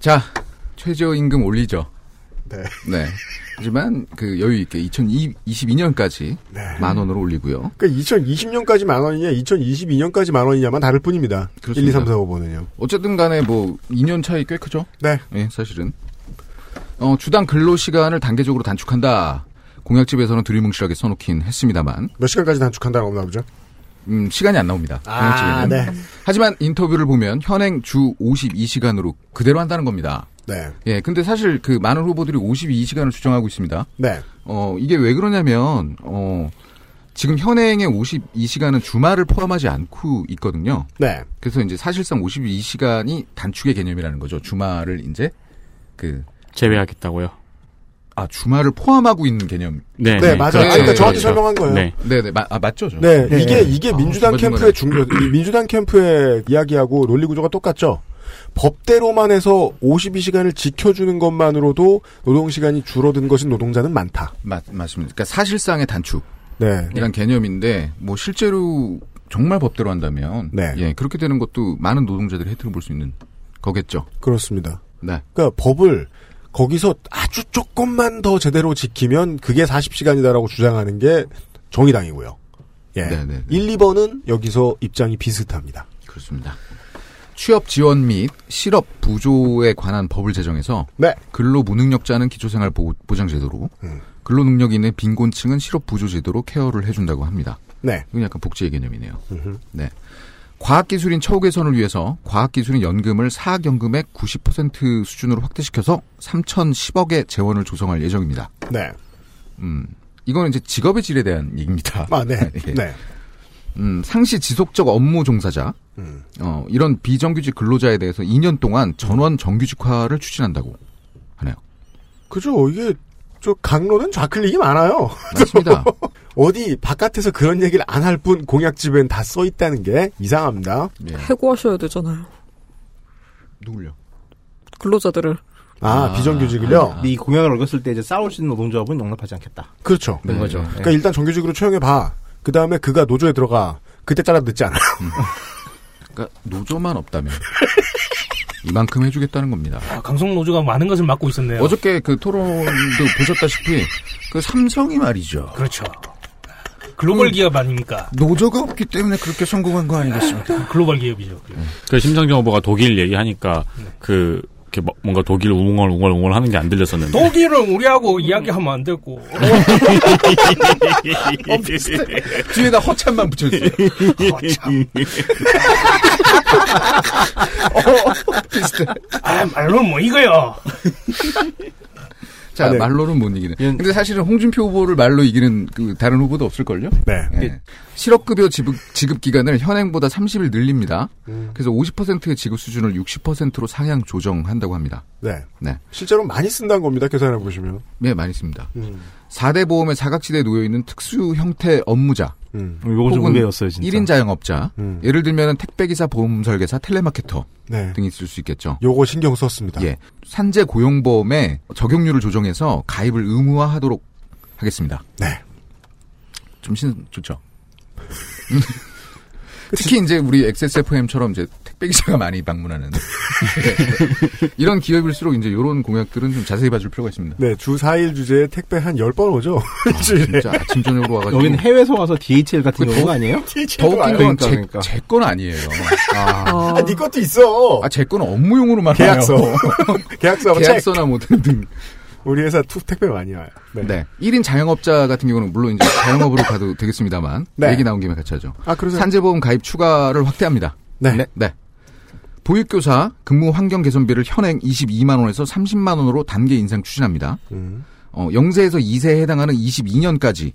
S8: 자, 최저임금 올리죠.
S2: 네.
S8: 하지만 그 여유 있게 2022년까지
S2: 네.
S8: 만 원으로 올리고요.
S2: 그러니까 2020년까지 만 원이냐, 2022년까지 만 원이냐만 다를 뿐입니다.
S8: 그렇습니다.
S2: 1, 2, 3, 4, 5번은요.
S8: 어쨌든 간에 뭐 2년 차이 꽤 크죠?
S2: 네.
S8: 예, 사실은. 어, 주당 근로 시간을 단계적으로 단축한다. 공약집에서는 두리뭉실하게 써놓긴 했습니다만.
S2: 몇 시간까지 단축한다는 없나 보죠?
S8: 음, 시간이 안 나옵니다.
S2: 아,
S8: 공약집에는. 하지만 인터뷰를 보면 현행 주 52시간으로 그대로 한다는 겁니다.
S2: 네.
S8: 예, 근데 사실 그 많은 후보들이 52시간을 주장하고 있습니다.
S2: 네.
S8: 어, 이게 왜 그러냐면, 어, 지금 현행의 52시간은 주말을 포함하지 않고 있거든요.
S2: 네.
S8: 그래서 이제 사실상 52시간이 단축의 개념이라는 거죠. 주말을 이제 그
S15: 제외하겠다고요.
S8: 아 주말을 포함하고 있는 개념.
S2: 네, 네, 네. 맞아요. 그렇죠. 아, 그러니까 정확히 그렇죠. 설명한 거예요.
S8: 네, 네, 마- 아, 맞죠, 저.
S2: 네, 이게
S8: 아,
S2: 이게 민주당 캠프의 중요 이 민주당 캠프의 이야기하고 논리 구조가 똑같죠. 법대로만 해서 52시간을 지켜주는 것만으로도 노동 시간이 줄어든 것인 노동자는 많다.
S8: 맞 맞습니다. 그러니까 사실상의 단축.
S2: 네.
S8: 이런 개념인데 뭐 실제로 정말 법대로 한다면
S2: 네.
S8: 예 그렇게 되는 것도 많은 노동자들이 혜택을 볼 수 있는 거겠죠.
S2: 그렇습니다.
S8: 네.
S2: 그러니까 법을 거기서 아주 조금만 더 제대로 지키면 그게 40시간이다라고 주장하는 게 정의당이고요. 예.
S8: 네, 네.
S2: 1, 2번은 여기서 입장이 비슷합니다.
S8: 그렇습니다. 취업 지원 및 실업 부조에 관한 법을 제정해서
S2: 네.
S8: 근로 무능력자는 기초생활 보- 보장 제도로
S2: 음.
S8: 근로 능력이 있는 빈곤층은 실업 부조 제도로 케어를 해준다고 합니다.
S2: 네.
S8: 이건 약간 복지의 개념이네요. 네. 과학기술인 처우 개선을 위해서 과학기술인 연금을 사학연금의 90% 수준으로 확대시켜서 3,010억의 재원을 조성할 예정입니다.
S2: 네.
S8: 음, 이거는 이제 직업의 질에 대한 얘기입니다.
S2: 아, 네.
S8: 예.
S2: 네.
S8: 음, 상시 지속적 업무 종사자,
S16: 음.
S8: 어, 이런 비정규직 근로자에 대해서 2년 동안 전원 정규직화를 추진한다고 하네요.
S2: 그죠. 이게 저 강론은 좌클릭이 많아요.
S8: 맞습니다.
S2: 어디 바깥에서 그런 얘기를 안 할 뿐 공약집엔 다 써 있다는 게 이상합니다.
S11: 해고하셔야 되잖아요.
S8: 네, 누굴요?
S11: 근로자들을.
S2: 아, 비정규직을요?
S10: 이 공약을 어겼을 때 이제 싸울 수 있는 노동조합은 영납하지 않겠다.
S2: 그렇죠.
S10: 그런 거죠.
S2: 그러니까
S10: 네.
S2: 일단 정규직으로 채용해 봐. 그 다음에 그가 노조에 들어가. 그때 잘라 듣지 않아요.
S8: 음. 그러니까 노조만 없다면 이만큼 해주겠다는 겁니다.
S9: 아, 강성 노조가 많은 것을 맡고 있었네요.
S8: 어저께 그 토론도 보셨다시피 그 삼성이 말이죠.
S9: 그렇죠. 글로벌 기업 아닙니까?
S8: 그 노조가 없기 때문에 그렇게 성공한 거 아니겠습니까?
S9: 글로벌 기업이죠.
S15: 그 심상정후보가 독일 얘기하니까 그 이렇게 뭐- 뭔가 독일 웅얼 웅얼 웅얼 하는 게 안
S8: 네,
S15: 들렸었는데.
S9: 독일은 우리하고 이야기하면 안 되고.
S8: 어, 비슷해. 뒤에다 허참만 붙여주세요. 허참. 비슷해.
S9: 아, 말로는 뭐 이거요.
S8: 자
S9: 아, 네.
S8: 말로는 못
S2: 예.
S8: 이기는. 근데 사실은 홍준표 후보를 말로 이기는 그 다른 후보도 없을걸요.
S2: 네.
S8: 예. 실업급여 지급, 지급 기간을 현행보다 30일 늘립니다.
S2: 음.
S8: 그래서 50%의 지급 수준을 60%로 상향 조정한다고 합니다.
S2: 네.
S8: 네.
S2: 실제로 많이 쓴다는 겁니다. 계산해 보시면.
S8: 네, 많이 씁니다.
S2: 음.
S8: 4대 보험의 사각지대에 놓여있는 특수 형태 업무자.
S2: 음.
S10: 요거 좀 의외였어요, 진짜.
S8: 1인 자영업자. 예를 들면 택배기사, 보험설계사, 텔레마케터
S2: 네.
S8: 등이 있을 수 있겠죠.
S2: 요거 신경 썼습니다.
S8: 예. 산재 고용보험의 적용률을 조정해서 가입을 의무화하도록 하겠습니다.
S2: 네.
S8: 좀 신, 좋죠. 특히 이제 우리 XSFM처럼 이제 택배기사가 많이 방문하는 예. 이런 기업일수록 이제 이런 공약들은 좀 자세히 봐줄 필요가 있습니다.
S2: 네, 주 4일 주제에 택배 한 10번 오죠. 일주일에.
S8: 진짜 아침 저녁으로 와가지고
S10: 여기는 해외에서 와서 아, DHL
S8: 그
S10: 같은 경우가
S8: 더-
S10: 아니에요?
S8: 더 웃긴
S10: 그러니까.
S8: 건제건 아니에요. 아,
S10: 어.
S2: 아, 네 것도 있어.
S8: 아, 제 거는 업무용으로만
S2: 계약서.
S8: 와요.
S2: 계약서하고
S8: 계약서나 뭐 등등.
S2: 우리 회사 투 택배 많이 와요. 네.
S8: 네. 1인 자영업자 같은 경우는 물론 이제 자영업으로 가도 되겠습니다만
S2: 네.
S8: 얘기 나온 김에 같이 하죠.
S2: 아, 그러세요.
S8: 산재보험 가입 추가를 확대합니다.
S2: 네.
S8: 보육교사 근무 환경 개선비를 현행 22만 원에서 30만 원으로 단계 인상 추진합니다. 어, 0세에서 2세에 해당하는 22년까지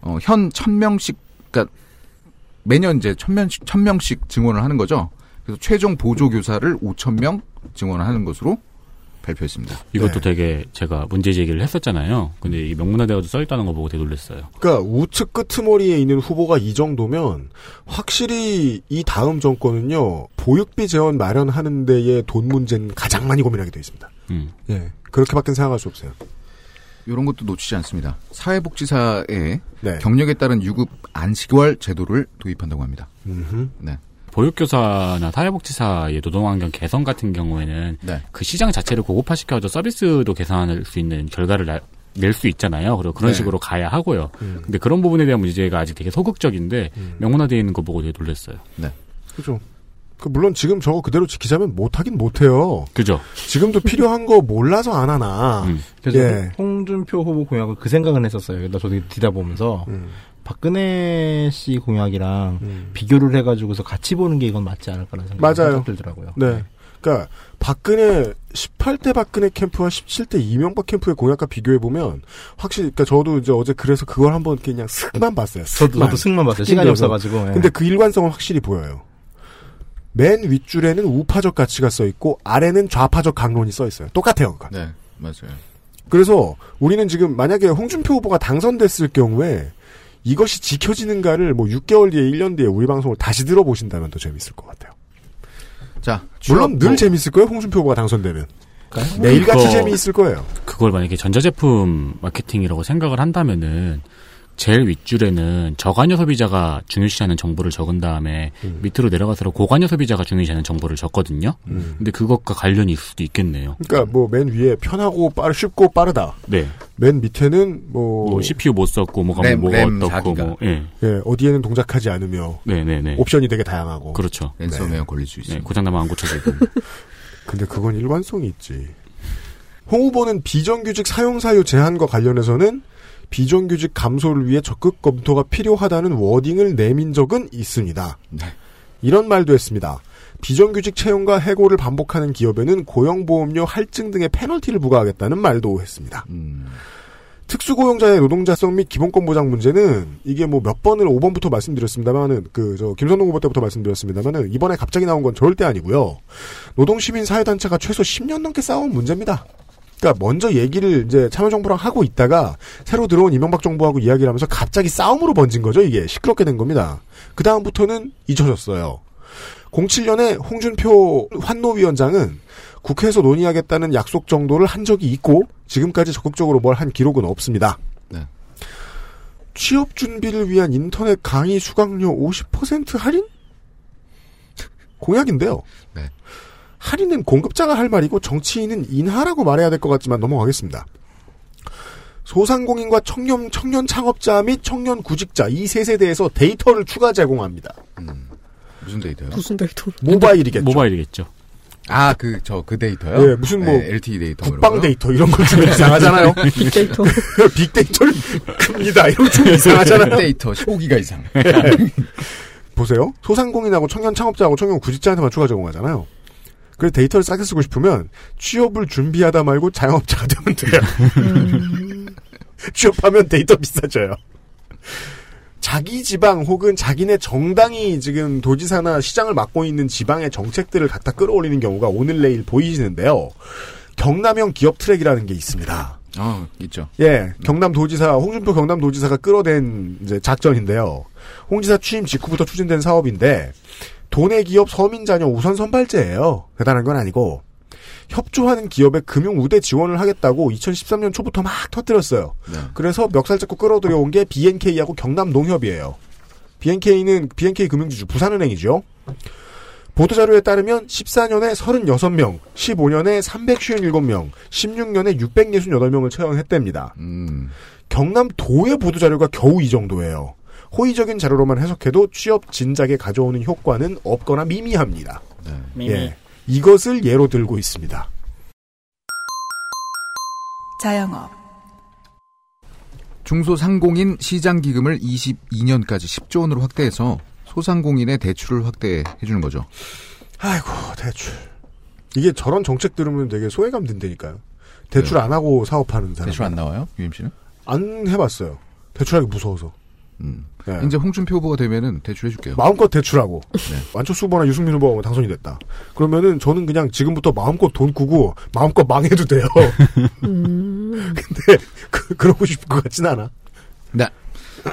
S8: 어, 현 1000명씩 그러니까 매년 이제 1000명씩 1000명씩 증원을 하는 거죠. 그래서 최종 보조 교사를 5000명 증원하는 것으로 발표했습니다. 네.
S15: 이것도 되게 제가 문제 제기를 했었잖아요. 근데 이 명문화대학도 써있다는 거 보고 되게 놀랐어요.
S2: 그러니까 우측 끄트머리에 있는 후보가 이 정도면 확실히 이 다음 정권은요 보육비 재원 마련하는 데에 돈 문제는 가장 많이 고민하게 되어 있습니다.
S15: 음.
S2: 예, 그렇게밖에 생각할 수 없어요.
S8: 이런 것도 놓치지 않습니다. 사회복지사의
S2: 네.
S8: 경력에 따른 유급 안식월 제도를 도입한다고 합니다. 네.
S15: 보육교사나 사회복지사의 노동환경 개선 같은 경우에는 그 시장 자체를 고급화시켜서 서비스로 개선할 수 있는 결과를 낼 수 있잖아요. 그리고 그런
S8: 네.
S15: 식으로 가야 하고요.
S9: 음.
S8: 음.
S4: 음.
S15: 근데 그런 부분에 대한 문제가 아직 되게 소극적인데 명문화되어 있는 거 보고 되게 놀랐어요.
S8: 네.
S2: 그죠. 그 물론 지금 저거 그대로 지키자면 못하긴 못해요.
S15: 그죠.
S2: 지금도 필요한 거 몰라서 안 하나.
S10: 그래서
S2: 예.
S10: 홍준표 후보 공약을 그 생각은 했었어요. 나 저도 뒤다 보면서 박근혜 씨 공약이랑 비교를 해가지고서 같이 보는 게 이건 맞지 않을까라는 생각이
S2: 맞아요.
S10: 살짝 들더라고요.
S2: 네. 그러니까 박근혜 18대 박근혜 캠프와 17대 이명박 캠프의 공약과 비교해 보면 확실히 그러니까 저도 이제 어제 그래서 그걸 한번 그냥 슥만 봤어요.
S10: 저도- 저도 슥만 봤어요. 시간이 없어가지고, 예.
S2: 근데 그 일관성은 확실히 보여요. 맨 윗줄에는 우파적 가치가 써 있고 아래는 좌파적 강론이 써 있어요. 똑같아요, 그거.
S8: 네, 맞아요.
S2: 그래서 우리는 지금 만약에 홍준표 후보가 당선됐을 경우에 이것이 지켜지는가를 뭐 6개월 뒤에 1년 뒤에 우리 방송을 다시 들어보신다면 더 재밌을 것 같아요.
S8: 자,
S2: 물론
S15: 취업-
S2: 늘
S15: 뭐-
S2: 재밌을 거예요. 홍준표 후보가 당선되면.
S15: 그러니까요.
S2: 매일같이
S15: 그거-
S2: 재미있을 거예요.
S15: 그걸 만약에 전자제품 마케팅이라고 생각을 한다면은 제일 윗줄에는 저관여 소비자가 중요시하는 정보를 적은 다음에 밑으로 내려가서 고관여 소비자가 중요시하는 정보를 적거든요. 근데 그것과 관련이 있을 수도 있겠네요.
S2: 그러니까 뭐 맨 위에 편하고 빠르 쉽고 빠르다.
S15: 네.
S2: 맨 밑에는 뭐,
S15: 뭐 CPU 못 썼고 뭐가
S2: 램,
S15: 뭐가
S2: 램
S15: 어떻고
S2: 자기가.
S15: 뭐 예.
S2: 예, 어디에는 동작하지 않으며
S15: 네네네.
S2: 옵션이 되게 다양하고 네.
S15: 그렇죠. 네,
S8: 랜섬웨어 걸릴 수 있어요.
S15: 고장나면 안 고쳐지고.
S2: 근데 그건 일관성이 있지. 홍 후보는 비정규직 사용 사유 제한과 관련해서는 비정규직 감소를 위해 적극 검토가 필요하다는 워딩을 내민 적은 있습니다. 이런 말도 했습니다. 비정규직 채용과 해고를 반복하는 기업에는 고용보험료 할증 등의 페널티를 부과하겠다는 말도 했습니다. 특수고용자의 노동자성 및 기본권 보장 문제는 이게 뭐 몇 번을 5번부터 말씀드렸습니다만은 그 저 김선동 후보 때부터 말씀드렸습니다만은 이번에 갑자기 나온 건 절대 아니고요. 노동시민 사회단체가 최소 10년 넘게 싸운 문제입니다. 그러니까 먼저 얘기를 이제 참여정부랑 하고 있다가 새로 들어온 이명박 정부하고 이야기를 하면서 갑자기 싸움으로 번진 거죠. 이게 시끄럽게 된 겁니다. 그 다음부터는 잊혀졌어요. 07년에 홍준표 환노위원장은 국회에서 논의하겠다는 약속 정도를 한 적이 있고 지금까지 적극적으로 뭘 한 기록은 없습니다.
S8: 네.
S2: 취업 준비를 위한 인터넷 강의 수강료 50% 할인? 공약인데요.
S8: 네.
S2: 할인은 공급자가 할 말이고 정치인은 인하라고 말해야 될 것 같지만 넘어가겠습니다. 소상공인과 청년, 청년 창업자 및 청년 구직자 이 세 세대에서 데이터를 추가 제공합니다.
S8: 무슨 데이터요?
S11: 무슨 데이터?
S2: 모바일이겠죠.
S15: 모바일이겠죠.
S8: 아, 그, 저, 그 데이터요?
S2: 예, 무슨 뭐
S8: 네, LTE 데이터.
S2: 국방 데이터 이런 걸 주면 이상하잖아요.
S11: 빅데이터.
S2: 빅데이터를 큽니다. 이런 좀 이상하잖아요. 네.
S8: 데이터 15기가 이상.
S2: 보세요. 소상공인하고 청년 창업자하고 청년 구직자한테만 추가 제공하잖아요. 그래서 데이터를 싸게 쓰고 싶으면 취업을 준비하다 말고 자영업자가 되면 돼요.
S8: 음.
S2: 취업하면 데이터 비싸져요. 자기 지방 혹은 자기네 정당이 지금 도지사나 시장을 맡고 있는 지방의 정책들을 갖다 끌어올리는 경우가 오늘 내일 보이시는데요. 경남형 기업 트랙이라는 게 있습니다.
S8: 아, 있죠.
S2: 예, 경남도지사 홍준표 경남도지사가 끌어낸 이제 작전인데요. 홍지사 취임 직후부터 추진된 사업인데 돈의 기업 서민 자녀 우선 선발제예요. 대단한 건 아니고 협조하는 기업에 금융 우대 지원을 하겠다고 2013년 초부터 막 터뜨렸어요.
S8: 네.
S2: 그래서 멱살 잡고 끌어들여온 게 BNK하고 경남농협이에요. BNK는 BNK 금융주주 부산은행이죠. 보도자료에 따르면 14년에 36명, 15년에 357명, 16년에 668명을 채용했답니다.
S8: 음.
S2: 경남도의 보도자료가 겨우 이 정도예요. 호의적인 자료로만 해석해도 취업 진작에 가져오는 효과는 없거나 미미합니다. 예, 이것을 예로 들고 있습니다.
S3: 자영업,
S8: 중소상공인 시장기금을 22년까지 10조 원으로 확대해서 소상공인의 대출을 확대해주는 거죠.
S2: 아이고, 대출. 이게 저런 정책 들으면 되게 소외감 든다니까요. 대출
S8: 네.
S2: 안 하고 사업하는 사람.
S8: 대출 안 나와요? 유임 씨는?
S2: 안 해봤어요. 대출하기 무서워서. 예.
S8: 이제 홍준표 후보가 되면은 대출해줄게요. 네.
S2: 마음껏 대출하고 안철수 후보나 유승민 후보가 당선이 됐다. 그러면은 저는 그냥 지금부터 마음껏 돈 꾸고 마음껏 망해도 돼요.
S16: 음.
S2: 근데 그, 그러고 싶은 것 같진 않아.
S8: 네.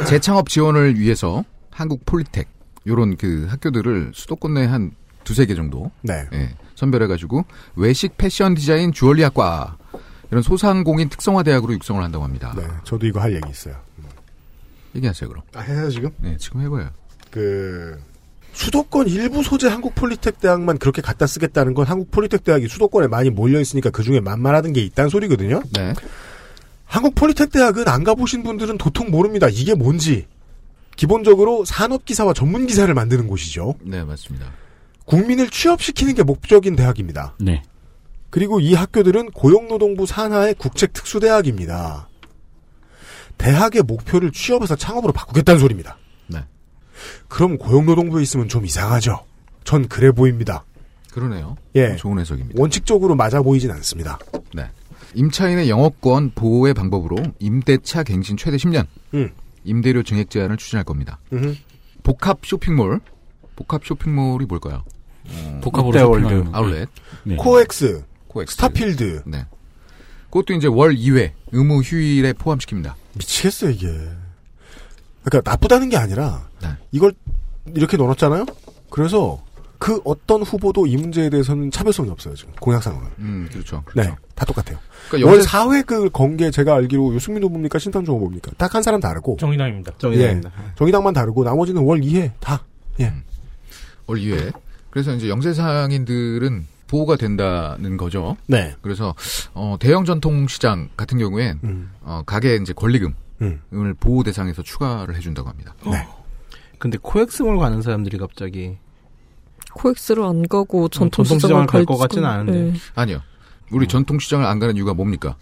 S8: 재창업 지원을 위해서 한국 폴리텍 요런 그 학교들을 수도권 내 한 두세 개 정도
S2: 네.
S8: 예, 선별해 가지고 외식 패션 디자인 주얼리 학과 이런 소상공인 특성화 대학으로 육성을 한다고 합니다.
S2: 네. 저도 이거 할 얘기 있어요. 음.
S8: 얘기하세요, 그럼.
S2: 아, 해요 지금?
S8: 네, 지금 해봐요.
S2: 그 수도권 일부 소재 한국 폴리텍 대학만 그렇게 갖다 쓰겠다는 건 한국 폴리텍 대학이 수도권에 많이 몰려 있으니까 그 중에 만만하던 게 있다는 소리거든요.
S8: 네.
S2: 한국 폴리텍 대학은 안 가보신 분들은 도통 모릅니다. 이게 뭔지. 기본적으로 산업 기사와 전문 기사를 만드는 곳이죠.
S8: 네, 맞습니다.
S2: 국민을 취업시키는 게 목적인 대학입니다.
S15: 네.
S2: 그리고 이 학교들은 고용노동부 산하의 국책 특수대학입니다. 대학의 목표를 취업에서 창업으로 바꾸겠다는 소리입니다.
S8: 네.
S2: 그럼 고용노동부에 있으면 좀 이상하죠. 전 그래 보입니다.
S8: 그러네요.
S2: 예.
S8: 좋은 해석입니다.
S2: 원칙적으로 맞아 보이진 않습니다.
S8: 네. 임차인의 영업권 보호의 방법으로 임대차 갱신 최대 10년,
S2: 음.
S8: 임대료 증액 제한을 추진할 겁니다. 복합 쇼핑몰, 복합 쇼핑몰이 뭘까요? 어,
S15: 복합으로
S8: 롯데월드,
S15: 쇼핑하는
S8: 아울렛,
S15: 네.
S2: 코엑스,
S8: 코엑스,
S2: 스타필드,
S8: 네. 그것도 이제 월 2회 의무 휴일에 포함시킵니다.
S2: 미치겠어 이게. 그러니까 나쁘다는 게 아니라
S8: 네.
S2: 이걸 이렇게 넣어놨잖아요. 그래서 그 어떤 후보도 이 문제에 대해서는 차별성이 없어요 지금 공약상으로는.
S8: 음, 그렇죠.
S2: 네, 다 똑같아요.
S8: 그러니까
S2: 월
S8: 연세-
S2: 4회 그 공개 제가 알기로 유승민 후보입니까 신탐조 후보입니까? 딱 한 사람 다르고.
S9: 정의당입니다.
S8: 정의당입니다. 네.
S2: 예, 정의당만 다르고 나머지는 월 2회 다. 예.
S8: 월 2회. 그래서 이제 영세상인들은 보호가 된다는 거죠.
S2: 네.
S8: 그래서 어, 대형 전통시장 같은 경우엔
S2: 음.
S8: 어, 가게 이제 권리금을 보호 대상에서 추가를 해준다고 합니다.
S2: 네.
S10: 어. 근데 코엑스몰 가는 사람들이 갑자기 뭐
S11: 코엑스를 안 가고
S10: 음, 전통시장을
S11: 전통시장을
S10: 갈
S11: 갈
S10: 것 같진
S11: 지금,
S10: 않은데.
S2: 네.
S11: 예.
S8: 아니요.
S2: 어.
S8: 우리 전통시장을 안 가는 이유가 뭡니까?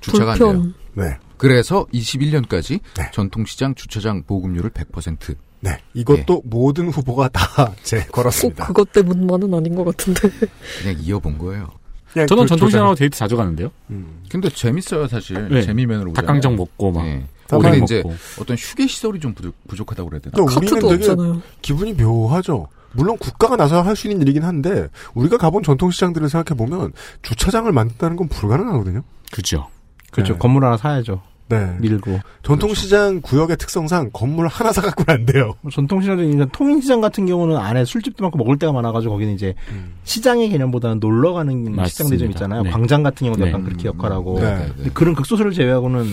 S8: 주차가 안 돼요.
S11: 불편.
S2: 네.
S8: 그래서 21년까지 전통시장 주차장 보급률을 예. 100%.
S2: 네. 이것도 모든 후보가 다 제 걸었습니다.
S11: 그것 때문만은 아닌 것 같은데.
S8: 그냥 이어본 거예요.
S2: 그냥
S4: 저는
S2: 그
S4: 전통시장하고 데이트 자주 가는데요.
S2: 음.
S8: 근데 재밌어요 사실
S4: 네.
S8: 재미면으로 보자면.
S4: 닭강정 먹고 막
S8: 네.
S4: 오뎅
S8: 근데 이제
S4: 먹고.
S8: 어떤 휴게 시설이 좀 부족, 부족하다고 그래야 되나?
S2: 그러니까 우리는 되게 기분이 묘하죠. 물론 국가가 나서 할 수 있는 일이긴 한데 우리가 가본 전통시장들을 생각해 보면 주차장을 만든다는 건 불가능하거든요.
S4: 그죠.
S10: 그렇죠. 건물 하나 사야죠.
S2: 네.
S10: 밀고.
S2: 전통시장 구역의 특성상 건물 하나 사갖고는 안 돼요.
S10: 뭐 전통시장은 일단 통일시장 같은 경우는 안에 술집도 많고 먹을 데가 많아가지고 거기는 이제
S2: 음.
S10: 시장의 개념보다는 놀러 가는
S8: 맞습니다.
S10: 시장들이 좀 있잖아요.
S8: 네.
S10: 광장 같은 경우는
S8: 네.
S10: 약간 그렇게 역할하고
S8: 네, 네, 네.
S10: 근데 그런 극소수를 제외하고는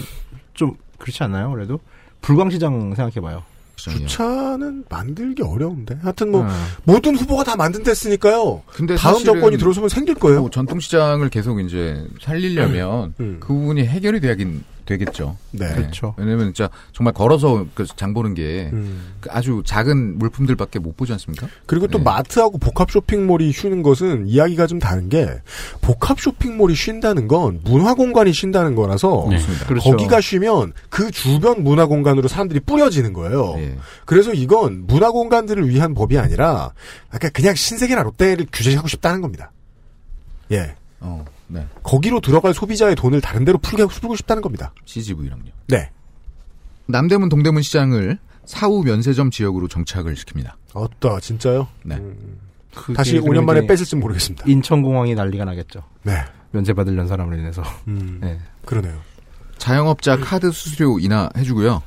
S10: 좀 그렇지 않나요? 그래도 불광시장 생각해봐요.
S2: 그렇죠. 주차는 만들기 어려운데 하여튼 뭐
S10: 음.
S2: 모든 후보가 다 만든댔으니까요.
S8: 근데
S2: 다음
S8: 사실은
S2: 정권이 들어서면 생길 거예요.
S8: 뭐 전통시장을 계속 이제 살리려면 그 부분이 해결이 되긴 되겠죠.
S2: 네.
S10: 그렇죠.
S8: 왜냐면 진짜 정말 걸어서 그장 보는 게그 아주 작은 물품들밖에 못 보지 않습니까?
S2: 음.
S8: 네.
S2: 그리고 또 마트하고 복합 쇼핑몰이 쉬는 것은 이야기가 좀 다른 게 복합 쇼핑몰이 쉰다는 건 문화 공간이 쉰다는 거라서
S8: 네. 맞습니다. 그렇죠.
S2: 거기가 쉬면 그 주변 문화 공간으로 사람들이 뿌려지는 거예요. 그래서 이건 문화 공간들을 위한 법이 아니라 아까 그냥 신세계나 롯데를 규제하고 싶다는 겁니다. 예.
S8: 어, 네.
S2: 거기로 들어갈 소비자의 돈을 다른 데로 풀게 풀고 싶다는 겁니다.
S8: CGV랑요.
S2: 네.
S8: 남대문 동대문 시장을 사후 면세점 지역으로 정착을 시킵니다.
S2: 어따 진짜요? 음.
S8: 네. 그러니까
S10: 그게
S2: 다시
S10: 그러면
S2: 5년 만에
S10: 이제
S2: 뺏을지 모르겠습니다.
S10: 인천공항이 난리가 나겠죠.
S2: 네.
S10: 면제받으려는 사람으로 인해서.
S2: 음.
S10: 네.
S2: 그러네요. 네.
S8: 자영업자 카드 수수료 인하 해주고요.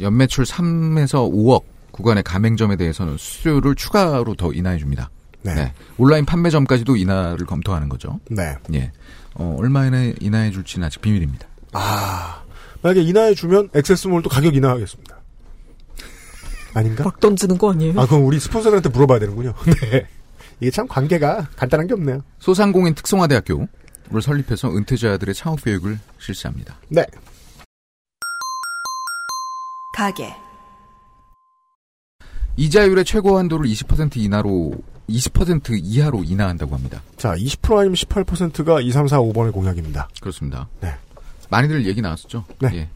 S8: 연매출 3에서 5억 구간의 가맹점에 대해서는 수수료를 추가로 더 인하해 줍니다.
S2: 네.
S8: 온라인 판매점까지도 인하를 검토하는 거죠.
S2: 네.
S8: 예. 어, 얼마나 인하해 줄지는 아직 비밀입니다.
S2: 아 만약에 인하해 주면 액세스몰도 가격 인하하겠습니다. 아닌가?
S11: 막 던지는 거 아니에요?
S2: 아 그럼 우리 스폰서들한테 물어봐야 되는군요. 네. 이게 참 관계가 간단한 게 없네요.
S8: 소상공인 특성화대학교를 설립해서 은퇴자들의 창업 교육을 실시합니다.
S2: 네.
S3: 가게,
S8: 이자율의 최고 한도를 20% 인하로 20% 이하로 인하한다고 합니다.
S2: 자, 20% 아니면 18%가 2, 3, 4, 5번의 공약입니다.
S8: 그렇습니다.
S2: 네.
S8: 많이들 얘기 나왔었죠.
S2: 네.
S8: 예.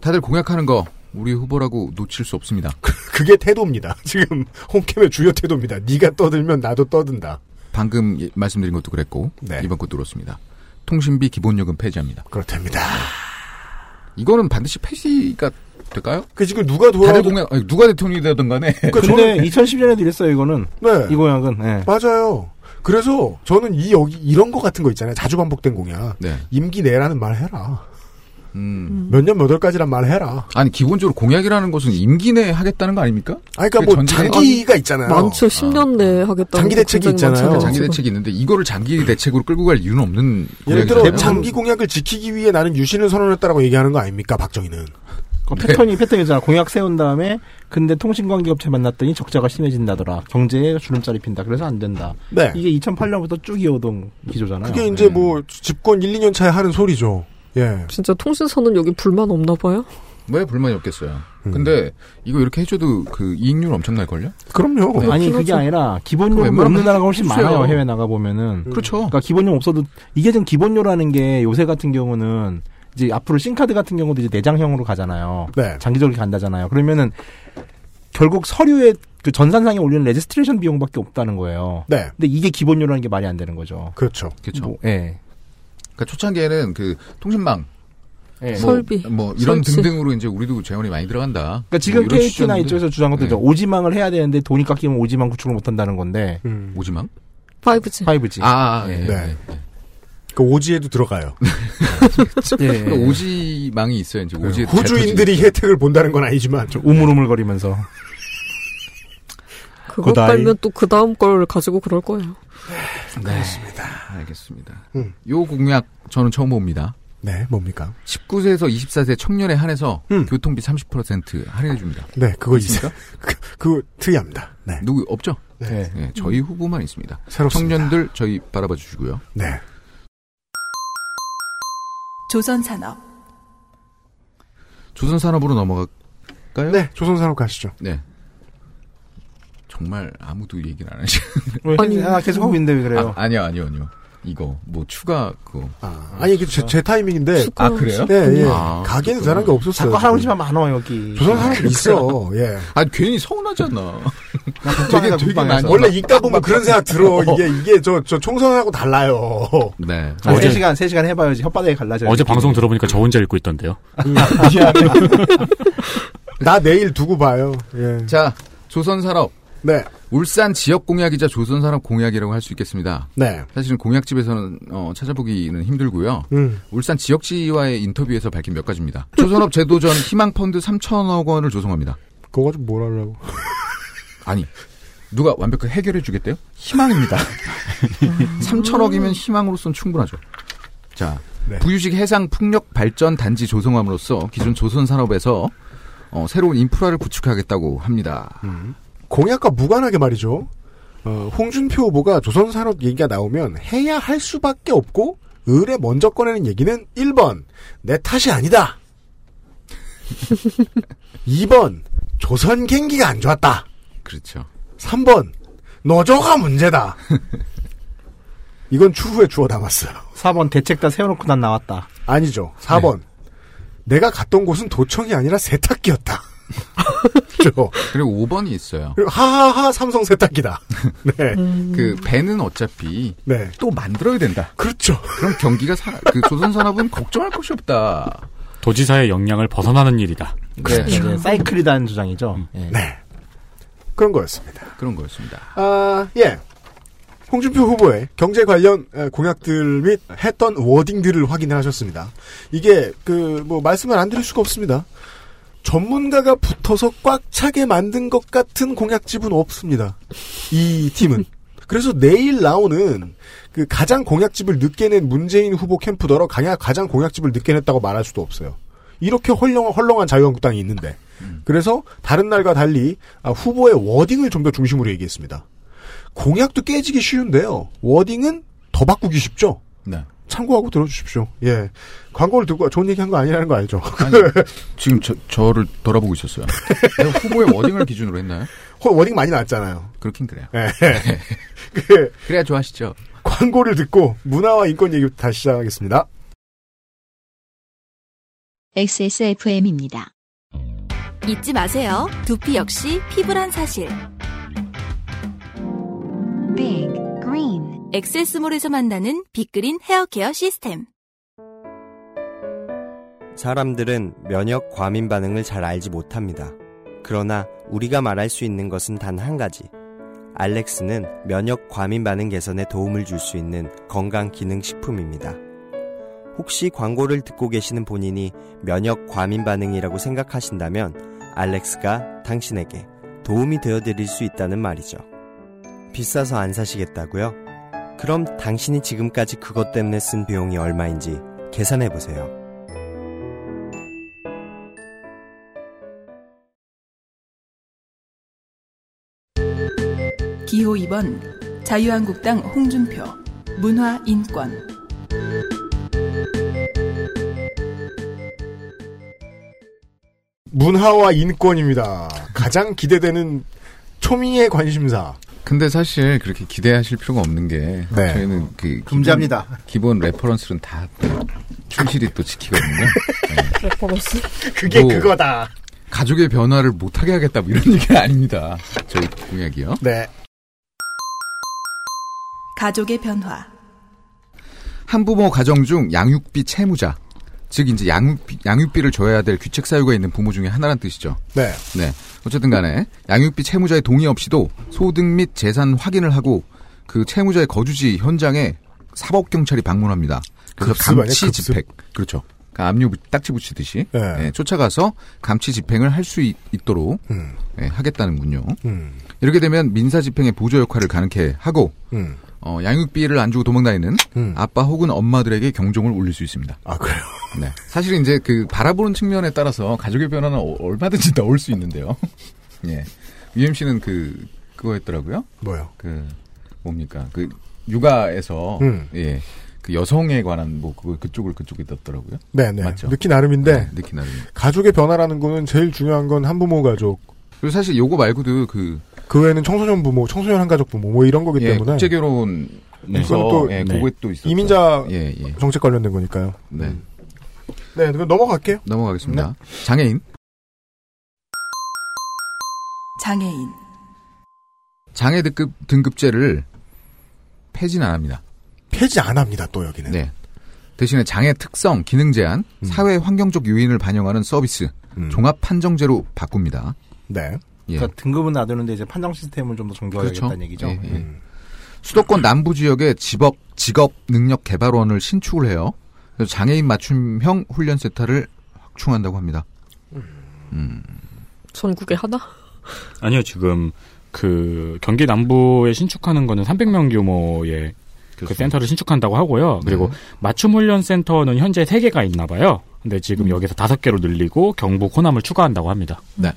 S8: 다들 공약하는 거 우리 후보라고 놓칠 수 없습니다.
S2: 그게 태도입니다. 지금 홈캠의 주요 태도입니다. 네가 떠들면 나도 떠든다.
S8: 방금 예- 말씀드린 것도 그랬고 이번 것도 그렇습니다. 통신비 기본요금 폐지합니다.
S2: 네. 그렇답니다.
S8: 이거는 반드시 폐지가 될까요?
S2: 그 지금 누가
S8: 돌아 다들 공약 아니, 누가 대통령이 되던 간에
S10: 네. 근데 2010년에도 이랬어요, 이거는.
S2: 그러니까 네.
S10: 이 공약은. 네.
S2: 맞아요. 그래서 저는 이 여기 이런 거 같은 거 있잖아요. 자주 반복된 공약.
S8: 네.
S2: 임기 내라는 말 해라.
S8: 음.
S2: 몇 년 몇 월까지란 말 해라.
S8: 아니 기본적으로 공약이라는 것은 임기 내에 하겠다는 거 아닙니까?
S2: 아니, 그러니까
S8: 그뭐
S2: 뭐
S8: 전제는-
S2: 장기가 있잖아요.
S11: 많죠. 10년 내에 하겠다.
S2: 장기 대책이 있잖아요.
S8: 장기 대책이 있는데 이거를 장기 대책으로 끌고 갈 이유는 없는
S2: 예를 들어
S8: 공약이잖아요. 뭐
S2: 장기 공약을 지키기 위해 나는 유신을 선언했다라고 얘기하는 거 아닙니까 박정희는?
S10: 그 패턴이 패턴이잖아. 공약 세운 다음에 근데 통신관계업체 만났더니 적자가 심해진다더라. 경제에 주름살이 핀다. 그래서 안 된다.
S2: 네.
S10: 이게 2008년부터 쭉 이어오던 기조잖아요. 네.
S2: 그게 이제 뭐 집권 1, 2년 차에 하는 소리죠. 예.
S11: 진짜 통신사는 여기 불만 없나 봐요?
S8: 왜 불만이 없겠어요.
S2: 음.
S8: 근데 이거 이렇게 해줘도 그 이익률 엄청날 걸요?
S2: 어,
S8: 네.
S2: 그럼요.
S10: 네. 아니 그게
S2: 그렇죠.
S10: 아니라 기본료가 없는 나라가 훨씬
S8: 그
S10: 많아요. 해외 나가 보면은.
S8: 그렇죠.
S10: 그러니까 기본료 없어도 이게 지금 기본료라는 게 요새 같은 경우는 이제 앞으로 싱카드 같은 경우도 이제 내장형으로 가잖아요.
S2: 네.
S10: 장기적으로 간다잖아요. 그러면은 결국 서류에 그 전산상에 올리는 레지스트레이션 비용밖에 없다는 거예요.
S2: 네.
S10: 근데 이게 기본료라는 게 말이 안 되는 거죠.
S2: 그렇죠.
S8: 그렇죠.
S10: 뭐, 예.
S8: 그러니까 초창기에는 그 통신망,
S10: 예.
S8: 뭐,
S10: 설비,
S8: 뭐 이런
S10: 설치.
S8: 등등으로 이제 우리도 재원이 많이 들어간다.
S10: 그러니까 지금
S8: 뭐 이런
S10: KT나
S8: 취지였는데.
S10: 이쪽에서 주장한 것도
S8: 네.
S10: 이제 오지망을 해야 되는데 돈이 깎이면 오지망 구축을 못 한다는 건데.
S2: 음.
S8: 오지망?
S11: 5G.
S10: 5G.
S2: 네.
S8: 아, 아, 예,
S10: 예.
S8: 예, 예.
S2: 그러니까 오지에도 들어가요.
S8: 그 오지망이 있어요. 이제 오지
S2: 호주인들이 혜택을 본다는 건 아니지만
S10: 좀 우물우물거리면서
S11: 그걸
S8: 고다이.
S11: 빨면 또 그 다음 걸 가지고 그럴 거예요.
S8: 그렇습니다. 네, 알겠습니다. 요 공약 저는 처음 봅니다.
S2: 음. 네, 뭡니까? 음.
S8: 19세에서 24세 청년에 한해서 교통비 30% 할인해 줍니다.
S2: 네, 그거
S8: 있습니까?
S2: 그, 그 특이합니다. 네.
S8: 누구 없죠?
S2: 네.
S8: 네, 저희 후보만 있습니다.
S2: 새롭습니다.
S8: 청년들 저희 바라봐 주시고요.
S2: 네.
S3: 조선산업,
S8: 조선산업으로 넘어갈까요?
S2: 네, 조선산업 가시죠.
S8: 네. 정말 아무도 얘기를 안 하시는.
S10: 왜? 아, 계속 하고 있는데 왜 그래요?
S8: 아, 아니요, 아니요, 아니요. 이거 뭐 추가 그거.
S2: 아, 아니, 그 제, 제 타이밍인데.
S8: 아 그래요?
S2: 네, 예. 가게는 잘한 게 없었어요.
S10: 자꾸 할아버지만 많아 여기.
S2: 조선산업 있어. 예.
S8: 그러니까. 아니 괜히 서운하잖아.
S10: 되게 되게 많이
S8: 아,
S2: 원래 읽다 보면 그런 생각 들어. 이게 이게 저 저 총선하고 달라요.
S8: 네.
S10: 아,
S15: 어제-
S10: 3시간, 3시간 해봐야지. 혓바닥에 음, 갈라져.
S15: 어제 방송 들어보니까 저 혼자 읽고 있던데요.
S2: 나 내일 두고 봐요. 예.
S8: 자, 조선산업.
S2: 네.
S8: 울산 지역 공약이자 조선산업 공약이라고 할 수 있겠습니다.
S2: 네.
S8: 사실은 공약집에서는 어, 찾아보기는 힘들고요.
S2: 음.
S8: 울산 지역시와의 인터뷰에서 밝힌 몇 가지입니다. 조선업 제도전 희망펀드 3천억 원을 조성합니다.
S2: 그거 가지고 뭘 하려고?
S8: 아니, 누가 완벽하게 해결해 주겠대요? 희망입니다. 3천억이면 희망으로선 충분하죠. 자,
S2: 네.
S8: 부유식 해상 풍력 발전 단지 조성함으로써 기존 조선 산업에서 어, 새로운 인프라를 구축하겠다고 합니다.
S2: 음. 공약과 무관하게 말이죠. 어, 홍준표 후보가 조선산업 얘기가 나오면 해야 할 수밖에 없고 을에 먼저 꺼내는 얘기는 1번 내 탓이 아니다. 2번 조선 경기가 안 좋았다.
S8: 그렇죠.
S2: 3번 노조가 문제다. 이건 추후에 주워 담았어요.
S10: 4번 대책 다 세워놓고 난 나왔다. 네.
S2: 아니죠. 4번 내가 갔던 곳은 도청이 아니라 세탁기였다. 그렇죠.
S8: 그리고 5번이 있어요.
S2: 그리고 하하하 삼성 세탁기다. 네.
S8: 그 배는 어차피
S2: 네.
S8: 또 만들어야 된다.
S2: 그렇죠.
S8: 그럼 경기가 사, 그 조선 산업은 걱정할 것이 없다.
S15: 도지사의 역량을 벗어나는 일이다.
S10: 네, 네, 사이클이다는 주장이죠. 예.
S2: 네. 그런 거였습니다.
S8: 그런 거였습니다.
S2: 아, 예. 홍준표 후보의 경제 관련 에, 공약들 및 했던 워딩들을 확인하셨습니다. 이게 그 뭐 말씀을 안 드릴 수가 없습니다. 전문가가 붙어서 꽉 차게 만든 것 같은 공약집은 없습니다. 이 팀은. 그래서 내일 나오는 그 가장 공약집을 늦게 낸 문재인 후보 캠프더러 강야 가장 공약집을 늦게 냈다고 말할 수도 없어요. 이렇게 헐렁, 헐렁한 자유한국당이 있는데.
S8: 음.
S2: 그래서 다른 날과 달리 아, 후보의 워딩을 좀 더 중심으로 얘기했습니다. 공약도 깨지기 쉬운데요. 워딩은 더 바꾸기 쉽죠.
S8: 네.
S2: 참고하고 들어주십시오. 예. 광고를 듣고 좋은 얘기한 거 아니라는 거 알죠?
S8: 지금 저, 저를 돌아보고 있었어요. 내가 후보의 워딩을 기준으로 했나요?
S2: 호- 워딩 많이 나왔잖아요.
S8: 그렇긴 그래요.
S2: 예.
S8: 그래야 좋아하시죠.
S2: 광고를 듣고 문화와 인권 얘기부터 다시 시작하겠습니다.
S1: XSFM입니다.
S16: 잊지 마세요. 두피 역시 피부란 사실. Big Green. 엑세스몰에서 만나는 빅그린 헤어케어 시스템.
S7: 사람들은 면역 과민 반응을 잘 알지 못합니다. 그러나 우리가 말할 수 있는 것은 단 한 가지. 알렉스는 면역 과민 반응 개선에 도움을 줄 수 있는 건강 기능 식품입니다. 혹시 광고를 듣고 계시는 본인이 면역 과민 반응이라고 생각하신다면 알렉스가 당신에게 도움이 되어 드릴 수 있다는 말이죠. 비싸서 안 사시겠다고요? 그럼 당신이 지금까지 그것 때문에 쓴 비용이 얼마인지 계산해 보세요.
S3: 기호 2번, 자유한국당 홍준표, 문화 인권,
S2: 문화와 인권입니다. 가장 기대되는 초미의 관심사.
S8: 근데 사실 그렇게 기대하실 필요가 없는 게
S2: 네.
S8: 저희는 그 기본-
S2: 금지합니다.
S8: 기본, 레퍼런스는 다 충실히 또 지키거든요.
S11: 레퍼런스?
S2: 그게
S8: 뭐,
S2: 그거다.
S8: 가족의 변화를 못하게 하겠다 뭐 이런 얘기가 아닙니다. 저희 공약이요.
S2: 네.
S3: 가족의 변화,
S8: 한부모 가정 중 양육비 채무자 즉 이제 양육비, 양육비를 줘야 될 규칙 사유가 있는 부모 중에 하나란 뜻이죠.
S2: 네.
S8: 네. 어쨌든 간에 양육비 채무자의 동의 없이도 소득 및 재산 확인을 하고 그 채무자의 거주지 현장에 사법 경찰이 방문합니다. 그래서
S2: 급습 아니야?
S8: 감치
S2: 급습? 네.
S8: 집행. 그렇죠. 그러니까 압류 부- 딱지 붙이듯이 예, 쫓아가서 감치 집행을 할 수 있도록 예, 하겠다는군요.
S2: 음.
S8: 이렇게 되면 민사 집행의 보조 역할을 가능케 하고
S2: 음.
S8: 어, 양육비를 안 주고 도망다니는 아빠 혹은 엄마들에게 경종을 울릴 수 있습니다.
S2: 아 그래요?
S8: 네. 사실은 이제 그 바라보는 측면에 따라서 가족의 변화는 어- 얼마든지 나올 수 있는데요. 예. UMC는 그 그거였더라고요.
S2: 뭐요?
S8: 그 뭡니까 그 육아에서
S2: 음.
S8: 예. 그 여성에 관한 뭐 그거 그쪽을 그쪽에 넣더라고요.
S2: 네네.
S8: 맞죠. 네.
S2: 늦기 나름인데
S8: 느끼 나름.
S2: 가족의 변화라는 거는 제일 중요한 건 한부모 가족.
S8: 그리고 사실 요거 말고도 그
S2: 그 외에는 청소년 부모, 청소년 한 가족 부모 뭐 이런 거기
S8: 예,
S2: 때문에
S8: 국제 결혼
S2: 네.
S8: 문서,
S2: 그건 또
S8: 예, 그거에 또 있었죠.
S2: 이민자
S8: 예, 예.
S2: 정책 관련된 거니까요. 음.
S8: 네.
S2: 네, 그럼 넘어갈게요.
S8: 넘어가겠습니다.
S2: 네.
S8: 장애인.
S3: 장애인,
S8: 장애 등급 등급제를 폐지는 안 합니다.
S2: 폐지 안 합니다. 또 여기는. 음.
S8: 네. 대신에 장애 특성, 기능 제한, 사회 환경적 요인을 반영하는 서비스 종합 판정제로 바꿉니다.
S2: 네.
S10: 그러니까 등급은 놔두는데 이제 판정 시스템을 좀 더 정교하겠다는 얘기죠.
S8: 예, 예.
S2: 음.
S8: 수도권 남부 지역에 직업 직업 능력 개발원을 신축을 해요. 그래서 장애인 맞춤형 훈련 센터를 확충한다고 합니다. 음.
S11: 전국에 하나?
S4: 아니요, 지금 그 경기 남부에 신축하는 거는 300명 규모의 그 센터를 신축한다고 하고요. 그리고 맞춤 훈련 센터는 현재 3개가 있나 봐요. 근데 지금 여기서 5개로 늘리고 경북 호남을 추가한다고 합니다.
S8: 네.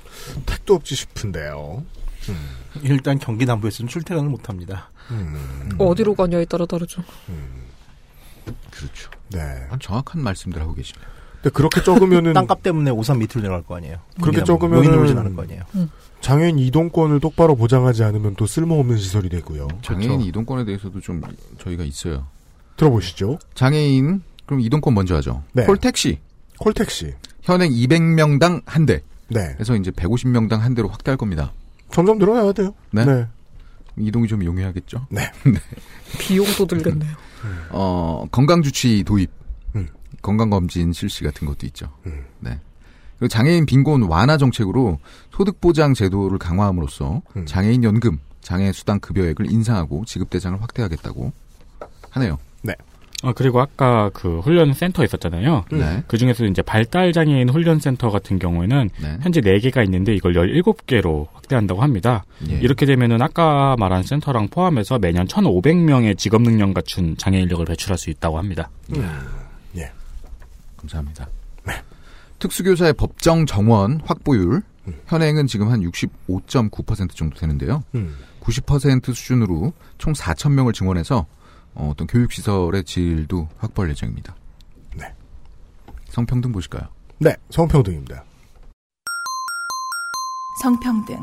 S2: 택도 없지 싶은데요. 음.
S10: 일단 경기 남부에서는 출퇴근을 못 합니다.
S2: 음.
S11: 어디로 가냐에 따라 다르죠.
S8: 그렇죠.
S2: 네.
S8: 정확한 말씀들 하고 계시네요.
S2: 근데 그렇게 적으면은
S10: 땅값 때문에 오산 밑으로 내려갈 거 아니에요.
S2: 그렇게
S10: 경기 남부,
S8: 뭐
S2: 적으면은-
S10: 노인으로 오진 않을 거 아니에요.
S2: 장애인 이동권을 똑바로 보장하지 않으면 또 쓸모없는 시설이 되고요. 그렇죠.
S8: 장애인 이동권에 대해서도 좀 저희가 있어요.
S2: 들어보시죠.
S8: 장애인 그럼 이동권 먼저 하죠.
S2: 네.
S8: 콜택시.
S2: 콜택시.
S8: 현행 200명당 한 대.
S2: 네.
S8: 그래서 이제 150명당 한 대로 확대할 겁니다.
S2: 점점 늘어나야 돼요.
S8: 네.
S2: 네.
S8: 이동이 좀 용이하겠죠.
S2: 네.
S11: 비용도 들겠네요.
S2: 음.
S8: 어, 건강 주치 도입, 건강 검진 실시 같은 것도 있죠.
S2: 음.
S8: 네. 그리고 장애인 빈곤 완화 정책으로 소득 보장 제도를 강화함으로써
S2: 음.
S8: 장애인 연금, 장애 수당 급여액을 인상하고 지급 대상을 확대하겠다고 하네요.
S2: 네.
S4: 아, 그리고 아까 그 훈련 센터 있었잖아요.
S8: 네.
S4: 그 중에서 이제 발달 장애인 훈련 센터 같은 경우에는 현재 4개가 있는데 이걸 17개로 확대한다고 합니다.
S8: 예.
S4: 이렇게 되면은 아까 말한 센터랑 포함해서 매년 1,500명의 직업 능력 갖춘 장애 인력을 배출할 수 있다고 합니다.
S2: 예.
S8: 네.
S2: 네.
S8: 감사합니다. 특수교사의 법정 정원 확보율
S2: 음.
S8: 현행은 지금 한 65.9% 정도 되는데요.
S2: 음.
S8: 90% 수준으로 총 4천 명을 증원해서 어, 어떤 교육 시설의 질도 확보할 예정입니다.
S2: 네.
S8: 성평등 보실까요?
S2: 네. 성평등입니다.
S3: 성평등,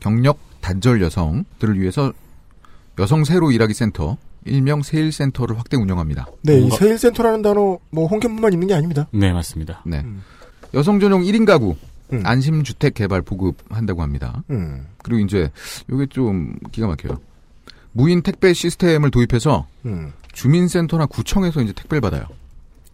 S8: 경력 단절 여성들을 위해서 여성 새로 일하기 센터 일명 세일 센터를 확대 운영합니다.
S2: 네, 이 세일센터라는 단어 뭐 홍캠뿐만 있는 게 아닙니다.
S4: 네, 맞습니다.
S8: 네.
S2: 음.
S8: 여성 전용 1인 가구 안심 주택 개발 보급한다고 합니다.
S2: 음.
S8: 그리고 이제 이게 좀 기가 막혀요. 무인 택배 시스템을 도입해서
S2: 음.
S8: 주민센터나 구청에서 이제 택배를 받아요.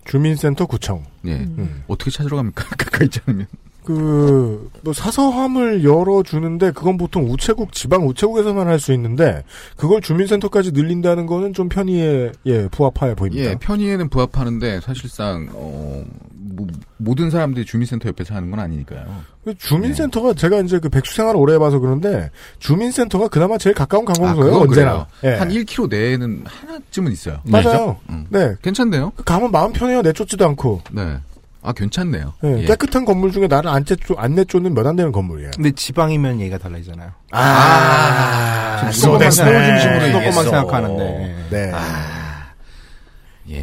S2: 주민센터 구청. 음.
S8: 예.
S4: 음.
S8: 어떻게 찾으러 갑니까? 가까이 있잖아요.
S2: 그, 뭐, 사서함을 열어주는데, 그건 보통 우체국, 지방 우체국에서만 할 수 있는데, 그걸 주민센터까지 늘린다는 거는 좀 편의에, 예, 부합하여 보입니다.
S8: 예, 편의에는 부합하는데 사실상 어, 뭐, 모든 사람들이 주민센터 옆에서 하는 건 아니니까요.
S2: 그 주민센터가
S8: 예.
S2: 제가 이제 그 백수생활 오래 해봐서 그런데 주민센터가 그나마 제일 가까운 관공서예요
S8: 아, 그건 그래요.
S2: 언제나. 예.
S8: 한 1km 내에는 하나쯤은 있어요.
S2: 맞아요.
S8: 음.
S2: 네,
S8: 괜찮네요.
S2: 가면 마음 편해요. 내쫓지도 않고.
S8: 네. 아 괜찮네요.
S2: 예,
S8: 예.
S2: 깨끗한 건물 중에 나를 안, 쫓, 안 내쫓는 몇 안 되는 건물이에요.
S10: 근데 지방이면 얘기가 달라지잖아요.
S2: 아,
S10: 수도권만
S2: 쏘
S10: 수도권
S2: 됐네.
S10: 중심으로 수도권만
S2: 쏘.
S10: 생각하는데.
S2: 네.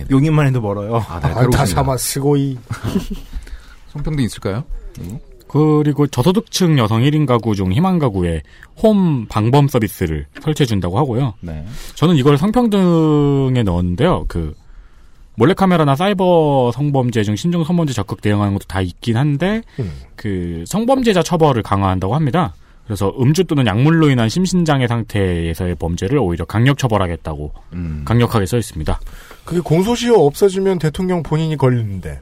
S10: 용인만 해도 멀어요.
S8: 예. 아,
S2: 다 삼아 쓰고 이.
S8: 성평등 있을까요? 뭐.
S4: 그리고 저소득층 여성 1인 가구 중 희망 가구에 홈 방범 서비스를 설치해 준다고 하고요.
S8: 네.
S4: 저는 이걸 성평등에 넣었는데요. 그 몰래카메라나 사이버 성범죄 중 신종 성범죄 적극 대응하는 것도 다 있긴 한데 그 성범죄자 처벌을 강화한다고 합니다. 그래서 음주 또는 약물로 인한 심신장애 상태에서의 범죄를 오히려 강력 처벌하겠다고
S8: 음.
S4: 강력하게 써 있습니다.
S2: 그게 공소시효 없어지면 대통령 본인이 걸리는데.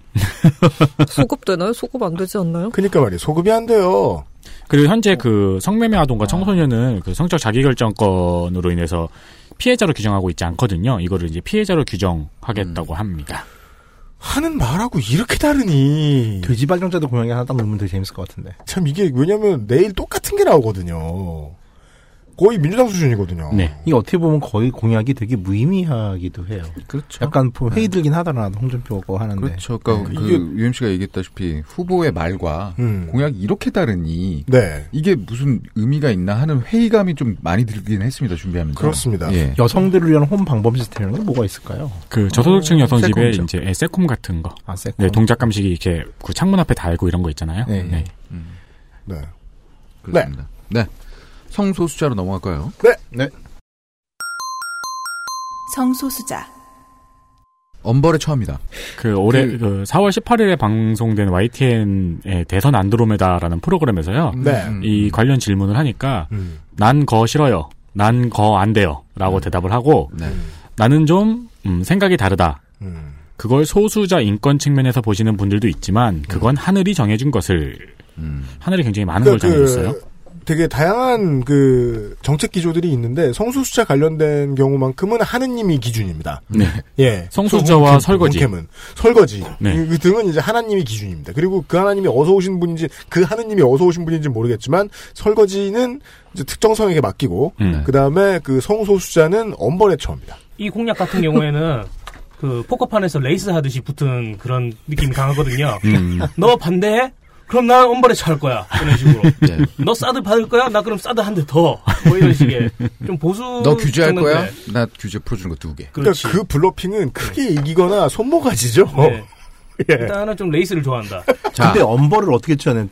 S11: 소급 되나요? 소급 안 되지 않나요?
S2: 그니까 말이에요. 소급이 안 돼요.
S4: 그리고 현재 그 성매매 아동과 청소년은 그 성적 자기결정권으로 인해서 피해자로 규정하고 있지 않거든요. 이거를 이제 피해자로 규정하겠다고 합니다.
S2: 하는 말하고 이렇게 다르니.
S10: 돼지 발정자도 고양이 하나 딱 넣으면 되게 재밌을 것 같은데.
S2: 참 이게 왜냐면 내일 똑같은 게 나오거든요. 거의 민주당 수준이거든요.
S10: 네. 이게 어떻게 보면 거의 공약이 되게 무의미하기도 해요.
S8: 그렇죠.
S10: 약간 보- 회의 들긴 하더라도 홍준표 거 하는데. 네.
S8: 그렇죠.
S2: 네.
S8: 그러니까 그 유엠 씨가 얘기했다시피 후보의 말과 공약이 이렇게 다르니
S2: 네.
S8: 이게 무슨 의미가 있나 하는 회의감이 좀 많이 들긴 했습니다. 준비하면서. 예.
S10: 여성들을 위한 홈 방법 시스템은 뭐가 있을까요?
S4: 그
S10: 어,
S4: 저소득층 여성 집에
S10: 음, 세콤이죠.
S4: 이제 예, 세콤 같은 거,
S10: 아, 세콤.
S4: 네 동작 감식이 이렇게 그 창문 앞에 달고 이런 거 있잖아요.
S8: 네,
S4: 네.
S2: 네.
S8: 그렇습니다. 네. 성소수자로 넘어갈까요?
S2: 네.
S8: 네.
S3: 성소수자
S8: 엄벌에 처합니다.
S4: 그 올해 그, 4월 18일에 방송된 YTN의 대선 안드로메다라는 프로그램에서요.
S2: 네. 음.
S4: 이 관련 질문을 하니까 난 거 싫어요. 난 거 안 돼요라고 대답을 하고
S8: 네.
S4: 나는 좀 음, 생각이 다르다.
S2: 음.
S4: 그걸 소수자 인권 측면에서 보시는 분들도 있지만 그건
S8: 음.
S4: 하늘이 정해준 것을 하늘이 굉장히 많은 걸
S2: 그러니까 그
S4: 정해줬어요.
S2: 되게 다양한 그 정책 기조들이 있는데 성소수자 관련된 경우만큼은 하느님이 기준입니다.
S4: 네.
S8: 음.
S2: 예.
S4: 성소수자와
S2: 홈캠,
S4: 설거지.
S2: 홈캠은. 설거지.
S4: 네.
S2: 이- 그 등은 이제 하나님이 기준입니다. 그리고 그 하나님이 어서 오신 분인지 그 하느님이 어서 오신 분인지 는 모르겠지만 설거지는 이제 특정성에게 맡기고
S4: 음.
S2: 그다음에 그 성소수자는 엄벌에 처합니다.
S9: 이 공략 같은 경우에는 그 포커판에서 레이스 하듯이 붙은 그런 느낌이 강하거든요.
S4: 음.
S9: 너 반대해? 그럼 난 엄벌에 처할 거야. 이런 식으로.
S8: 네.
S9: 너 사드 받을 거야? 나 그럼 사드 한 대 더. 뭐 이런 식의 좀 보수.
S8: 너 규제할 거야?
S9: 정도인데.
S8: 나 규제 풀어주는 거 두 개.
S9: 그렇지.
S2: 그러니까 그 블러핑은 크게 이기거나 손모가지죠.
S9: 네.
S2: 예.
S9: 일단은 좀 레이스를 좋아한다.
S10: 근데 엄벌을 어떻게 취하는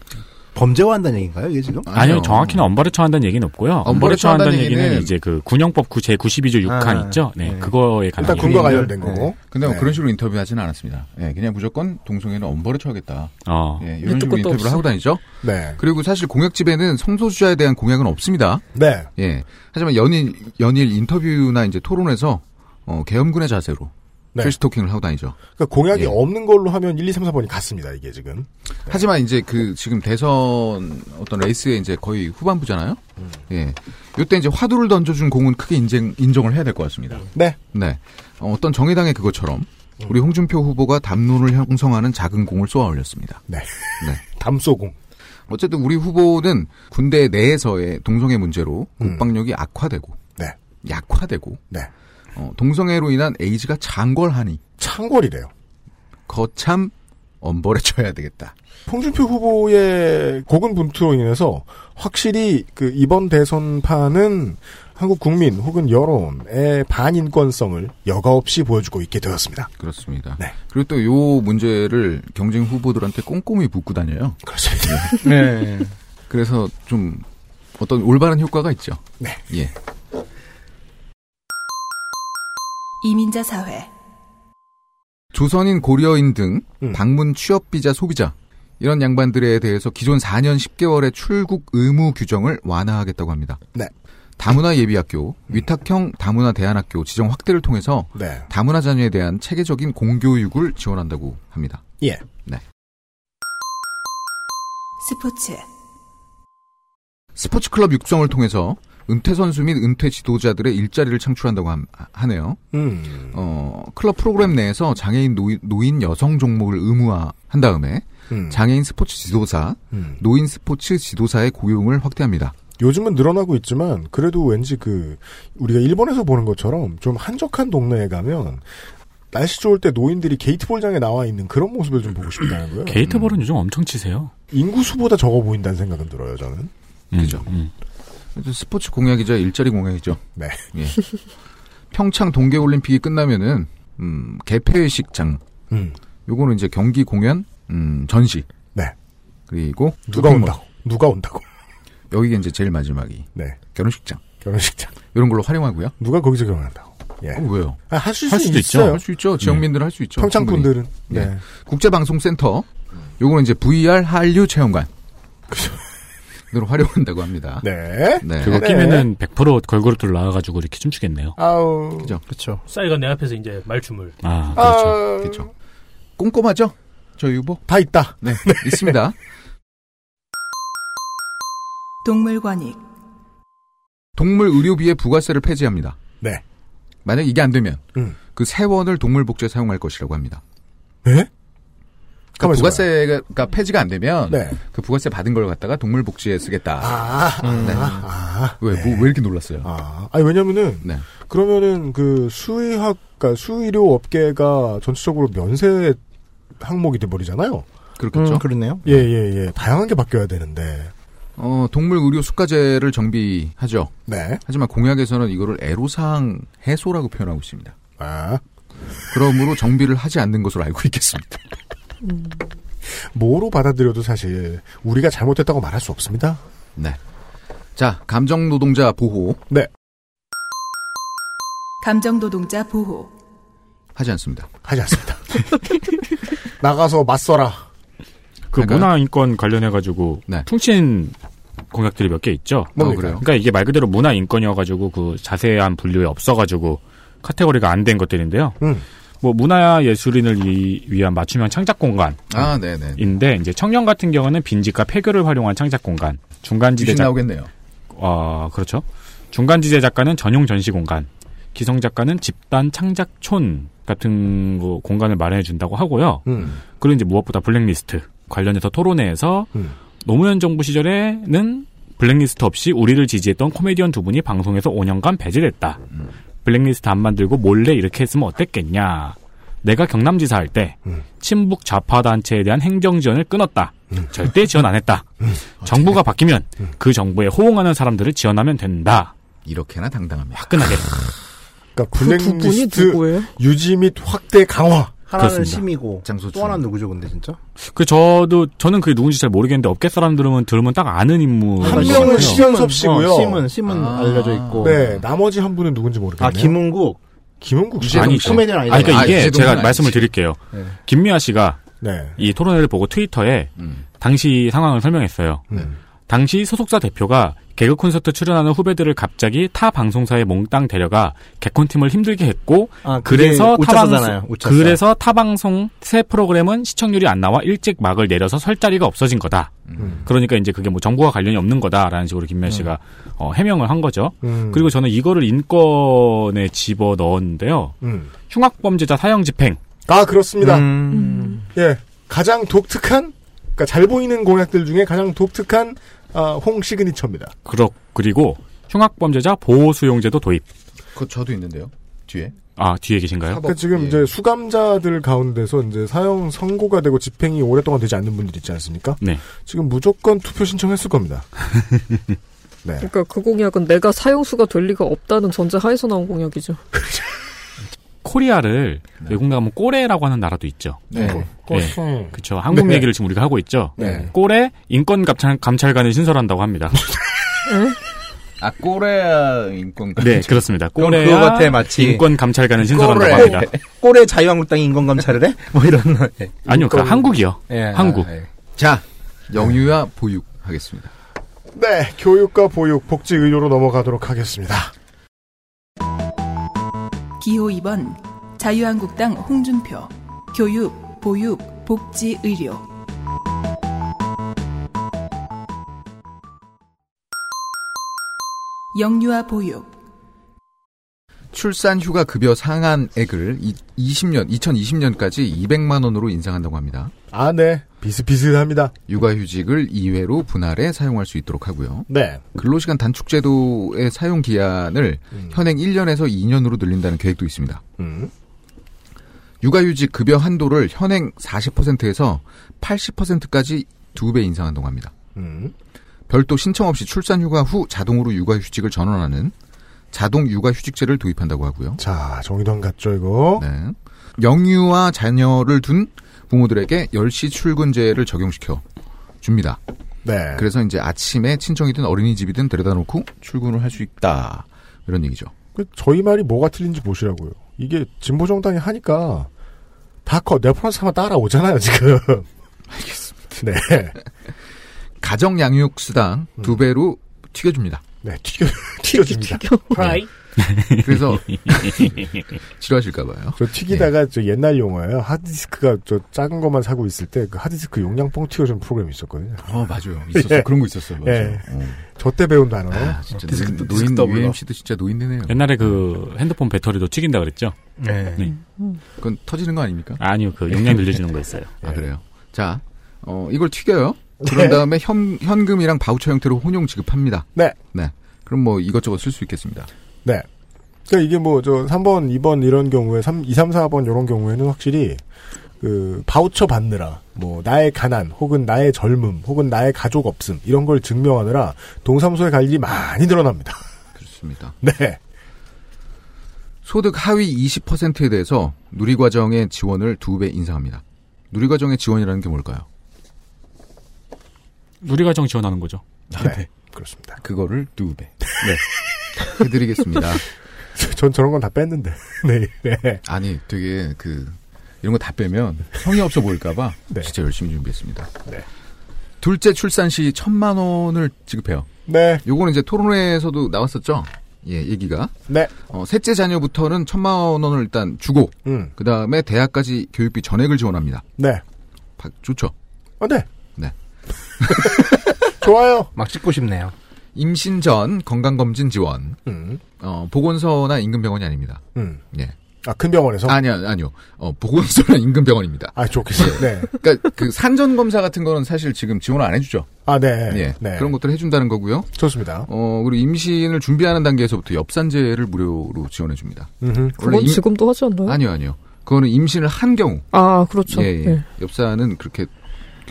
S10: 범죄화한다는 얘기인가요? 이게 지금?
S4: 아니요, 정확히는 엄벌에 처한다는 얘기는 없고요. 엄벌에 처한다는,
S8: 처한다는
S4: 얘기는
S8: 얘기는
S4: 이제 그 군영법 제 92조 6항
S8: 아,
S4: 있죠. 네, 그거에 관한 얘기예요.
S8: 네. 근데 뭐
S4: 네.
S8: 그런 식으로 인터뷰 하지는 않았습니다. 예, 그냥 무조건 동성애는 엄벌에 처하겠다.
S4: 어.
S8: 예,
S4: 밑도
S8: 이런 식으로
S4: 끝도
S8: 인터뷰를
S4: 없어.
S8: 하고 다니죠.
S2: 네.
S8: 그리고 사실 공약집에는 성소수자에 대한 공약은 없습니다.
S2: 네.
S8: 예. 하지만 연일 연일 인터뷰나 이제 토론에서 어, 계엄군의 자세로
S2: 네.
S8: 트래시토킹을 하고 다니죠.
S2: 그러니까 공약이
S8: 예.
S2: 없는 걸로 하면 1, 2, 3, 4번이 같습니다. 이게 지금.
S8: 하지만 이제 그 지금 대선 어떤 레이스의 이제 거의 후반부잖아요.
S2: 음.
S8: 예. 요때 이제 화두를 던져준 공은 크게 인정, 인정을 해야 될 것 같습니다.
S2: 네.
S8: 네. 어, 어떤 정의당의 그것처럼 우리 홍준표 후보가 담론을 형성하는 작은 공을 쏘아 올렸습니다.
S2: 네.
S8: 담소공. 어쨌든 우리 후보는 군대 내에서의 동성애 문제로 국방력이 악화되고
S2: 음. 네.
S8: 약화되고
S2: 네.
S8: 어, 동성애로 인한 에이즈가 창궐하니
S2: 창궐이래요.
S8: 거참 엄벌에 쳐야 되겠다.
S2: 홍준표 후보의 고군분투로 인해서 확실히 그 이번 대선판은 한국 국민 혹은 여론의 반인권성을 여과 없이 보여주고 있게 되었습니다. 네.
S8: 그렇습니다. 그리고 또 요 문제를 경쟁 후보들한테 꼼꼼히 묻고 다녀요.
S2: 그렇습니다.
S8: 네. 그래서 좀 어떤 올바른 효과가 있죠.
S2: 네.
S8: 예.
S3: 이민자 사회
S8: 조선인 고려인 등
S2: 음.
S8: 방문 취업 비자 소비자 이런 양반들에 대해서 기존 4년 10개월의 출국 의무 규정을 완화하겠다고 합니다.
S2: 네.
S8: 다문화 예비학교, 위탁형 다문화 대안학교 지정 확대를 통해서
S2: 네.
S8: 다문화 자녀에 대한 체계적인 공교육을 지원한다고 합니다.
S2: 예.
S8: 네.
S3: 스포츠
S8: 스포츠 클럽 육성을 통해서 은퇴 선수 및 은퇴 지도자들의 일자리를 창출한다고 함- 하네요.
S2: 음.
S8: 어, 클럽 프로그램 내에서 장애인 노인, 노인 여성 종목을 의무화한 다음에
S2: 음.
S8: 장애인 스포츠 지도사,
S2: 음.
S8: 노인 스포츠 지도사의 고용을 확대합니다.
S2: 요즘은 늘어나고 있지만 그래도 왠지 그 우리가 일본에서 보는 것처럼 좀 한적한 동네에 가면 날씨 좋을 때 노인들이 게이트볼장에 나와 있는 그런 모습을 좀 보고 싶다는 거예요. 음.
S4: 게이트볼은 요즘 엄청 치세요.
S2: 인구수보다 적어 보인다는 생각은 들어요, 저는.
S8: 그죠. 그래서 음, 스포츠 공약이자 일자리 공약이죠.
S2: 네.
S8: 예. 평창 동계올림픽이 끝나면은 음, 개폐식장,
S2: 음.
S8: 요거는 이제 경기 공연, 음, 전시,
S2: 네.
S8: 그리고
S2: 누가
S8: 쇼핑몰.
S2: 온다고? 누가 온다고?
S8: 여기가 이제 제일 마지막이
S2: 네.
S8: 결혼식장,
S2: 결혼식장
S8: 이런 걸로 활용하고요.
S2: 누가 거기서 결혼한다고? 예.
S8: 어, 왜요?
S2: 아, 하실
S8: 할
S2: 수
S8: 수도
S2: 있어요. 네.
S8: 있죠. 할 수 있죠. 지역민들은 할 수 있죠.
S2: 평창
S8: 충분히.
S2: 분들은. 네.
S8: 예. 국제방송센터. 요거는 이제 VR 한류 체험관. 으로 활용한다고 합니다.
S2: 네.
S4: 그거 끼면은 100% 걸그룹들 나와가지고 이렇게 춤추겠네요.
S2: 아우.
S8: 그죠.
S10: 그렇죠.
S9: 싸이가 내 앞에서 이제 말춤을.
S4: 아,
S2: 그렇죠.
S8: 그렇죠. 꼼꼼하죠? 저희 후보?
S2: 네. 다 있다.
S8: 네. 있습니다.
S3: 동물관익,
S8: 동물 의료비에 부가세를 폐지합니다.
S2: 네.
S8: 만약 이게 안 되면
S2: 음.
S8: 그 세원을 동물복지에 사용할 것이라고 합니다.
S2: 네?
S8: 그
S2: 가만히
S8: 부가세가 폐지가 안 되면
S2: 네.
S8: 그 부가세 받은 걸 갖다가 동물복지에 쓰겠다.
S2: 아,
S8: 네. 왜, 뭐, 왜 이렇게 놀랐어요?
S2: 아, 아니 왜냐면은
S8: 네.
S2: 그러면은 그 수의학, 그러니까 수의료 업계가 전체적으로 면세 항목이 돼버리잖아요.
S8: 그렇겠죠.
S2: 음,
S10: 그렇네요.
S2: 예, 예, 예. 다양한 게 바뀌어야 되는데.
S8: 어, 동물 의료 수가제를 정비하죠.
S2: 네.
S8: 하지만 공약에서는 이거를 애로사항 해소라고 표현하고 있습니다.
S2: 아.
S8: 그러므로 정비를 하지 않는 것으로 알고 있겠습니다.
S16: 음.
S2: 뭐로 받아들여도 사실 우리가 잘못했다고 말할 수 없습니다.
S8: 네. 자, 감정 노동자 보호.
S2: 네.
S3: 감정노동자 보호,
S8: 하지 않습니다.
S2: 하지 않습니다. 나가서 맞서라.
S4: 그 문화 인권 관련해 가지고 통신 공약들이 몇 개 있죠.
S2: 뭡니까? 그래요?
S4: 러니까 이게 말 그대로 문화 인권이어가지고 그 자세한 분류에 없어가지고 카테고리가 안 된 것들인데요.
S2: 음.
S4: 뭐 문화 예술인을 위, 위한 맞춤형 창작 공간.
S8: 아, 네네.
S4: 인데 이제 청년 같은 경우는 빈집과 폐교를 활용한 창작 공간. 중간지대
S8: 귀신
S4: 작
S8: 나오겠네요.
S4: 어, 그렇죠. 중간지대 작가는 전용 전시 공간, 기성 작가는 집단 창작촌 같은 거 공간을 마련해 준다고 하고요.
S2: 음.
S4: 그리고 이제 무엇보다 블랙리스트 관련해서 토론회에서
S8: 음,
S4: 노무현 정부 시절에는 블랙리스트 없이 우리를 지지했던 코미디언 두 분이 방송에서 5년간 배제됐다. 블랙리스트 안 만들고 몰래 이렇게 했으면 어땠겠냐. 내가 경남지사 할 때 친북 좌파 단체에 대한 행정 지원을 끊었다.
S8: 음,
S4: 절대 지원 안 했다.
S2: 음.
S4: 정부가 바뀌면 그 정부에 호응하는 사람들을 지원하면 된다.
S8: 이렇게나 당당합니다.
S4: 화끈하게.
S2: 그러니까
S4: 그
S10: 두 분이
S2: 블랙리스트
S10: 누구예요?
S2: 유지 및 확대 강화.
S10: 하나는
S4: 그렇습니다.
S10: 심이고
S8: 장소춘.
S10: 또 하나는 누구죠, 근데 진짜?
S4: 그 저도 저는 그게 누군지 잘 모르겠는데 업계 사람들은 들으면 딱 아는 인물.
S10: 한 명은 심은, 어, 심은, 심은
S8: 아.
S10: 알려져 있고.
S2: 네, 나머지 한 분은 누군지 모르겠네요.
S10: 아, 김은국.
S2: 김은국 씨.
S4: 아니,
S10: 코미디언
S4: 아니,
S10: 아니잖아요.
S4: 그러니까
S10: 아,
S4: 이게
S10: 이재동은
S4: 제가
S10: 아니지.
S4: 말씀을 드릴게요.
S10: 네.
S4: 김미아 씨가
S2: 네.
S4: 이 토론회를 보고 트위터에 당시 상황을 설명했어요.
S10: 음. 네.
S4: 당시 소속사 대표가 개그 콘서트 출연하는 후배들을 갑자기 타 방송사에 몽땅 데려가 개콘팀을 힘들게 했고
S10: 아, 그게
S4: 그래서
S10: 오차사잖아요,
S4: 타방송
S10: 오차사.
S4: 그래서 타방송 새 프로그램은 시청률이 안 나와 일찍 막을 내려서 설 자리가 없어진 거다.
S8: 음.
S4: 그러니까 이제 그게 뭐 정부와 관련이 없는 거다라는 식으로
S10: 음.
S4: 김미아 씨가 어, 해명을 한 거죠.
S2: 음.
S4: 그리고 저는 이거를 인권에 집어 넣었는데요.
S2: 음.
S4: 흉악범죄자 사형 집행.
S2: 아 그렇습니다.
S10: 음.
S2: 예, 가장 독특한, 그러니까 잘 보이는 공약들 중에 가장 독특한 아, 홍 시그니처입니다.
S8: 아,
S4: 그렇 그리고 흉악범죄자 보호 수용제도 도입.
S8: 그거 저도 있는데요. 뒤에.
S4: 아 뒤에 계신가요?
S8: 뭐,
S2: 그러니까 지금
S8: 예.
S2: 이제 수감자들 가운데서 이제 사형 선고가 되고 집행이 오랫동안 되지 않는 분들 있지 않습니까?
S4: 네.
S2: 지금 무조건 투표 신청했을 겁니다. 네.
S11: 그러니까 그 공약은 내가 사용수가 될 리가 없다는 전제 하에서 나온 공약이죠.
S4: 코리아를
S2: 네.
S4: 외국 나가면 꼬레라고 하는 나라도 있죠.
S8: 네.
S4: 예.
S2: 꼬레.
S4: 그렇죠. 한국
S2: 네.
S4: 얘기를 지금 우리가 하고 있죠.
S8: 네.
S4: 꼬레 인권 감찰, 감찰관을 신설한다고 합니다.
S8: 아, 꼬레아 인권가.
S4: 네, 그렇습니다.
S10: 그럼
S4: 꼬레
S10: 그거 같아, 마치.
S4: 인권 감찰관을 신설한다고
S10: 꼴에-
S4: 합니다.
S10: 꼴에 자유한국당이 인권감찰을 해? 뭐 이런. 예.
S4: 아니요, 그 한국이요.
S10: 예,
S4: 한국.
S10: 아, 예.
S8: 자, 영유아 보육 하겠습니다.
S2: 네, 교육과 보육, 복지 의료로 넘어가도록 하겠습니다.
S3: 기호 2번 자유한국당 홍준표, 교육, 보육, 복지, 의료, 영유아 보육,
S8: 출산 휴가 급여 상한액을 20년 2020년까지 200만 원으로 인상한다고 합니다.
S2: 아, 네. 비슷비슷합니다.
S8: 육아휴직을 2회로 분할해 사용할 수 있도록 하고요.
S2: 네.
S8: 근로시간 단축제도의 사용 기한을 현행 1년에서 2년으로 늘린다는 계획도 있습니다.
S2: 음.
S8: 육아휴직 급여 한도를 현행 40%에서 80%까지 2배 인상한다고 합니다.
S2: 음.
S8: 별도 신청 없이 출산 휴가 후 자동으로 육아휴직을 전환하는 자동 육아휴직제를 도입한다고 하고요.
S2: 자, 정의당 같죠, 이거?
S8: 네. 영유아 자녀를 둔 부모들에게 10시 출근제를 적용시켜 줍니다.
S2: 네.
S8: 그래서 이제 아침에 친정이든 어린이집이든 데려다 놓고 출근을 할 수 있다. 이런 얘기죠.
S2: 그 저희 말이 뭐가 틀린지 보시라고요. 이게 진보 정당이 하니까 다커 네프런스만 따라오잖아요 지금. 알겠습니다. 네,
S8: 가정 양육 수당 두 배로 튀겨줍니다.
S2: 네 음. 튀겨 튀겨줍니다.
S11: 프라이.
S8: 그래서 싫어하실까봐요.
S2: 저 튀기다가
S8: 네.
S2: 저 옛날 용어예요. 하드디스크가 저 작은 것만 사고 있을 때 그 하드디스크 용량 뻥 튀어주는 프로그램이 있었거든요. 예.
S8: 어 맞아요. 있었어. 그런 거 있었어요. 맞아요. 어.
S2: 저때 배운 단어.
S8: 아, 진짜 음. 노인, 노인 UMC도 진짜 노인네네요.
S15: 옛날에 그 핸드폰 배터리도 튀긴다 그랬죠?
S8: 네. 그건 터지는 거 아닙니까?
S15: 아니요, 그 용량 늘려주는 거였어요.
S8: 아 그래요. 자, 어, 이걸 튀겨요. 그런 다음에 현, 현금이랑 바우처 형태로 혼용 지급합니다.
S2: 네.
S8: 네. 그럼 뭐 이것저것 쓸 수 있겠습니다.
S2: 네. 그러니까 이게 뭐 저 3번, 2번 이런 경우에 3, 2, 3, 4번 이런 경우에는 확실히 그 바우처 받느라 뭐 나의 가난 혹은 나의 젊음 혹은 나의 가족 없음 이런 걸 증명하느라 동사무소에 갈 일이 많이 늘어납니다.
S8: 그렇습니다.
S2: 네.
S8: 소득 하위 20%에 대해서 누리과정의 지원을 두 배 인상합니다. 누리과정의 지원이라는 게 뭘까요?
S15: 누리과정 지원하는 거죠.
S8: 아,
S2: 네. 그렇습니다.
S8: 그거를 두 배. 네. 해드리겠습니다.
S2: 전 저런 건 다 뺐는데. 네. 네.
S8: 아니, 되게 그 이런 거 다 빼면 성의 없어 보일까봐 진짜 열심히 준비했습니다.
S2: 네.
S8: 둘째 출산 시 천만 원을 지급해요.
S2: 네.
S8: 요거는 이제 토론회에서도 나왔었죠. 예, 얘기가.
S2: 네.
S8: 어, 셋째 자녀부터는 천만 원을 일단 주고,
S2: 음.
S8: 그 다음에 대학까지 교육비 전액을 지원합니다.
S2: 네.
S8: 바- 좋죠.
S2: 어, 네.
S8: 네.
S2: 좋아요.
S10: 막 찍고 싶네요.
S8: 임신 전 건강검진 지원.
S2: 음.
S8: 어, 보건소나 인근병원이 아닙니다.
S2: 음.
S8: 예.
S2: 아, 큰 병원에서?
S8: 아니요, 아니요. 어, 보건소나 인근병원입니다.
S2: 아, 좋겠어요. 네.
S8: 그러니까 그 산전검사 같은 거는 사실 지금 지원을 안 해주죠.
S2: 아, 네.
S8: 예.
S2: 네.
S8: 그런 것들을 해준다는 거고요.
S2: 좋습니다.
S8: 어, 그리고 임신을 준비하는 단계에서부터 엽산제를 무료로 지원해줍니다.
S2: 음흠.
S8: 원래
S11: 그건
S8: 임-
S11: 지금도 하지 않나요?
S8: 아니요, 아니요. 그거는 임신을 한 경우.
S11: 아, 그렇죠.
S8: 예, 예.
S11: 예.
S8: 엽산은 그렇게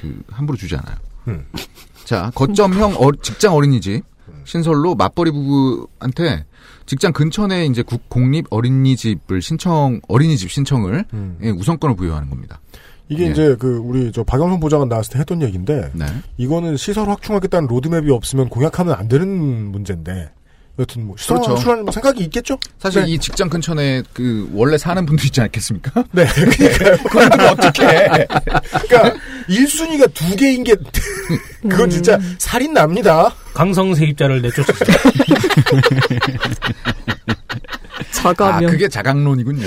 S8: 그 함부로 주지 않아요.
S2: 음.
S8: 자, 거점형 어- 직장 어린이집 신설로 맞벌이 부부한테 직장 근처 내 이제 국 공립 어린이집을 신청 어린이집 신청을
S2: 음.
S8: 예, 우선권을 부여하는 겁니다.
S2: 이게
S8: 예.
S2: 이제 그 우리 저 박영선 보좌관 나왔을 때 했던 얘기인데
S8: 네.
S2: 이거는 시설 확충하겠다는 로드맵이 없으면 공약하면 안 되는 문제인데 여튼 뭐 시설
S8: 그렇죠.
S2: 확충하는 뭐 생각이 있겠죠?
S8: 사실
S2: 네.
S8: 이 직장 근처 내그 원래 사는 분들 있지 않겠습니까?
S2: 네. 그러니까 어떻게? 그러니까 1순위가 두 개인 게 그건 진짜
S8: 음.
S2: 살인 납니다.
S9: 강성 세입자를 내쫓았어요.
S8: 아,
S11: 자가면.
S8: 그게 자강론이군요.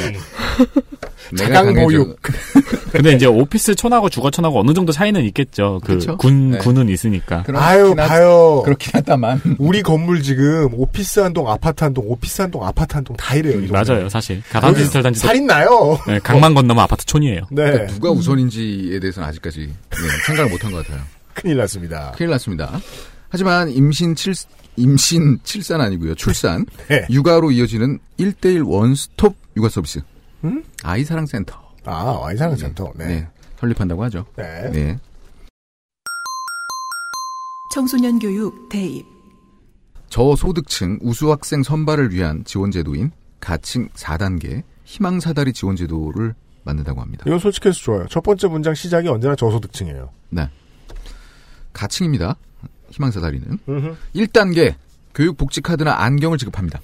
S8: 내가
S15: 자강
S8: 강해져-
S15: 보육. 근데 이제 오피스촌하고 주거촌하고 어느 정도 차이는 있겠죠. 그
S8: 그쵸?
S15: 군,
S8: 네.
S15: 군은 있으니까.
S2: 아유 봐요.
S8: 그렇긴 하다만
S2: 우리 건물 지금 오피스 한 동, 아파트 한 동, 오피스 한 동, 아파트 한 동 다 이래요. 이 동네.
S15: 맞아요, 사실. 가상 디지털 단지.
S2: 살인 나요. 어.
S15: 네, 강만 건너면 아파트촌이에요.
S2: 네.
S8: 그러니까 누가 우선인지에 대해서는 아직까지 네, 생각을 못한 것 같아요.
S2: 큰일 났습니다.
S8: 큰일 났습니다. 하지만 임신 칠 임신 칠산 아니고요. 출산.
S2: 네.
S8: 육아로 이어지는 1대1 원스톱 육아 서비스.
S2: 음?
S8: 아이사랑센터.
S2: 아, 아이사랑센터. 네.
S8: 설립한다고 하죠.
S2: 네.
S8: 네.
S3: 청소년 교육 대입.
S8: 저소득층 우수학생 선발을 위한 지원 제도인 가칭 4단계 희망 사다리 지원 제도를 만든다고 합니다.
S2: 이건 솔직해서 좋아요. 첫 번째 문장 시작이 언제나 저소득층이에요.
S8: 네. 가칭입니다. 희망 사다리는 1단계 교육 복지 카드나 안경을 지급합니다.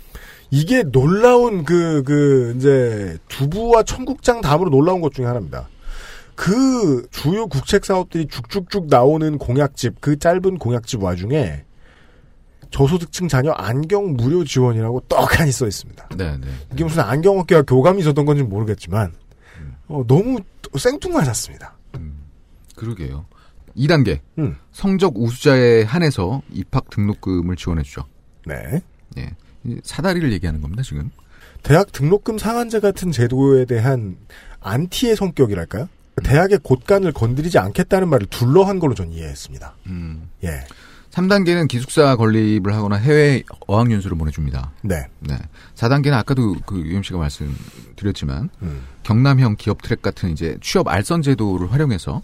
S2: 이게 놀라운 그, 그, 이제, 두부와 청국장 다음으로 놀라운 것 중에 하나입니다. 그 주요 국책 사업들이 쭉쭉쭉 나오는 공약집, 그 짧은 공약집 와중에 저소득층 자녀 안경 무료 지원이라고 떡하니 써 있습니다.
S8: 네, 네.
S2: 이게 무슨 안경업계와 교감이 있었던 건지 모르겠지만,
S8: 음.
S2: 어, 너무 생뚱맞았습니다.
S8: 그러게요. 2단계.
S2: 음.
S8: 성적 우수자에 한해서 입학 등록금을 지원해주죠.
S2: 네.
S8: 예. 이 사다리를 얘기하는 겁니다, 지금.
S2: 대학 등록금 상한제 같은 제도에 대한 안티의 성격이랄까요?
S8: 음.
S2: 대학의 곳간을 건드리지 않겠다는 말을 둘러한 걸로 전 이해했습니다.
S8: 음.
S2: 예.
S8: 3단계는 기숙사 건립을 하거나 해외 어학연수를 보내줍니다.
S2: 네.
S8: 네. 4단계는 아까도 그 UMC가 말씀드렸지만,
S2: 음.
S8: 경남형 기업 트랙 같은 이제 취업 알선 제도를 활용해서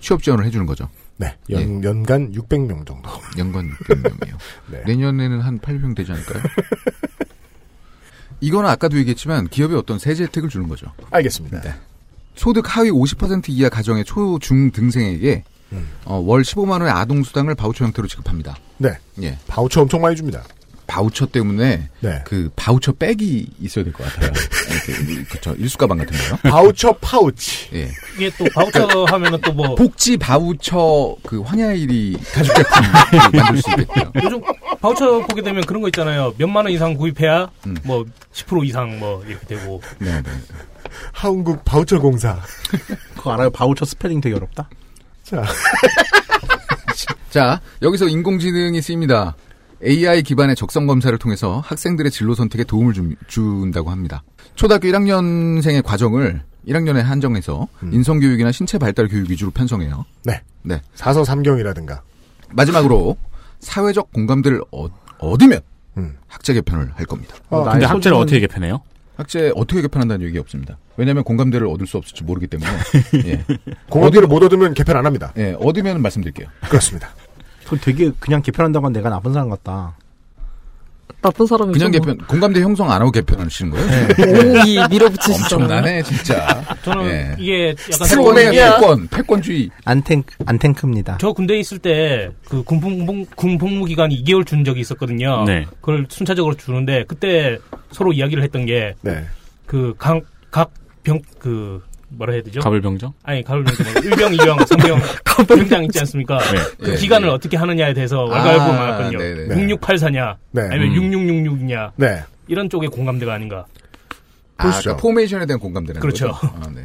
S8: 취업 지원을 해주는 거죠.
S2: 음.
S8: 예,
S2: 네. 연, 연간 600명 정도.
S8: 연간 600명이요.
S2: 네.
S8: 내년에는 한 800명 되지 않을까요? 이거는 아까도 얘기했지만 기업에 어떤 세제 혜택을 주는 거죠. 네.
S2: 알겠습니다.
S8: 소득 하위 50% 이하 가정의 초중등생에게 어, 월 15만 원의 아동 수당을 바우처 형태로 지급합니다.
S2: 네.
S8: 예.
S2: 바우처 엄청 많이 줍니다.
S8: 바우처 때문에
S2: 네.
S8: 그 바우처 백이 있어야 될 것 같아요. 그렇죠. 일수 가방 같은 거요.
S2: 바우처 파우치.
S8: 예.
S9: 이게 또 바우처 하면은 또 뭐
S8: 복지 바우처 그 황야일이 가죽 제품 만들 수 있겠대요.
S9: 요즘 바우처 보게 되면 그런 거 있잖아요. 몇만 원 이상 구입해야 뭐 10% 이상 뭐 이렇게 되고
S8: 네, 네.
S2: 한국 바우처 공사.
S10: 그거 알아요? 바우처 스펠링 되게 어렵다.
S2: 자.
S8: 자, 여기서 인공지능이 쓰입니다. AI 기반의 적성 검사를 통해서 학생들의 진로 선택에 도움을 줌- 준다고 합니다. 초등학교 1학년생의 과정을 1학년에 한정해서 인성교육이나 신체 발달 교육 위주로 편성해요.
S2: 음. 네.
S8: 네.
S2: 사서 삼경이라든가.
S8: 마지막으로 사회적 공감대를 얻, 얻으면 학제 개편을 할 겁니다.
S2: 음. 어, 근데 나의 학제를 소중한- 어떻게
S8: 개편해요? 학제 어떻게 개편한다는 얘기 없습니다. 왜냐하면 공감대를 얻을 수 없을지 모르기 때문에 예.
S2: 공감대를 못 얻으면 개편 안 합니다.
S8: 예, 얻으면 말씀드릴게요.
S2: 그렇습니다.
S10: 그 되게 그냥 개편한다고 하면 내가 나쁜 사람 같다.
S11: 나쁜 사람이죠.
S8: 그냥
S11: 뭐.
S8: 개편 공감대 형성 안 하고 개편하시는 거예요?
S11: 네. 오, 이 밀어붙이시잖아요.
S8: 엄청나네 진짜.
S9: 저는
S8: 예.
S9: 이게 약간
S8: 패권의
S9: 생각이-
S8: 패권, 패권주의.
S10: 안탱
S8: 아.
S10: 안탱크입니다.
S9: 저 군대에 있을 때 그 군복무 군복무 기간 2개월 준 적이 있었거든요.
S10: 네.
S9: 그걸 순차적으로 주는데 그때 서로 이야기를 했던 그
S2: 네.
S9: 게그각병그 뭐라 해야 되죠?
S15: 가불병정?
S9: 아니 가불병정 말고 일병, 이병, 삼병, 병장 있지 않습니까?
S15: 네.
S9: 그
S15: 예,
S9: 기간을
S15: 예.
S9: 어떻게 하느냐에 대해서 왈가왈부
S15: 아,
S9: 많았거든요.
S15: 네네.
S9: 6684냐,
S15: 네.
S9: 아니면
S15: 음.
S9: 6666이냐,
S2: 네.
S9: 이런 쪽의 공감대가 아닌가.
S8: 아, 그러니까 포메이션에 대한 공감대라는
S9: 그렇죠.
S8: 거죠. 아, 네.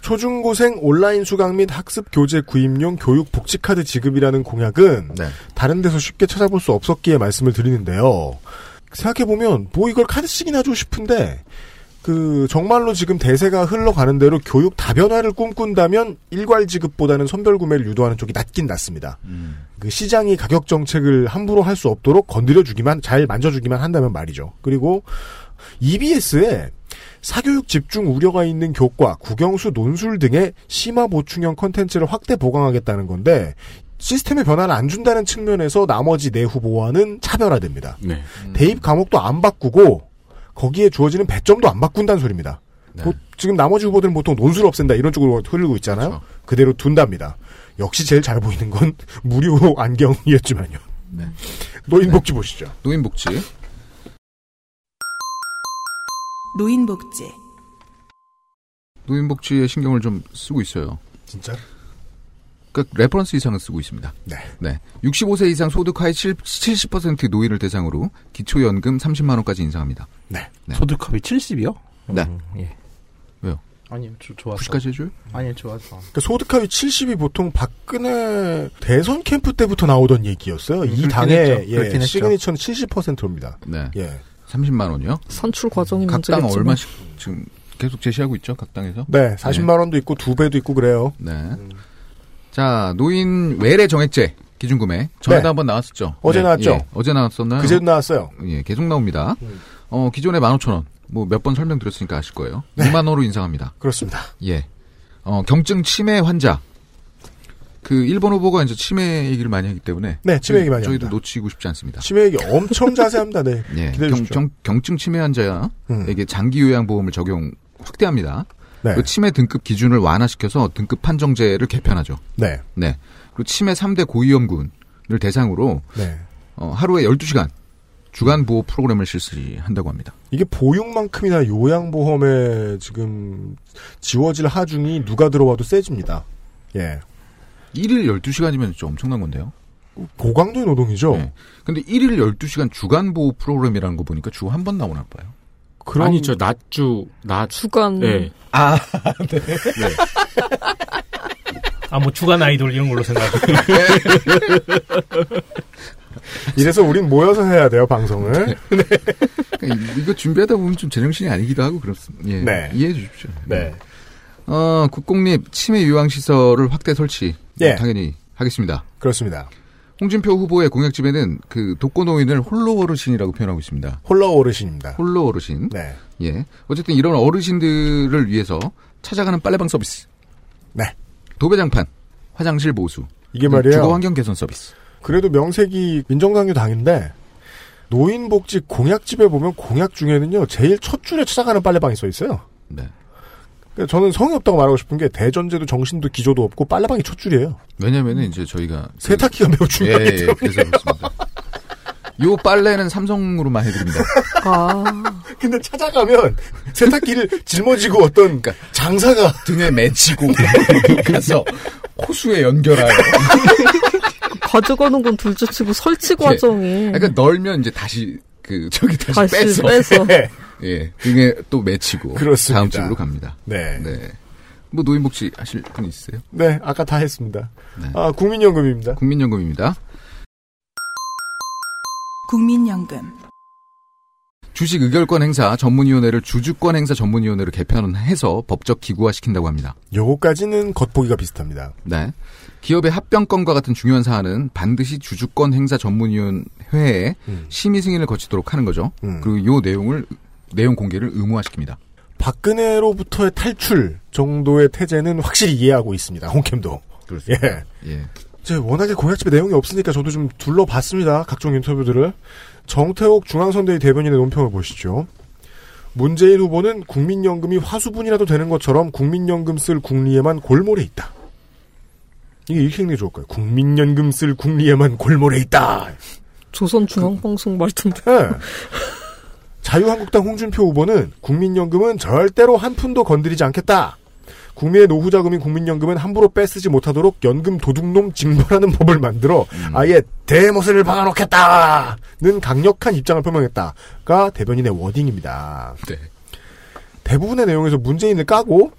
S2: 초중고생 온라인 수강 및 학습 교재 구입용 교육 복지 카드 지급이라는 공약은 다른 데서 쉽게 찾아볼 수 없었기에 말씀을 드리는데요. 생각해 보면 뭐 이걸 카드씩이나 주고 싶은데 그 정말로 지금 대세가 흘러가는 대로 교육 다변화를 꿈꾼다면 일괄 지급보다는 선별 구매를 유도하는 쪽이 낫긴 낫습니다. 그 시장이 가격 정책을 함부로 할 수 없도록 건드려 주기만 잘 만져 주기만 한다면 말이죠. 그리고 EBS에 사교육 집중 우려가 있는 교과, 국영수 논술 등의 심화 보충형 컨텐츠를 확대 보강하겠다는 건데 시스템의 변화를 안 준다는 측면에서 나머지 네 후보와는 차별화됩니다.
S15: 네.
S2: 음. 대입 과목도 안 바꾸고 거기에 주어지는 배점도 안 바꾼다는 소리입니다. 보- 지금 나머지 후보들은 보통 논술 없앤다 이런 쪽으로 흐르고 있잖아요. 그대로 둔답니다. 역시 제일 잘 보이는 건 무료 안경이었지만요. 노인복지 보시죠. 그러니까
S8: 노인복지.
S3: 노인복지,
S8: 노인복지에 신경을 좀 쓰고 있어요.
S2: 진짜?
S8: 그러니까 레퍼런스 이상은 쓰고 있습니다.
S2: 네.
S8: 65세 이상 소득 하위 7, 70% 노인을 대상으로 기초연금 30만 원까지 인상합니다.
S2: 네.
S10: 소득합이 70이요?
S8: 네.
S10: 예.
S8: 왜요?
S10: 아니요, 저 좋아서.
S8: 90까지 해줘요?
S10: 아니요, 좋아서.
S2: 그러니까 소득하위 70이 보통 박근혜 대선 캠프 때부터 나오던 얘기였어요. 이
S10: 그렇긴
S2: 당의
S10: 했죠.
S2: 예,
S10: 그렇긴 했죠.
S2: 시그니처는 70%입니다.
S8: 네.
S2: 예.
S8: 30만 원이요?
S11: 산출 과정이
S8: 각 당
S11: 문제겠지만.
S8: 얼마씩 지금 계속 제시하고 있죠? 각 당에서?
S2: 네, 40만 원도 있고 두 배도 있고 그래요.
S8: 네. 자, 노인 외래 정액제 기준 구매. 전에도
S2: 네.
S8: 한번 나왔었죠.
S2: 어제 나왔죠?
S8: 예, 어제 나왔었나요?
S2: 그제도 나왔어요.
S8: 예, 계속 나옵니다. 어, 기존에 15,000원. 뭐 몇 번 설명드렸으니까 아실 거예요. 6만 원으로 인상합니다.
S2: 그렇습니다.
S8: 예. 어, 경증 치매 환자. 그 일본 후보가 이제 치매 얘기를 많이 하기 때문에
S2: 네, 치매 얘기 많이
S8: 저희도
S2: 합니다.
S8: 놓치고 싶지 않습니다.
S2: 치매 얘기 엄청 자세합니다. 네.
S8: 예,
S2: 기대해
S8: 네. 경,
S2: 주십시오. 음.
S8: 경, 경증 치매 환자에게 장기 요양 보험을 적용 확대합니다.
S2: 네.
S8: 그리고 치매 등급 기준을 완화시켜서 등급 판정제를 개편하죠.
S2: 네.
S8: 네. 그리고 치매 3대 고위험군을 대상으로
S2: 네.
S8: 어, 하루에 12시간 주간 보호 프로그램을 실시한다고 합니다.
S2: 이게 보육만큼이나 요양보험에 지금 지워질 하중이 누가 들어와도 세집니다. 예.
S8: 일일 12시간이면 좀 엄청난 건데요. 네.
S2: 고강도 노동이죠.
S8: 근데 일일 12시간 주간 보호 프로그램이라는 거 보니까 주 한 번 나오나 봐요.
S2: 그럼-
S15: 아니죠. 낮주 낮
S11: 주간.
S15: 네.
S8: 아, 네.
S9: 아, 뭐 주간 아이돌 이런 걸로 생각하고.
S2: 이래서 우린 모여서 해야 돼요, 방송을.
S8: 네.
S2: 네.
S8: 그러니까 이- 이거 준비하다 보면 좀 제정신이 아니기도 하고 그렇습니다. 예,
S2: 네.
S8: 이해해 주십시오.
S2: 네.
S8: 어, 국공립 치매 요양 시설을 확대 설치
S2: 예.
S8: 당연히 하겠습니다.
S2: 그렇습니다.
S8: 홍준표 후보의 공약 집에는 그 독거 노인을 홀로 어르신이라고 표현하고 있습니다.
S2: 홀로 어르신입니다.
S8: 홀로 어르신.
S2: 네.
S8: 예. 어쨌든 이런 어르신들을 위해서 찾아가는 빨래방 서비스.
S2: 네.
S8: 도배장판, 화장실 보수.
S2: 이게 말이에요.
S8: 네, 주거 환경 개선 서비스.
S2: 그래도 명색이 민정당류 당인데 노인복지 공약집에 보면 공약 중에는요 제일 첫 줄에 찾아가는 빨래방이 써 있어요.
S8: 네.
S2: 그러니까 저는 성의 없다고 말하고 싶은 게 대전제도 정신도 기조도 없고 빨래방이 첫 줄이에요.
S8: 왜냐면은 이제 저희가
S2: 세탁기가 매우 중요하기
S8: 예, 예,
S2: 때문에.
S8: 그래서 그렇습니다. 요 빨래는 삼성으로만 해드립니다.
S11: 아.
S2: 근데 찾아가면 세탁기를 짊어지고 어떤 장사가
S8: 그러니까 등에 맺히고 가서 호수에 연결하여
S11: 가져가는 건 둘째치고 설치 과정이.
S8: 그러니까 널면 이제 다시 그 저기 다시,
S11: 음. 다시
S8: 빼서,
S11: 빼서.
S8: 예 등에 또 맺히고
S2: 네. 그렇습니다.
S8: 다음 집으로 갑니다.
S2: 네.
S8: 뭐 노인복지 하실 분 있으세요? 네.
S2: 네, 아까 다 했습니다. 아, 국민연금입니다.
S8: 국민연금입니다.
S3: 국민연금,
S8: 주식 의결권 행사 전문위원회를 주주권 행사 전문위원회로 개편해서 법적 기구화 시킨다고 합니다.
S2: 요거까지는 겉보기가 비슷합니다.
S8: 네. 기업의 합병권과 같은 중요한 사안은 반드시 주주권 행사 전문위원회에
S2: 음.
S8: 심의 승인을 거치도록 하는 거죠. 그리고 요 내용을 내용 공개를 의무화시킵니다.
S2: 박근혜로부터의 탈출 정도의 태제는 확실히 이해하고 있습니다. 홍캠도.
S8: 그렇습니다.
S2: 예. 제 워낙에 공약집에 내용이 없으니까 저도 좀 둘러봤습니다. 각종 인터뷰들을. 정태옥 중앙선대위 대변인의 논평을 보시죠. 문재인 후보는 국민연금이 화수분이라도 되는 것처럼 국민연금 쓸 국리에만 골몰해 있다. 이게 이렇게 읽는 게 좋을까요? 국민연금 쓸 국리에만 골몰해 있다. 그 네.
S11: 조선중앙방송 말투인데.
S2: 자유한국당 홍준표 후보는 국민연금은 절대로 한 푼도 건드리지 않겠다. 국민의 노후 자금인 국민연금은 함부로 빼쓰지 못하도록 연금 도둑놈 징벌하는 법을 만들어 아예 대못을 박아놓겠다는 강력한 입장을 표명했다가 대변인의 워딩입니다. 대부분의 내용에서 문재인을 까고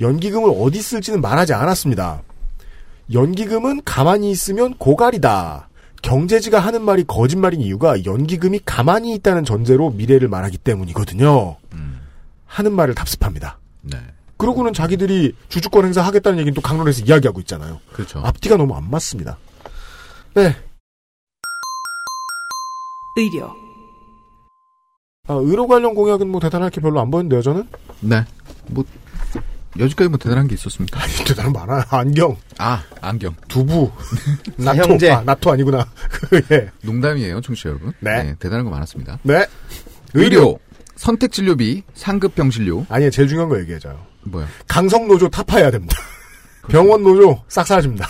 S2: 연기금을 어디 쓸지는 말하지 않았습니다. 연기금은 가만히 있으면 고갈이다. 경제지가 하는 말이 거짓말인 이유가 연기금이 가만히 있다는 전제로 미래를 말하기 때문이거든요. 하는 말을 답습합니다.
S8: 네.
S2: 그러고는 자기들이 주주권 행사 하겠다는 얘기는 또 강론에서 이야기하고 있잖아요.
S8: 그렇죠.
S2: 앞뒤가 너무 안 맞습니다. 네.
S3: 의료,
S2: 아, 의료 관련 공약은 뭐 대단할 게 별로 안 보였는데요, 저는?
S8: 네. 뭐 여지까지 뭐 대단한 게 있었습니까?
S2: 아니, 대단한 거 많아요. 안경.
S8: 아, 안경.
S2: 두부. 나토.
S8: 형제.
S2: 아, 나토 아니구나. 예.
S8: 농담이에요, 청취자 여러분. 네. 대단한 거 많았습니다.
S2: 네.
S8: 의료. 선택 진료비, 상급 병진료.
S2: 아니, 제일 중요한 거 얘기해줘요.
S8: 뭐야?
S2: 강성 노조 타파해야 됩니다. 병원 노조 싹 사라집니다.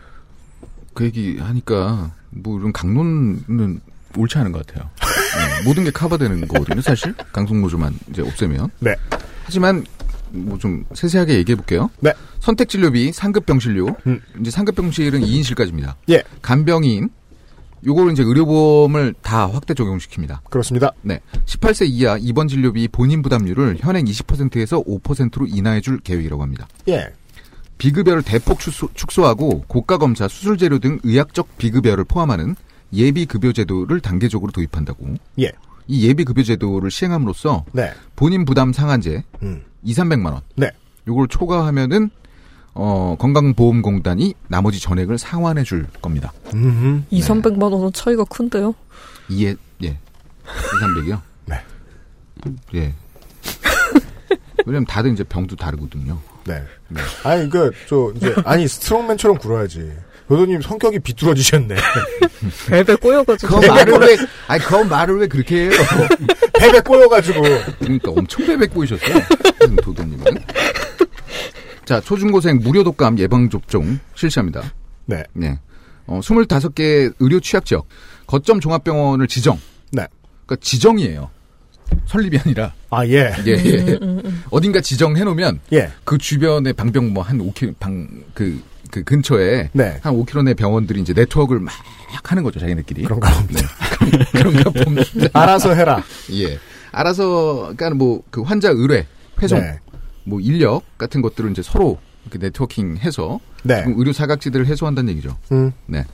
S8: 그 얘기 하니까 뭐 이런 강론은 옳지 않은 것 같아요. 네, 모든 게 커버되는 거거든요, 사실. 강성노조만 이제 없애면.
S2: 네.
S8: 하지만 뭐 좀 세세하게 얘기해 볼게요.
S2: 네. 음.
S8: 선택 진료비, 상급 병실료. 이제 상급 병실은 2인실까지입니다.
S2: 예.
S8: 간병 2인. 요거를 이제 의료보험을 다 확대 적용시킵니다.
S2: 그렇습니다.
S8: 네. 18세 이하 입원 진료비 본인 부담률을 현행 20%에서 5%로 인하해 줄 계획이라고 합니다.
S2: 예.
S8: 비급여를 대폭 축소, 하고 고가 검사, 수술 재료 등 의학적 비급여를 포함하는 예비 급여 제도를 단계적으로 도입한다고.
S2: 예.
S8: 이 예비 급여 제도를 시행함으로써
S2: 네.
S8: 본인 부담 상한제
S2: 음.
S8: 2, 300만 원.
S2: 네.
S8: 요걸 초과하면은 어, 건강보험공단이 나머지 전액을 상환해 줄 겁니다. 네.
S2: 음.
S11: 2, 300만 원은 차이가 큰데요?
S8: 이에 예. 2, 300이요?
S2: 네.
S8: 예. 왜냐면 다들 이제 병도 다르거든요.
S2: 네. 아니, 그, 저, 이제, 아니, 스트롱맨처럼 굴어야지. 요도님 성격이 비뚤어지셨네.
S11: 배배 꼬여가지고.
S8: 그 말을 왜, 아니, 그 말을 왜 그렇게 해요?
S2: 배배 꼬여가지고.
S8: 그러니까 엄청 배배 꼬이셨어요. 도도님은. 자, 초중고생 무료 독감 예방접종 실시합니다.
S2: 네.
S8: 네. 어, 25개 의료 취약 지역, 거점 종합병원을 지정.
S2: 네.
S8: 그러니까 지정이에요. 설립이 아니라.
S2: 아, 예.
S8: 예,
S17: 음,
S8: 예. 어딘가 지정해 놓으면
S2: 예.
S8: 그 주변에 방병 뭐 한 5km 방그 그 근처에
S2: 네.
S8: 한 5km 내 병원들이 이제 네트워크를 막 하는 거죠 자기네끼리
S2: 그런가 봅니다.
S8: 그런가 봅니다.
S2: 알아서 해라.
S8: 예, 알아서 그러니까 뭐 그 환자 의뢰, 회송,
S2: 네.
S8: 뭐 인력 같은 것들을 이제 서로 이렇게 네트워킹해서
S2: 네.
S8: 지금 의료 사각지대를 해소한다는 얘기죠.
S2: 음.
S8: 네.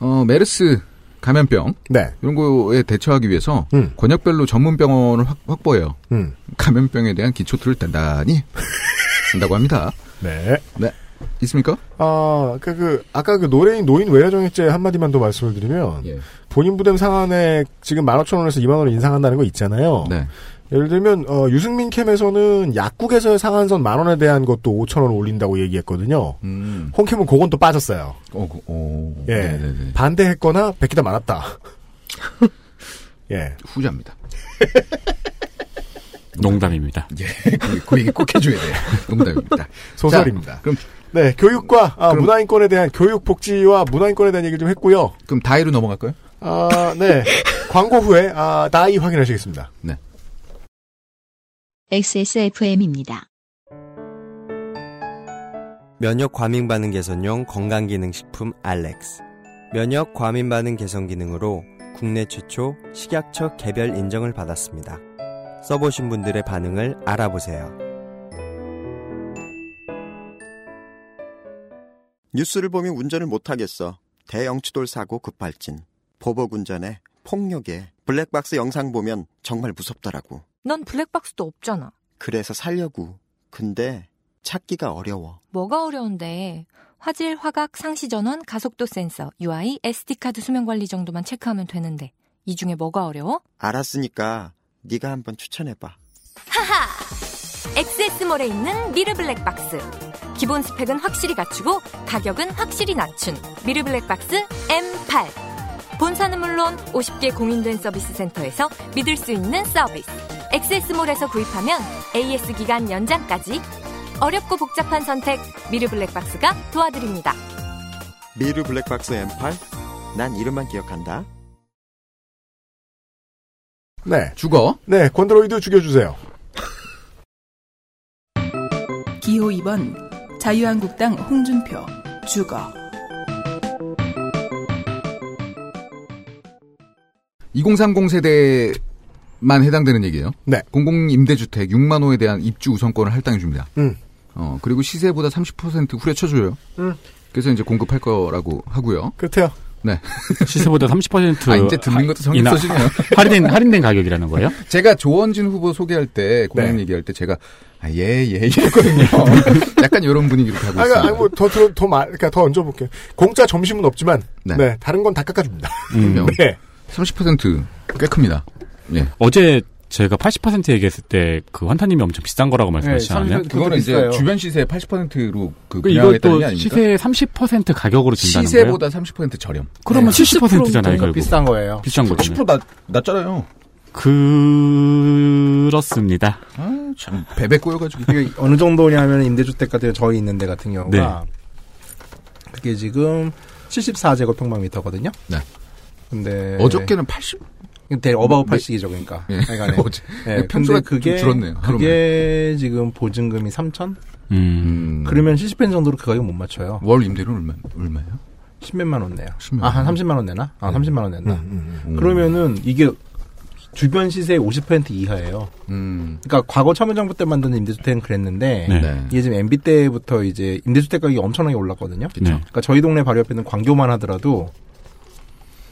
S8: 어, 메르스 감염병.
S2: 네.
S8: 이런 거에 대처하기 위해서 권역별로 전문 병원을 확- 확보해요.
S2: 음.
S8: 감염병에 대한 기초틀을 단단히 준다고 합니다.
S2: 네.
S8: 네. 있습니까?
S2: 아, 그, 그, 아까 그 노래인 노인 외래정액제 한마디만 더 말씀을 드리면,
S8: 예.
S2: 본인 부담 상한에 지금 15,000원에서 2만원을 인상한다는 거 있잖아요.
S8: 네.
S2: 예를 들면, 어, 유승민 캠에서는 약국에서의 상한선 만원에 대한 것도 5,000원 올린다고 얘기했거든요.
S8: 음.
S2: 홍캠은 그건 또 빠졌어요.
S8: 어, 그, 어.
S2: 예.
S8: 네네네.
S2: 반대했거나 베끼다 말았다. 예.
S8: 후자입니다.
S15: 농담입니다.
S8: 예, 그, 그 얘기 꼭 해줘야 돼요. 농담입니다.
S2: 소설입니다.
S8: 자, 그럼
S2: 네, 교육과 아, 문화인권에 대한 교육 복지와 문화인권에 대한 얘기를 좀 했고요.
S8: 그럼 다이로 넘어갈까요?
S2: 아, 네. 광고 후에 아, 나이 확인하시겠습니다. 네.
S1: XSFM입니다.
S7: 면역 과민 반응 개선용 건강 기능 식품 알렉스. 면역 과민 반응 개선 기능으로 국내 최초 식약처 개별 인정을 받았습니다. 써보신 분들의 반응을 알아보세요.
S17: 뉴스를 보면 운전을 못하겠어. 대영추돌 사고 급발진. 보복 운전에 폭력에 블랙박스 영상 보면 정말 무섭더라고.
S18: 넌 블랙박스도 없잖아.
S17: 그래서 살려고. 근데 찾기가 어려워.
S18: 뭐가 어려운데. 화질, 화각, 상시 전원, 가속도 센서, UI, SD카드 수명 관리 정도만 체크하면 되는데. 이 중에 뭐가 어려워?
S17: 알았으니까 네가 한번 추천해봐.
S16: 하하! XS몰에 있는 미르 블랙박스. 기본 스펙은 확실히 갖추고 가격은 확실히 낮춘 미르 블랙박스 M8. 본사는 물론 50개 공인된 서비스 센터에서 믿을 수 있는 서비스. XS몰에서 구입하면 AS 기간 연장까지 어렵고 복잡한 선택 미르 블랙박스가 도와드립니다.
S17: 미르 블랙박스 M8? 난 이름만 기억한다.
S2: 네.
S8: 죽어.
S2: 네, 권드로이드 죽여주세요. 아,
S3: 기호 2번 자유한국당 홍준표 죽어
S8: 2030 세대만 해당되는 얘기예요.
S2: 네.
S8: 공공 임대주택 6만 호에 대한 입주 우선권을 할당해 줍니다.
S2: 음.
S8: 어, 그리고 시세보다 30% 후려쳐 줘요.
S2: 음.
S8: 그래서 이제 공급할 거라고 하고요.
S2: 그렇대요.
S8: 네.
S4: 시세보다 30%
S8: 아, 이제 듣는 것도
S4: 이나-
S8: 정신 쓰시네요.
S4: 할인된 할인된 가격이라는 거예요?
S8: 제가 조원진 후보 소개할 때 공약
S2: 네.
S8: 얘기할 때 제가 아, 예, 예, 이랬거든요. 약간 이런 분위기로 가고
S2: 아,
S8: 있습니다.
S2: 아니, 뭐, 더, 더, 더, 말, 그러니까 더 얹어볼게요. 공짜 점심은 없지만,
S8: 네.
S2: 네. 다른 건 다 깎아줍니다.
S4: 음,
S8: 분명.
S2: 네.
S8: 30%꽤 큽니다. 예.
S4: 어제 제가 80% 얘기했을 때 그 환타님이 엄청 비싼 거라고
S2: 네,
S4: 말씀하시지 않았나요?
S8: 그거는 이제 주변 시세의 80%로 그
S4: 그
S8: 분양에 따른 게
S4: 이것도
S8: 아닙니까?
S4: 시세의 30% 가격으로 준다는 거예요?
S8: 시세보다 30% 저렴. 네.
S4: 그러면 70%잖아요, 결국. 비싼 거죠.
S8: 10% 낮, 낮잖아요.
S4: 그렇습니다.
S8: 아, 참 베베 꼬여가지고.
S10: 이게 어느 정도냐면 임대주택 같은 저희 있는 데 같은 경우가
S8: 네.
S10: 그게 지금 74제곱 평방미터거든요.
S8: 네.
S10: 근데
S8: 어저께는 80.
S10: 대 어바웃 80이죠, 그러니까.
S8: 예.
S10: 하여간에. 네,
S8: 어제. 평소가 좀 줄었네요, 하루
S10: 그게 지금 보증금이 3천?
S4: 음.
S10: 그러면 70펜 정도로 그 가격 못 맞춰요.
S8: 월 임대료 얼마, 얼마예요?
S10: 10몇만 원 내요.
S8: 10몇
S10: 아,
S8: 뭐
S10: 한
S8: 원.
S10: 30만 원 내나? 아,
S8: 네.
S10: 30만 원 냈나?
S8: 음, 음, 음.
S10: 그러면은 이게 주변 시세의 50% 이하예요. 그러니까 과거 참여정부 때 만든 임대주택은 그랬는데
S8: 음. 네.
S10: 이게 지금 MB 때부터 이제 임대주택 가격이 엄청나게 올랐거든요.
S8: 그쵸. 네.
S10: 그러니까 저희 동네 바로 옆에 있는 광교만 하더라도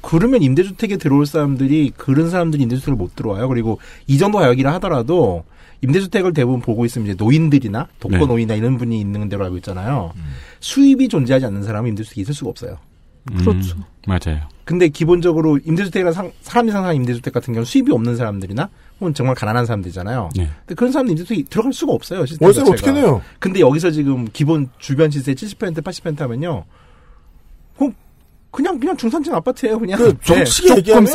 S10: 그러면 임대주택에 들어올 사람들이 그런 사람들이 임대주택을 못 들어와요. 그리고 이 정도 가격이라 하더라도 임대주택을 대부분 보고 있으면 이제 노인들이나 독거
S4: 네.
S10: 노인이나 이런 분이 있는 대로 알고 있잖아요. 수입이 존재하지 않는 사람은 임대주택에 있을 수가 없어요.
S4: 그렇죠. 맞아요.
S10: 근데 기본적으로 임대주택이나 상, 사람이 상상한 임대주택 같은 경우는 수입이 없는 사람들이나 혹은 정말 가난한 사람들이잖아요.
S4: 네.
S10: 근데 그런 사람들 임대주택이 들어갈 수가 없어요. 시스템
S2: 월세를
S10: 자체가.
S2: 어떻게 내요?
S10: 근데 여기서 지금 기본 주변 시세 70% 80% 하면요. 그럼 그냥 그냥 중산층 아파트예요, 그냥.
S2: 그,
S10: 네.
S2: 정치게 얘기하면.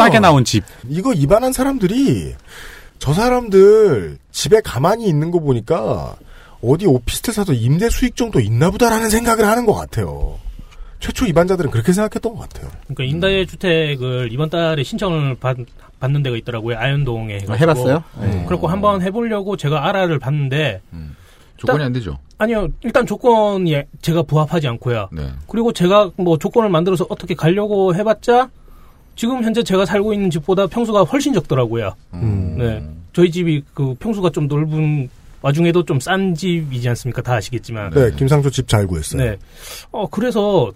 S2: 이거 입안한 사람들이, 저 사람들 집에 가만히 있는 거 보니까, 어디 오피스텔 사서 임대 수익 정도 있나 보다라는 생각을 하는 것 같아요. 최초 입안자들은 그렇게 생각했던 것 같아요.
S9: 그러니까 임다의 주택을 이번 달에 신청을 받, 받는 데가 있더라고요. 아현동에. 해가지고.
S10: 아, 해봤어요? 네.
S9: 그렇고 한번 해보려고 제가 아라를 봤는데
S8: 조건이
S9: 일단-
S8: 안 되죠.
S9: 아니요. 일단 조건이 제가 부합하지 않고요.
S8: 네.
S9: 그리고 제가 뭐 조건을 만들어서 어떻게 가려고 해봤자 지금 현재 제가 살고 있는 집보다 평수가 훨씬 적더라고요. 네. 저희 집이 그 평수가 좀 넓은 와중에도 좀 싼 집이지 않습니까? 다 아시겠지만.
S2: 네, 김상조 집 잘 구했어요.
S9: 네. 어, 그래서,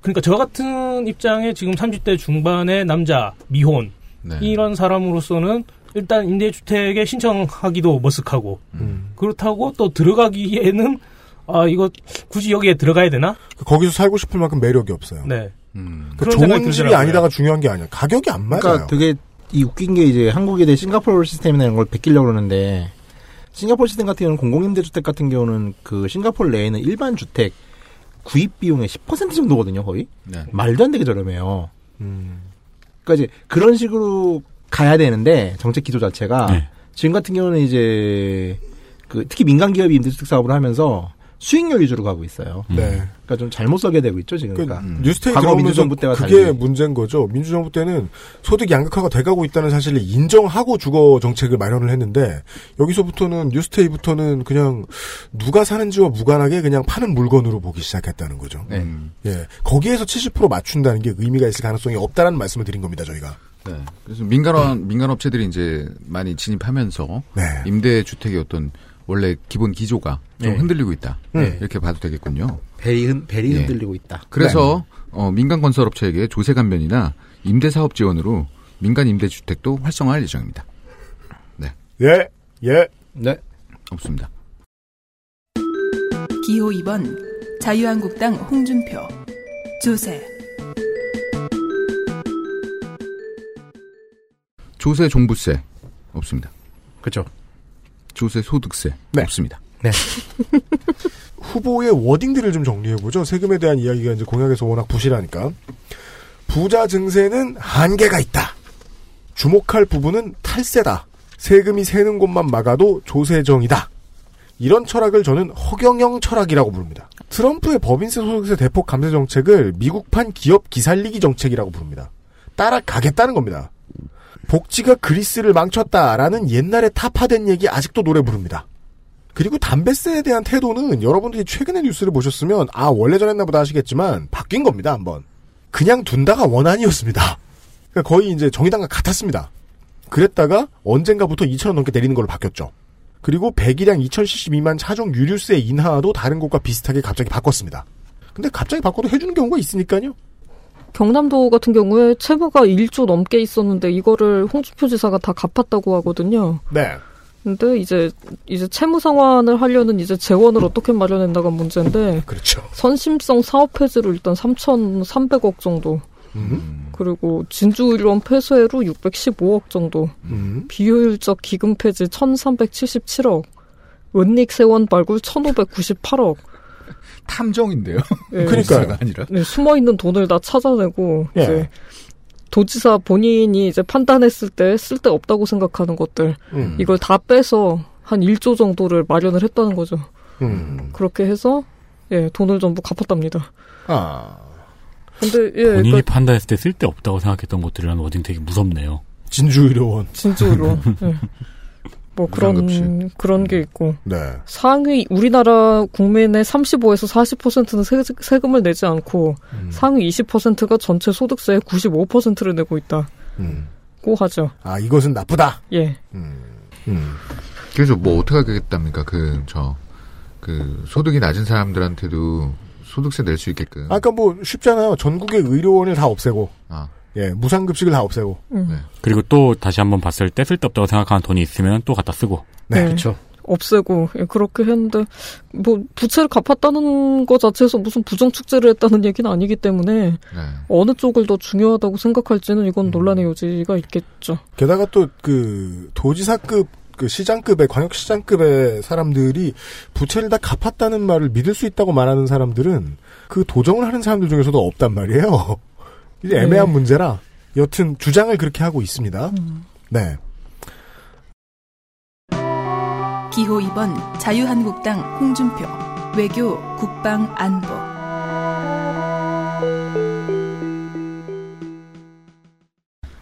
S9: 그러니까 저 같은 입장에 지금 30대 중반의 남자, 미혼,
S8: 네.
S9: 이런 사람으로서는 일단 임대주택에 신청하기도 머쓱하고,
S8: 음.
S9: 그렇다고 또 들어가기에는, 아, 이거 굳이 여기에 들어가야 되나?
S2: 그 거기서 살고 싶을 만큼 매력이 없어요.
S9: 네.
S2: 그
S9: 그런 생각이
S2: 좋은 집이
S9: 들더라고요.
S2: 아니다가 중요한 게 아니야. 가격이 안 맞아요.
S10: 그러니까 되게 이 웃긴 게 이제 한국에 대해 싱가포르 시스템이나 이런 걸 베끼려고 그러는데 싱가포르 시스템 같은 경우는 공공임대주택 같은 경우는 그 싱가포르 내에는 일반 주택 구입 비용의 10% 정도거든요 거의
S8: 네.
S10: 말도 안 되게 저렴해요.
S2: 음.
S10: 그러니까 이제 그런 식으로 가야 되는데 정책 기조 네. 자체가 지금 같은 경우는 이제 그 특히 민간 기업이 임대주택 사업을 하면서 수익률 위주로 가고 있어요.
S2: 네.
S10: 그러니까 좀 잘못 서게 되고 있죠 지금. 그러니까
S2: 뉴스테이
S10: 과거
S2: 들어오면서
S10: 민주정부
S2: 그게
S10: 때와 달리.
S2: 문제인 거죠. 민주정부 때는 소득 양극화가 돼가고 있다는 사실을 인정하고 주거 정책을 마련을 했는데 여기서부터는 뉴스테이부터는 그냥 누가 사는지와 무관하게 그냥 파는 물건으로 보기 시작했다는 거죠.
S8: 네.
S10: 음.
S2: 예, 거기에서 70% 맞춘다는 게 의미가 있을 가능성이 없다라는 말씀을 드린 겁니다. 저희가.
S8: 네. 그래서 민간원 민간 업체들이 이제 많이 진입하면서
S2: 네.
S8: 임대 주택의 어떤 원래 기본 기조가 좀
S2: 네.
S8: 흔들리고 있다
S2: 네.
S8: 이렇게 봐도 되겠군요.
S10: 배이 흔 배리
S8: 예.
S10: 흔들리고 있다. 네.
S8: 그래서 어, 민간 건설 업체에게 조세 감면이나 임대 사업 지원으로 민간 임대 주택도 활성화할 예정입니다. 네.
S2: 예. 예.
S10: 네.
S8: 없습니다.
S3: 기호 2번 자유한국당 홍준표 조세
S8: 조세 종부세 없습니다.
S10: 그렇죠.
S8: 조세 소득세 없습니다.
S2: 후보의 워딩들을 좀 정리해보죠. 세금에 대한 이야기가 이제 공약에서 워낙 부실하니까. 부자 증세는 한계가 있다. 주목할 부분은 탈세다. 세금이 새는 곳만 막아도 조세정이다. 이런 철학을 저는 허경영 철학이라고 부릅니다. 트럼프의 법인세 소득세 대폭 감세 정책을 미국판 기업 기살리기 정책이라고 부릅니다. 따라가겠다는 겁니다. 복지가 그리스를 망쳤다라는 옛날에 타파된 얘기 아직도 노래 부릅니다. 그리고 담배세에 대한 태도는 여러분들이 최근에 뉴스를 보셨으면 아 원래 저랬나 보다 하시겠지만 바뀐 겁니다 한번 그냥 둔다가 원안이었습니다 그러니까 거의 이제 정의당과 같았습니다 그랬다가 언젠가부터 2천원 넘게 내리는 걸로 바뀌었죠 그리고 배기량 2000cc 미만 차종 유류세 인하도 다른 곳과 비슷하게 갑자기 바꿨습니다 근데 갑자기 바꿔도 해주는 경우가 있으니까요
S11: 경남도 같은 경우에 채무가 1조 넘게 있었는데 이거를 홍준표 지사가 다 갚았다고 하거든요.
S2: 네
S11: 근데 이제 이제 채무 상환을 하려는 이제 재원을 어떻게 마련한다가 문제인데
S2: 그렇죠.
S11: 선심성 사업 폐지로 일단 3,300억 정도
S2: 음.
S11: 그리고 진주의료원 폐쇄로 615억 정도
S2: 음.
S11: 비효율적 기금 폐지 1,377억 은닉 세원 발굴 1,598억
S8: 탐정인데요.
S11: 예.
S8: 그러니까요. 아니라.
S11: 네, 숨어 있는 돈을 다 찾아내고
S8: 예.
S11: 이제 도지사 본인이 이제 판단했을 때 쓸데 없다고 생각하는 것들
S2: 음.
S11: 이걸 다 빼서 한 1조 정도를 마련을 했다는 거죠.
S2: 음.
S11: 그렇게 해서 예, 돈을 전부 갚았답니다.
S2: 아
S11: 근데 예,
S15: 본인이
S11: 그러니까
S15: 판단했을 때 쓸데없다고 생각했던 것들이라는 워딩 되게 무섭네요.
S2: 진주의료원.
S11: 진주로 예. 뭐 그런
S15: 무상급식.
S11: 그런 게 있고
S2: 네.
S11: 상위 우리나라 국민의 35에서 40%는 세, 금을 내지 않고 상위 20%가 전체 소득세의 95%를 내고 있다고
S8: 음.
S11: 하죠.
S2: 아 이것은 나쁘다
S11: 예.
S2: 음.
S8: 그래서 뭐 어떻게 하겠답니까? 그 저 그 소득이 낮은 사람들한테도 소득세 낼 수 있게끔.
S2: 아까 뭐 쉽잖아요 전국의 의료원을 다 없애고
S8: 아.
S2: 예 무상급식을 다 없애고
S11: 음.
S15: 그리고 또 다시 한번 봤을 때 쓸데없다고 생각하는 돈이 있으면 또 갖다 쓰고.
S11: 네. 그쵸. 없애고 예, 그렇게 했는데 뭐 부채를 갚았다는 것 자체에서 무슨 부정 축제를 했다는 얘기는 아니기 때문에
S2: 네.
S11: 어느 쪽을 더 중요하다고 생각할지는 이건 논란의 여지가 있겠죠.
S2: 게다가 또 그 도지사급 그 시장급의 광역시장급의 사람들이 부채를 다 갚았다는 말을 믿을 수 있다고 말하는 사람들은 그 도정을 하는 사람들 중에서도 없단 말이에요. 이제
S10: 음.
S2: 애매한
S11: 네.
S2: 문제라 여튼 주장을 그렇게 하고 있습니다. 네.
S3: 기호 2번 자유한국당 홍준표 외교 국방 안보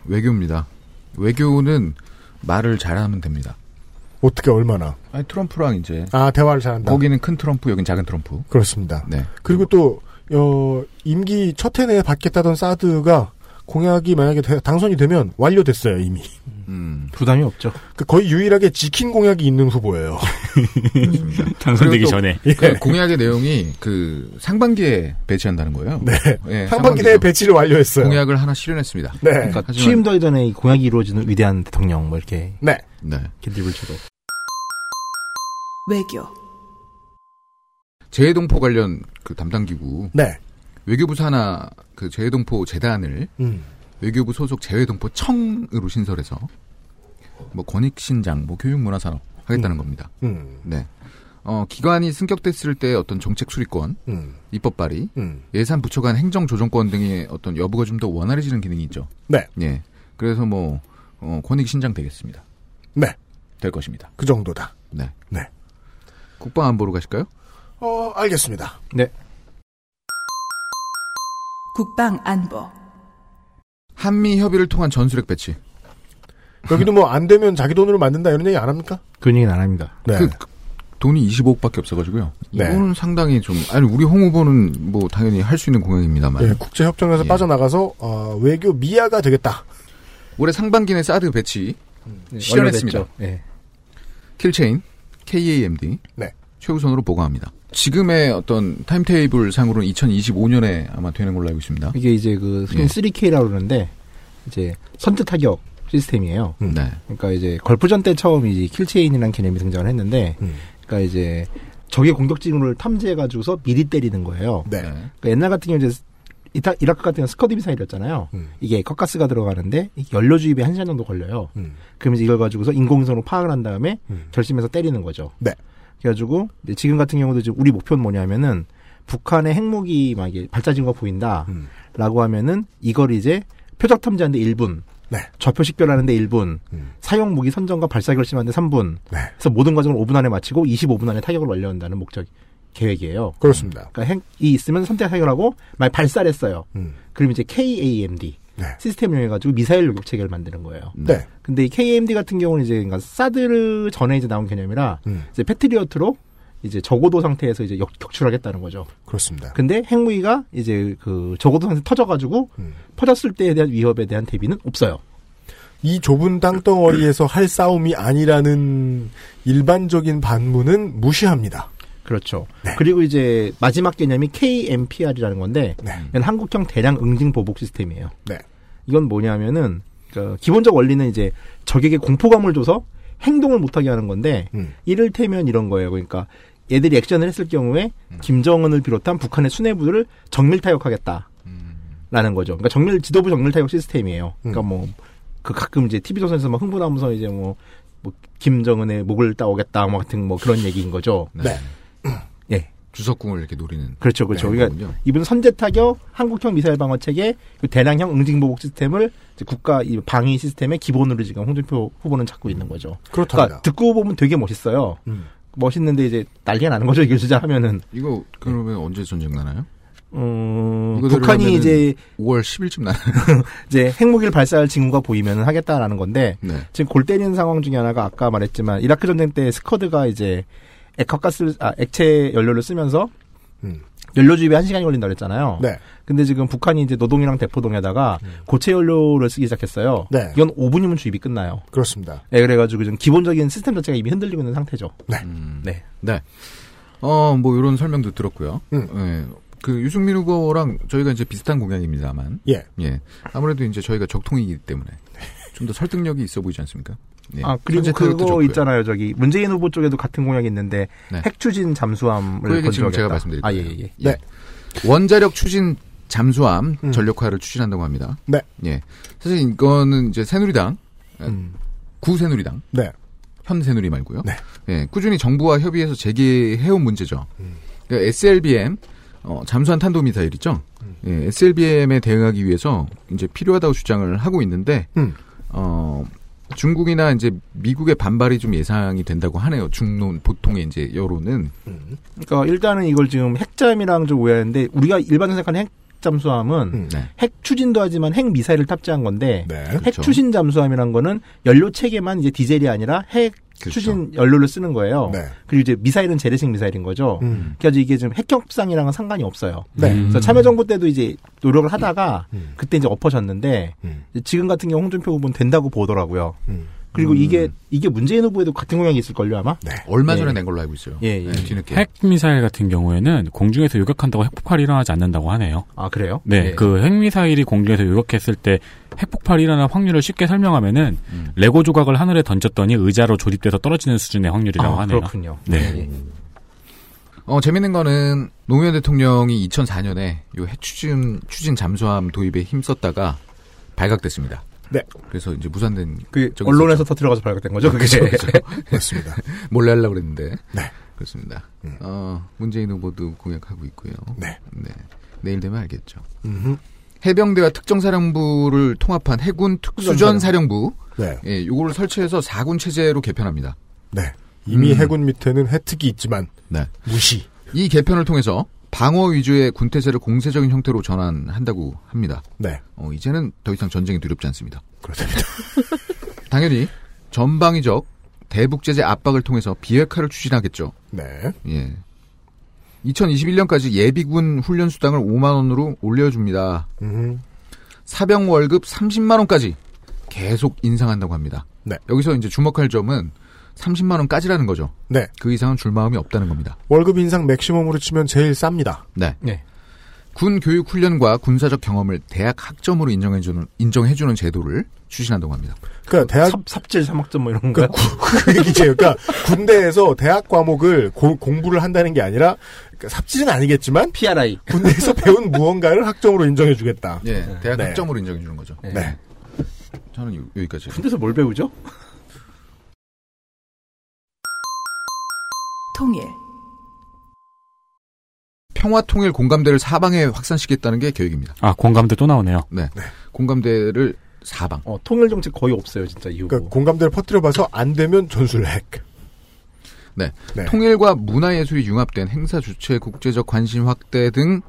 S8: 외교입니다. 외교는 말을 잘하면 됩니다.
S2: 어떻게 얼마나?
S8: 아니 트럼프랑 이제
S2: 아 대화를 잘한다.
S8: 거기는 큰 트럼프, 여긴 작은 트럼프.
S2: 그렇습니다.
S8: 네.
S2: 그리고 또 어, 임기 첫 해 내에 받겠다던 사드가 공약이 만약에 대- 당선이 되면 완료됐어요 이미.
S8: 음.
S10: 부담이 없죠.
S2: 그 거의 유일하게 지킨 공약이 있는 후보예요. 예.
S8: 그리고 또 그 공약의 내용이 그 상반기에 배치한다는 거예요. 네.
S2: 상반기 내에 배치를 완료했어요.
S8: 공약을 하나 실현했습니다.
S2: 네.
S10: 그러니까
S8: 하지만-
S10: 취임 더기 전에 이 공약이 이루어지는 위대한 대통령 뭐 이렇게
S2: 네.
S8: 네.
S10: 길들일 쳐도
S3: 외교
S8: 재해동포 관련 그 담당 기구.
S2: 네.
S8: 외교부 산하 그 재해동포 재단을
S2: 음.
S8: 외교부 소속 재외동포 청으로 신설해서 뭐 권익 신장, 뭐 교육 문화 산업 하겠다는 겁니다.
S2: 음.
S8: 네. 어, 기관이 승격됐을 때 어떤 정책 수립권,
S2: 음.
S8: 입법 발의,
S2: 음.
S8: 예산 부처 간 행정 조정권 등의 어떤 여부가 좀 더 원활해지는 기능이 있죠.
S2: 네.
S8: 예. 그래서 뭐 어, 권익 신장 되겠습니다.
S2: 네.
S8: 될 것입니다.
S2: 그 정도다.
S8: 네.
S2: 네.
S8: 국방 안보로 가실까요?
S2: 어, 알겠습니다.
S10: 네.
S3: 국방 안보.
S8: 한미 협의를 통한 전술핵 배치.
S2: 여기도 뭐 안 되면 자기 돈으로 만든다 이런 얘기 안 합니까?
S10: 그런 얘기는 안 합니다.
S2: 네.
S8: 그, 그 돈이 25억밖에 없어가지고요.
S2: 네.
S8: 이거는 상당히 좀 아니 우리 홍 후보는 뭐 당연히 할 수 있는 공약입니다만.
S2: 예, 국제 협정에서 빠져나가서 어, 외교 미아가 되겠다.
S8: 올해 상반기 내 사드 배치
S2: 음.
S8: 실현했습니다.
S10: 완료됐죠. 예.
S8: 킬체인 KAMD
S2: 네.
S8: 최우선으로 보고합니다. 지금의 어떤 타임테이블 상으로는 2025년에 아마 되는 걸로 알고 있습니다.
S10: 이게 이제 그 흔히
S8: 예.
S10: 3K라고 그러는데 이제 선뜻 타격 시스템이에요. 그러니까 이제 걸프전 때 처음 이제 킬체인이라는 개념이 등장을 했는데 그러니까 이제 적의 공격 징후를 탐지해 가지고서 미리 때리는 거예요. 그러니까 옛날 같은 경우 이제 이타, 이라크 같은 경우 스커디 미사일이었잖아요. 이게 컷가스가 들어가는데 이게 연료 주입이 한 시간 정도 걸려요. 그러면 이제 이걸 가지고서 인공위성으로 파악을 한 다음에 결심해서 때리는 거죠.
S2: 네.
S10: 그래가지고 이제 지금 같은 경우도 지금 우리 목표는 뭐냐면은 북한의 핵무기 막 이게 발사진 거 보인다라고 하면은 이걸 이제 표적 탐지하는데 1분, 좌표 식별하는데 1분, 사용 무기 선정과 발사 결심하는데 3분, 그래서 모든 과정을 5분 안에 마치고 25분 안에 타격을 완료한다는 목적 계획이에요.
S2: 그렇습니다.
S10: 그러니까 핵이 있으면 선택 타격하고 말 발사를 했어요.
S2: 음.
S10: 그럼 이제 KAMD 시스템 이용해가지고 미사일 요격 체계를 만드는 거예요.
S8: 음.
S2: 네.
S10: 근데 이 KMD 같은 경우는 이제 그러니까 사드 전에 이제 나온 개념이라
S2: 음.
S10: 이제 패트리어트로 이제 저고도 상태에서 이제 역, 격출하겠다는 거죠.
S2: 그렇습니다.
S10: 근데 핵무기가 이제 그 저고도 상태 터져가지고
S2: 음.
S10: 퍼졌을 때에 대한 위협에 대한 대비는 없어요.
S2: 이 좁은 땅덩어리에서 할 싸움이 아니라는 일반적인 반문은 무시합니다.
S10: 그렇죠. 그리고 이제 마지막 개념이 KMPR이라는 건데 이건 한국형 대량 응징 보복 시스템이에요.
S2: 네.
S10: 이건 뭐냐면은 그 기본적 원리는 이제 적에게 공포감을 줘서 행동을 못하게 하는 건데 이를테면 이런 거예요. 그러니까 얘들이 액션을 했을 경우에 김정은을 비롯한 북한의 수뇌부를 정밀 타격하겠다. 라는 거죠. 그러니까 정밀 지도부 정밀 타격 시스템이에요.
S8: 음.
S10: 그러니까 뭐 그 가끔 이제 TV 조선에서 막 흥분하면서 이제 뭐, 뭐 김정은의 목을 따오겠다 뭐 같은 뭐 그런 얘기인 거죠.
S8: 네.
S10: 예.
S8: 주석궁을 이렇게 노리는.
S10: 그렇죠, 그렇죠.
S8: 네,
S10: 그러니까
S8: 거군요.
S10: 이분 선제 타격, 한국형 미사일 방어 체계, 그 대량형 응징 보복 시스템을 이제 국가 이 방위 시스템의 기본으로 지금 홍준표 후보는 잡고 있는 거죠.
S2: 그렇답니다.
S10: 러니까 듣고 보면 되게 멋있어요.
S8: 음.
S10: 멋있는데 이제 난리가 나는 거죠. 이걸 주장하면은.
S8: 이거 그러면 언제 전쟁 나나요?
S10: 음,
S8: 이거대로
S10: 북한이
S8: 하면은
S10: 이제
S8: 5월 10일쯤 나
S10: 이제 핵무기를 발사할 징후가 보이면 하겠다라는 건데 지금 골 때리는 상황 중에 하나가 아까 말했지만 이라크 전쟁 때 스커드가 이제 액화가스 아, 액체 연료를 쓰면서
S2: 음.
S10: 연료 주입에 한 시간이 걸린다 그랬잖아요.
S2: 네.
S10: 근데 지금 북한이 이제 노동이랑 대포동에다가 고체 연료를 쓰기 시작했어요.
S2: 네.
S10: 이건 5분이면 주입이 끝나요.
S2: 그렇습니다.
S10: 예, 그래가지고 지금 기본적인 시스템 자체가 이미 흔들리고 있는 상태죠.
S2: 네.
S10: 네.
S8: 네. 어, 뭐 이런 설명도 들었고요. 예. 그 유승민 후보랑 저희가 이제 비슷한 공약입니다만.
S2: 예.
S8: 아무래도 이제 저희가 적통이기 때문에 좀 더 설득력이 있어 보이지 않습니까? 예.
S10: 아 그리고
S8: 선제
S10: 그거
S8: 타격도 좋고요.
S10: 있잖아요 저기 문재인 후보 쪽에도 같은 공약이 있는데
S8: 네.
S10: 핵추진 잠수함을
S8: 그 얘기 지금
S10: 건조하겠다.
S8: 제가 말씀드릴
S10: 아
S8: 거예요.
S10: 예예 예.
S8: 원자력 추진 잠수함
S10: 음.
S8: 전력화를 추진한다고 합니다.
S2: 네.
S8: 예. 사실 이거는 이제 새누리당 예,
S10: 음.
S8: 구새누리당
S2: 네.
S8: 현새누리 말고요.
S10: 네.
S8: 예, 꾸준히 정부와 협의해서 제기해온 문제죠.
S10: 음.
S8: 그러니까 SLBM 어, 잠수함 탄도 미사일 있죠.
S10: 음.
S8: 예, SLBM에 대응하기 위해서 이제 필요하다고 주장을 하고 있는데
S2: 음.
S8: 어, 중국이나 이제 미국의 반발이 좀 예상이 된다고 하네요. 중론 보통의 이제 여론은
S10: 그러니까 일단은 이걸 지금 핵잠이랑 좀 오해하는데 우리가 일반적으로 생각하는 핵잠수함은 핵 추진도 하지만 핵 미사일을 탑재한 건데 핵
S8: 그렇죠.
S10: 추진 잠수함이란 거는 연료 체계만 이제 디젤이 아니라 핵 추진 연료를 쓰는 거예요. 그리고 이제 미사일은 재래식 미사일인 거죠.
S2: 음.
S10: 그래서 이게 지금 핵협상이랑은 상관이 없어요.
S2: 네.
S8: 음.
S10: 그래서 참여정부 때도 이제 노력을 하다가 그때 이제 엎어졌는데 지금 같은 경우 홍준표 후보는 된다고 보더라고요. 그리고 이게 이게 문재인 후보에도 같은 공약이 있을 걸요 아마.
S8: 음. 얼마 전에
S10: 예.
S8: 낸 걸로 알고 있어요.
S10: 예, 예.
S8: 뒤늦게.
S4: 핵 미사일 같은 경우에는 공중에서 요격한다고 핵폭발이 일어나지 않는다고 하네요.
S10: 아 그래요?
S4: 네,
S10: 예.
S4: 그 핵미사일이 공중에서 요격했을 때 핵폭발이 일어날 확률을 쉽게 설명하면은
S8: 음.
S4: 레고 조각을 하늘에 던졌더니 의자로 조립돼서 떨어지는 수준의 확률이라고
S8: 아,
S4: 하네요.
S8: 그렇군요.
S4: 네.
S8: 어, 재밌는 거는 노무현 대통령이 2004년에 요 핵추진 추진 잠수함 도입에 힘썼다가 발각됐습니다.
S2: 네.
S8: 그래서 이제 무산된
S10: 그
S8: 적이
S10: 언론에서
S8: 있었죠.
S10: 터뜨려가서 발각된 거죠, 그게.
S8: 그렇죠, 그렇죠.
S2: 맞습니다.
S8: 몰래 하려고 그랬는데.
S2: 네.
S8: 그렇습니다.
S10: 음.
S8: 어, 문재인 후보도 공약하고 있고요.
S2: 네.
S8: 내일 되면 알겠죠. 해병대와 특정사령부를 통합한 해군 특수전사령부.
S2: 네.
S8: 예, 요거를 설치해서 4군 체제로 개편합니다.
S2: 네. 이미
S8: 음.
S2: 해군 밑에는 혜택이 있지만
S8: 네.
S2: 무시.
S8: 이 개편을 통해서 방어 위주의 군태세를 공세적인 형태로 전환한다고 합니다.
S2: 네.
S8: 어, 이제는 더 이상 전쟁이 두렵지 않습니다. 그렇습니다. 당연히 전방위적 대북 제재 압박을 통해서 비핵화를 추진하겠죠.
S2: 네.
S8: 예. 2021년까지 예비군 훈련 수당을 5만 원으로 올려줍니다. 사병 월급 30만 원까지 계속 인상한다고 합니다.
S2: 네.
S8: 여기서 이제 주목할 점은 30만 원까지라는 거죠.
S2: 네.
S8: 그 이상은 줄 마음이 없다는 겁니다.
S2: 월급 인상 맥시멈으로 치면 제일 쌉니다.
S8: 네. 군 교육 훈련과 군사적 경험을 대학 학점으로 인정해 주는 인정해 주는 제도를 추진한다고 합니다.
S2: 그러니까 대학
S10: 삽질 사막점 뭐 이런
S2: 그러니까 구- 그 얘기죠. 그러니까 군대에서 대학 과목을 고- 공부를 한다는 게 아니라 그러니까 삽질은 아니겠지만
S10: PRI
S2: 군대에서 배운 무언가를 학점으로 인정해 주겠다.
S10: 네,
S8: 예, 대학 학점으로 인정해 주는 거죠.
S2: 네.
S8: 저는 요- 여기까지.
S10: 군대에서 뭘 배우죠?
S3: 통일,
S8: 평화 통일 공감대를 사방에 확산시키겠다는 게 계획입니다.
S15: 아, 공감대 또 나오네요.
S8: 네. 공감대를 사방.
S10: 어, 통일 정책 거의 없어요, 진짜 이후.
S2: 그러니까 공감대를 퍼뜨려봐서 안 되면 전술핵.
S8: 네. 통일과 문화예술이 융합된 행사 주최 국제적 관심 확대 등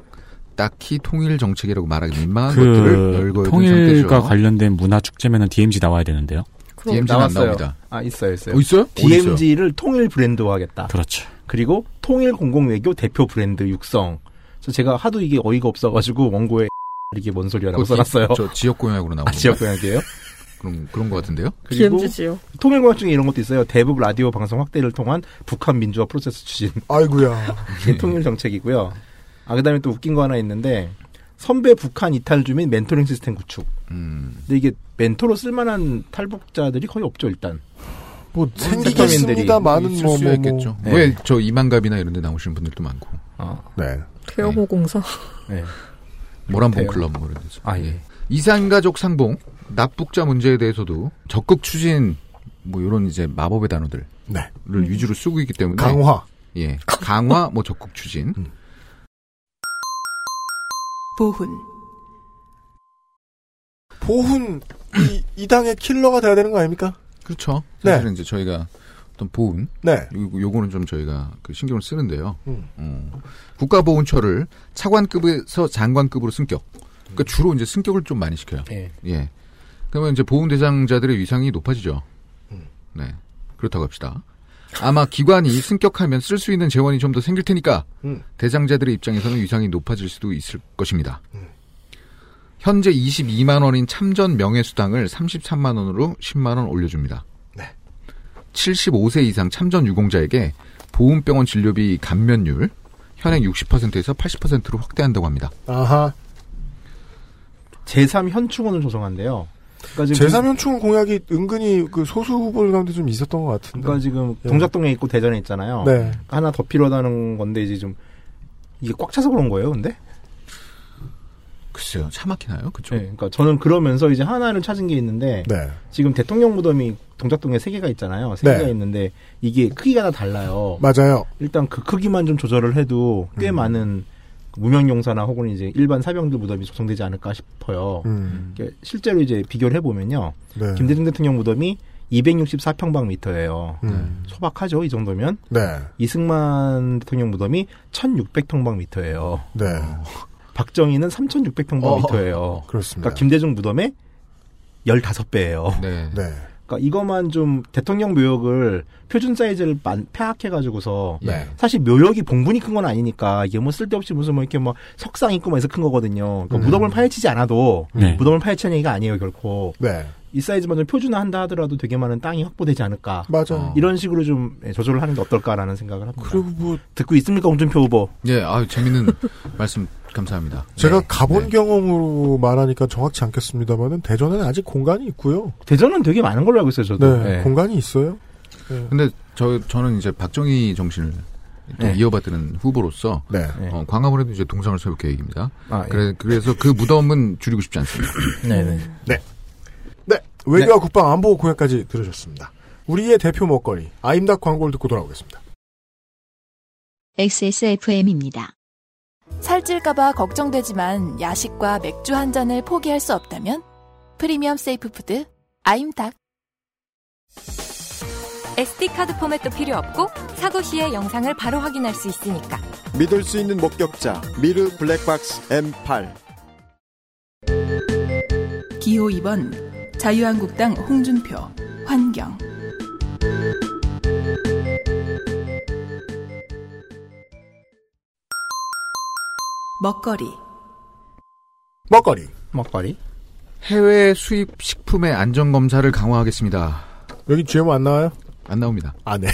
S8: 딱히 통일 정책이라고 말하기 민망한 것들을
S4: 그
S8: 열고
S4: 통일과
S8: 상태죠.
S4: 관련된 문화 축제면은 DMZ 나와야 되는데요.
S8: DMZ 는 안 나옵니다.
S10: 아 있어요, 있어요.
S8: 어, 있어요? 어디
S10: DMG를 통일 브랜드화하겠다.
S4: 그렇죠.
S10: 그리고 통일 공공 외교 대표 브랜드 육성. 그래서 제가 하도 이게 어이가 없어가지고 원고에 이게 뭔 소리야라고
S8: 그거
S10: 써놨어요.
S8: 지- 저 지역 공약으로 나오는
S10: 아, 지역
S8: 건가요?
S10: 공약이에요?
S8: 그런 그런 것 같은데요.
S10: 그리고
S8: DMG
S10: 통일 공약 중에 이런 것도 있어요. 대북 라디오 방송 확대를 통한 북한 민주화 프로세스 추진.
S2: 아이고야.
S10: 이게 통일 정책이고요. 아 그다음에 또 웃긴 거 하나 있는데 선배 북한 이탈 주민 멘토링 시스템 구축.
S8: 음.
S10: 근데 이게 멘토로 쓸만한 탈북자들이 거의 없죠 일단. 음,
S2: 뭐
S10: 생기겠습니다만은
S8: 있을
S10: 뭐,
S8: 수
S10: 뭐,
S8: 있겠죠.
S10: 뭐.
S8: 왜 저 이만갑이나 이런 데 나오시는 분들도 많고.
S10: 어.
S2: 네.
S11: 개혁호공사.
S8: 모란봉
S11: 그렇대요.
S8: 클럽 뭐 이런 데서. 아 예. 이산가족 상봉 납북자 문제에 대해서도 적극 추진 뭐 이런 이제 마법의 단어들을 음.
S2: 네.
S8: 위주로 쓰고 있기 때문에
S2: 강화.
S8: 예 강화 뭐 적극 추진
S3: 보훈,
S2: 보훈 이, 이 당의 킬러가 돼야 되는 거 아닙니까?
S8: 그렇죠.
S2: 네.
S8: 사실은 이제 저희가 어떤 보훈,
S2: 네.
S8: 요, 요거는 좀 저희가 그 신경을 쓰는데요.
S2: 음.
S8: 어, 국가보훈처를 차관급에서 장관급으로 승격. 그러니까 주로 이제 승격을 좀 많이 시켜요.
S10: 예.
S8: 예. 그러면 이제 보훈 대상자들의 위상이 높아지죠.
S2: 음.
S8: 네. 그렇다고 합시다. 아마 기관이 승격하면 쓸 수 있는 재원이 좀 더 생길 테니까
S2: 음.
S8: 대상자들의 입장에서는 위상이 높아질 수도 있을 것입니다. 현재 22만 원인 참전 명예수당을 33만 원으로 10만 원 올려줍니다. 75세 이상 참전 유공자에게 보훈병원 진료비 감면율 현행 60%에서 80%로 확대한다고 합니다.
S2: 아하.
S10: 제3 현충원을 조성한대요. 그러니까 지금
S2: 제3현충원 공약이 은근히 그 소수 후보들 가운데 좀 있었던 것 같은데.
S10: 그러니까 지금
S2: 예.
S10: 동작동에 있고 대전에 있잖아요.
S2: 네.
S10: 하나 더 필요하다는 건데 이제 좀 이게 꽉 차서 그런 거예요, 근데?
S8: 글쎄요, 차 막히나요? 그쵸?
S10: 네, 그러니까 저는 그러면서 이제 하나를 찾은 게 있는데
S2: 네.
S10: 지금 대통령 무덤이 동작동에 세 개가 있잖아요. 세
S2: 네.
S10: 개가 있는데 이게 크기가 다 달라요.
S2: 맞아요. 음.
S10: 일단 그 크기만 좀 조절을 해도 꽤 많은 그 무명 용사나 혹은 이제 일반 사병들 무덤이 조성되지 않을까 싶어요.
S2: 음.
S10: 이게 실제로 이제 비교를 해보면요.
S2: 네.
S10: 김대중 대통령 무덤이 264평방미터예요.
S2: 음.
S10: 소박하죠, 이 정도면.
S2: 네.
S10: 이승만 대통령 무덤이 1600평방미터예요.
S2: 네.
S10: 박정희는 3600평방미터예요.
S2: 그렇습니다.
S10: 그러니까 김대중 무덤의 15배예요.
S8: 네.
S10: 그러니까 이것만 좀 대통령 묘역을 표준 사이즈를 만- 폐악해가지고서
S2: 네.
S10: 사실 묘역이 봉분이 큰 건 아니니까 이게 뭐 쓸데없이 무슨 뭐 이렇게 뭐 석상 있고 막 해서 큰 거거든요. 그러니까
S2: 음.
S10: 무덤을 파헤치지 않아도
S2: 네.
S10: 무덤을 파헤치는 얘기가 아니에요 결코.
S2: 네.
S10: 이 사이즈만 좀 표준화한다 하더라도 되게 많은 땅이 확보되지 않을까.
S2: 맞아.
S10: 이런 식으로 좀 예, 조절을 하는 게 어떨까라는 생각을 합니다.
S2: 그리고 뭐
S10: 듣고 있습니까 홍준표 후보?
S8: 예, 아유 재밌는 말씀 감사합니다. 네,
S2: 제가
S10: 네.
S2: 가본 경험으로 말하니까 정확치 않겠습니다만은 대전에는 아직 공간이 있고요.
S10: 대전은 되게 많은 걸로 알고 있어요, 저도.
S2: 네,
S10: 예.
S2: 공간이 있어요.
S8: 근데 저 저는 이제 박정희 정신을 또
S2: 네.
S8: 이어받는 후보로서
S2: 네.
S8: 어, 광화문에도 이제 동상을 세울 계획입니다.
S2: 아, 예.
S8: 그래, 서그 무덤은 줄이고 싶지 않습니다.
S10: 네네.
S2: 네. 네. 외교와 국방 안보 공약까지 들으셨습니다. 우리의 대표 먹거리 아임닭 광고를 듣고 돌아오겠습니다.
S1: XSFM입니다.
S14: 살찔까봐 걱정되지만 야식과 맥주 한 잔을 포기할 수 없다면 프리미엄 세이프 푸드 아임닭
S16: SD 카드 포맷도 필요 없고 사고 시에 영상을 바로 확인할 수 있으니까
S17: 믿을 수 있는 목격자 미르 블랙박스 M8
S3: 기호 2번 자유한국당 홍준표 환경 먹거리
S2: 먹거리
S10: 먹거리
S8: 해외 수입 식품의 안전 검사를 강화하겠습니다.
S2: 여기 GMO 안 나와요?
S8: 안 나옵니다.
S2: 아 네.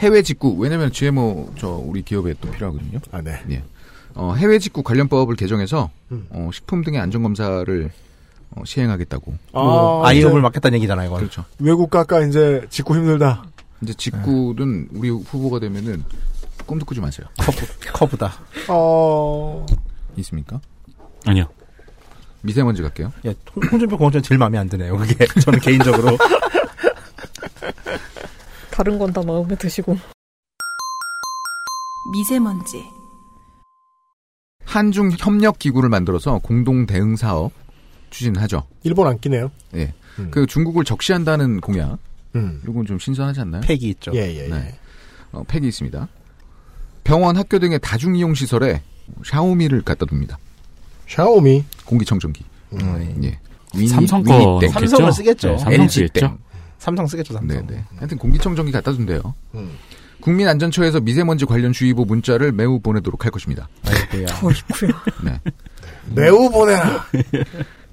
S8: 해외 직구 왜냐면 GMO 저 우리 기업에 또 필요하거든요.
S2: 아 네.
S8: 예. 어, 해외 직구 관련법을 개정해서
S2: 음.
S8: 어, 식품 등의 안전 검사를 어, 시행하겠다고.
S2: 아, 이제
S10: 막겠다는 얘기잖아요, 이건.
S8: 그렇죠.
S2: 외국 가까 이제 짓고 힘들다.
S8: 이제 직구는 우리 후보가 되면은 꿈도 꾸지 마세요.
S10: 커브, 다
S2: 어.
S8: 있습니까?
S15: 아니요.
S8: 미세먼지 갈게요.
S10: 예, 홍- 홍준표 공원장 제일 마음에 안 드네요. 그게 저는 개인적으로
S11: 다른 건 다 마음에 드시고.
S3: 미세먼지
S8: 한중 협력 기구를 만들어서 공동 대응 사업 추진하죠.
S2: 일본 안 끼네요.
S8: 예. 그 중국을 적시한다는 공약.
S2: 음.
S8: 이건 좀 신선하지 않나요?
S10: 팩이 있죠.
S2: 예, 예, 예.
S8: 네. 어, 팩이 있습니다. 병원, 학교 등의 다중 이용 시설에 샤오미를 갖다 둡니다.
S2: 샤오미
S8: 공기청정기. 예. 위니-
S15: 음. 아, 삼성 거
S8: 위니땡.
S15: 넣겠죠? 삼성을 쓰겠죠. 네, 삼성
S8: LG 땡.
S15: 쓰겠죠.
S10: 삼성 쓰겠죠, 삼성.
S8: 네네. 하여튼 공기청정기 갖다 준대요.
S2: 음.
S8: 국민안전처에서 미세먼지 관련 주의보 문자를 매우 보내도록 할 것입니다.
S10: 아이고야.
S8: 네.
S2: 매우 보내라.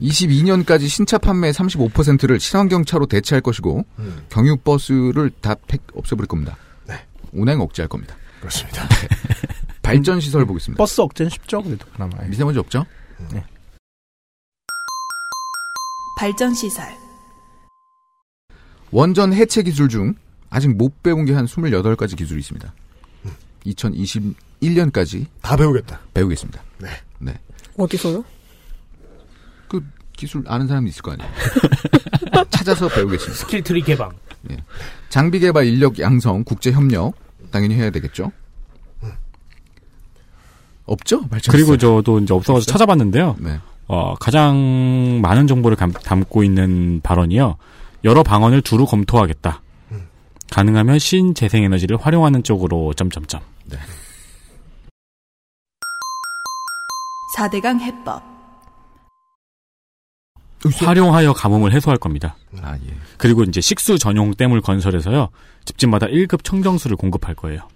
S8: 22년까지 신차 판매의 35%를 친환경 차로 대체할 것이고
S2: 음. 네.
S8: 경유 버스를 다 팩 없애버릴 겁니다. 운행 억제할 겁니다. 네.
S2: 그렇습니다.
S8: 발전 시설 보겠습니다.
S10: 버스 억제는 쉽죠, 그래도 그나마. 네.
S8: 미세먼지 없죠?
S2: 음.
S8: 네.
S3: 발전시설
S8: 원전 해체 기술 중 아직 못 배운 게 한 28가지 기술이 있습니다. 2021년까지
S2: 음. 다 배우겠다.
S8: 배우겠습니다.
S2: 네.
S8: 네.
S11: 어디서요?
S8: 그 기술 아는 사람도 있을 거 아니에요. 찾아서 배우겠습니다.
S9: 스킬 트리 개방.
S8: 장비 개발 인력 양성, 국제 협력 당연히 해야 되겠죠. 없죠? 네. 발전
S15: 그리고 저도 이제 없어서 찾아봤는데요. 어, 가장 많은 정보를 감- 담고 있는 발언이요. 여러 방언을 두루 검토하겠다.
S8: 음.
S15: 가능하면 신재생 에너지를 활용하는 쪽으로 점점점.
S3: 4대강 해법
S15: 활용하여 가뭄을 해소할 겁니다.
S8: 아, 예.
S15: 그리고 이제 식수 전용 댐을 건설해서요. 집집마다 1급 청정수를 공급할 거예요.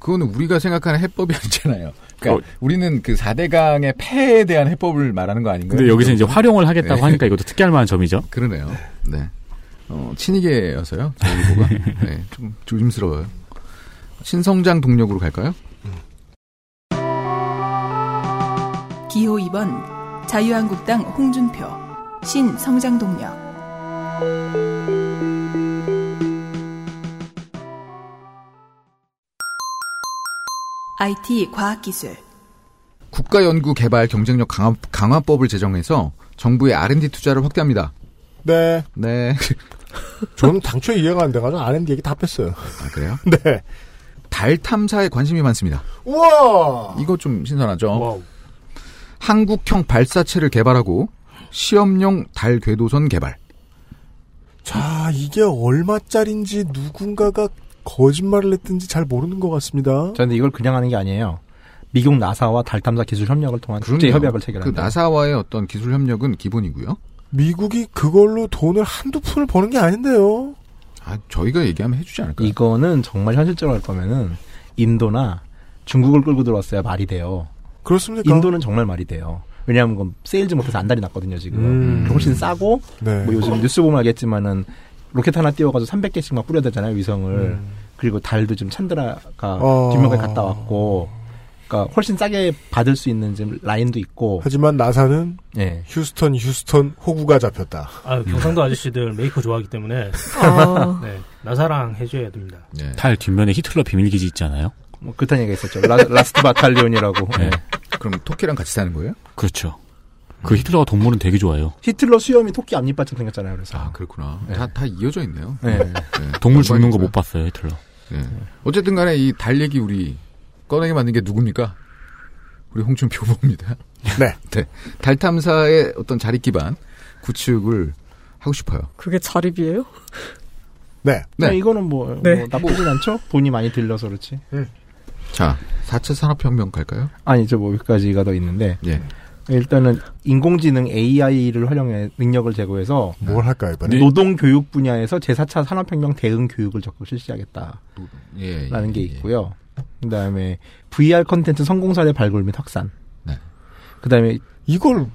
S8: 그거는 우리가 생각하는 해법이 아니잖아요.
S15: 어.
S8: 그러니까 우리는 그 4대강의 폐에 대한 해법을 말하는 거 아닌가요?
S15: 근데 여기서 이제 활용을 하겠다고
S8: 네.
S15: 하니까 이것도 특이할 만한 점이죠.
S8: 그러네요. 네. 어, 친이계여서요. 저희 후보가. 네, 좀 조심스러워요. 신성장 동력으로 갈까요?
S3: 기호 2번 자유한국당 홍준표 신성장동력 IT 과학기술
S8: 국가연구개발 경쟁력 강화, 법을 제정해서 정부의 R&D 투자를 확대합니다.
S2: 네.
S8: 네.
S2: 저는 당초에 이해가 안 돼가지고 R&D 얘기 다 뺐어요.
S8: 아, 그래요?
S2: 네.
S8: 달 탐사에 관심이 많습니다.
S2: 우와.
S8: 이거 좀 신선하죠? 한국형 발사체를 개발하고 시험용 달 궤도선 개발.
S2: 자, 이게 얼마짜린지 누군가가 거짓말을 했든지 잘 모르는 것 같습니다.
S10: 저는 이걸 그냥 하는 게 아니에요. 미국 나사와 달 탐사 기술 협력을 통한 국제
S8: 그럼요.
S10: 협약을
S8: 그
S10: 체결합니다.
S8: 나사와의 어떤 기술 협력은 기본이고요.
S2: 미국이 그걸로 돈을 한두 푼을 버는 게 아닌데요.
S8: 아, 저희가 얘기하면 해주지 않을까요?
S10: 이거는 정말 현실적으로 할 거면은 인도나 중국을 끌고 들어왔어야 말이 돼요.
S2: 그렇습니까?
S10: 인도는 정말 말이 돼요. 왜냐하면 그건 세일즈 못해서 안달이 났거든요 지금. 그러니까
S2: 음.
S10: 훨씬 싸고
S2: 네.
S10: 뭐 요즘 뉴스 보면 알겠지만은 로켓 하나 띄워가지고 300개씩 막 뿌려대잖아요 위성을. 그리고 달도 지금 찬드라가
S2: 음. 어.
S10: 뒷면까지 갔다 왔고. 그러니까 훨씬 싸게 받을 수 있는 지금 라인도 있고.
S2: 하지만 나사는
S6: 네.
S10: 예.
S2: 휴스턴, 휴스턴 호구가 잡혔다.
S9: 아,
S8: 예.
S9: 경상도 아저씨들 메이커 좋아하기 때문에
S2: 아.
S9: 네, 나사랑 해줘야 됩니다.
S8: 예.
S15: 달 뒷면에 히틀러 비밀기지 있잖아요.
S10: 뭐 그딴 얘기가 있었죠. 라, 스트 바탈리온이라고. 예.
S15: 네.
S8: 그럼 토끼랑 같이 사는 거예요? 음.
S15: 그렇죠. 그 히틀러가 동물은 되게 좋아요.
S10: 히틀러 수염이 토끼 앞니빨처럼 생겼잖아요. 그래서.
S8: 아 그렇구나. 다, 다 이어져 있네요. 네.
S10: 네.
S15: 동물 죽는 거 못 봤어요, 히틀러.
S8: 어쨌든 간에 이 달 얘기 우리 꺼내게 만든 게 누굽니까? 우리 홍준표 후보입니다.
S2: 네.
S8: 달 탐사의 어떤 자립 기반 구축을 하고 싶어요.
S11: 그게 자립이에요?
S2: 네.
S10: 네. 이거는 뭐,
S11: 네.
S2: 네.
S10: 뭐 나쁘진 않죠. 돈이 많이 들려서 그렇지.
S8: 자, 4차 산업혁명 갈까요? 예.
S10: 아니, 저 뭐, 여기까지가 더 있는데. 일단은 인공지능 AI를 활용해 능력을 제고해서
S2: 뭘 할까요, 이번에?
S10: 네. 노동 교육 분야에서 제4차 산업혁명 대응 교육을 적극 실시하겠다.
S8: 예.
S10: 라는 게 있고요. 그다음에 VR 컨텐츠 성공 사례 발굴 및 확산. 그다음에
S2: 네. 이걸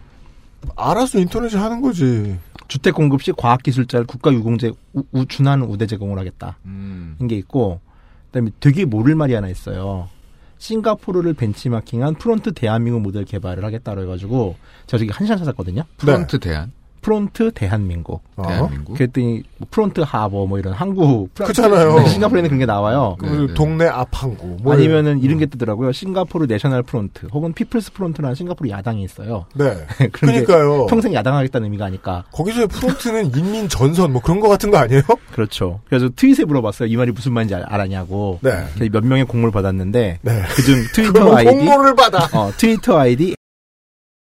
S2: 알아서 인터넷에 하는 거지.
S10: 주택 공급 시 과학 기술자를 국가 유공제 우, 우- 준하는 우대 제공을
S6: 嗯
S10: 하겠다.
S8: 음.
S10: 게 있고 그다음에 되게 모를 말이 하나 있어요. 싱가포르를 벤치마킹한 프론트 대한민국 모델 개발을 하겠다고 해가지고 제가 저기 한 시간 찾았거든요.
S8: 네. 프론트 대한? 어.
S10: 프론트 대한민국.
S8: 대한민국?
S10: 그랬더니 뭐 프론트 하버 뭐 이런 항구.
S2: 그렇잖아요.
S10: 네, 싱가포르에는 그런 게 나와요.
S2: 그 동네 앞항구. 뭐
S10: 아니면은 이런 게 뜨더라고요. 싱가포르 내셔널 프론트 혹은 피플스 프론트라는 싱가포르 야당이 있어요.
S2: 네.
S10: 그런 게
S2: 그러니까요.
S10: 평생 야당하겠다는 의미가 아닐까.
S2: 거기서의 프론트는 인민 전선 뭐 그런 거 같은 거 아니에요?
S10: 그렇죠. 그래서 트윗에 물어봤어요. 이 말이 무슨 말인지 알- 알았냐고.
S2: 네.
S10: 그래서 몇 명의 공모를 받았는데
S2: 네.
S10: 그중 트위터
S2: 그럼
S10: 아이디
S2: 공모를 받아.
S10: 어, 트위터 아이디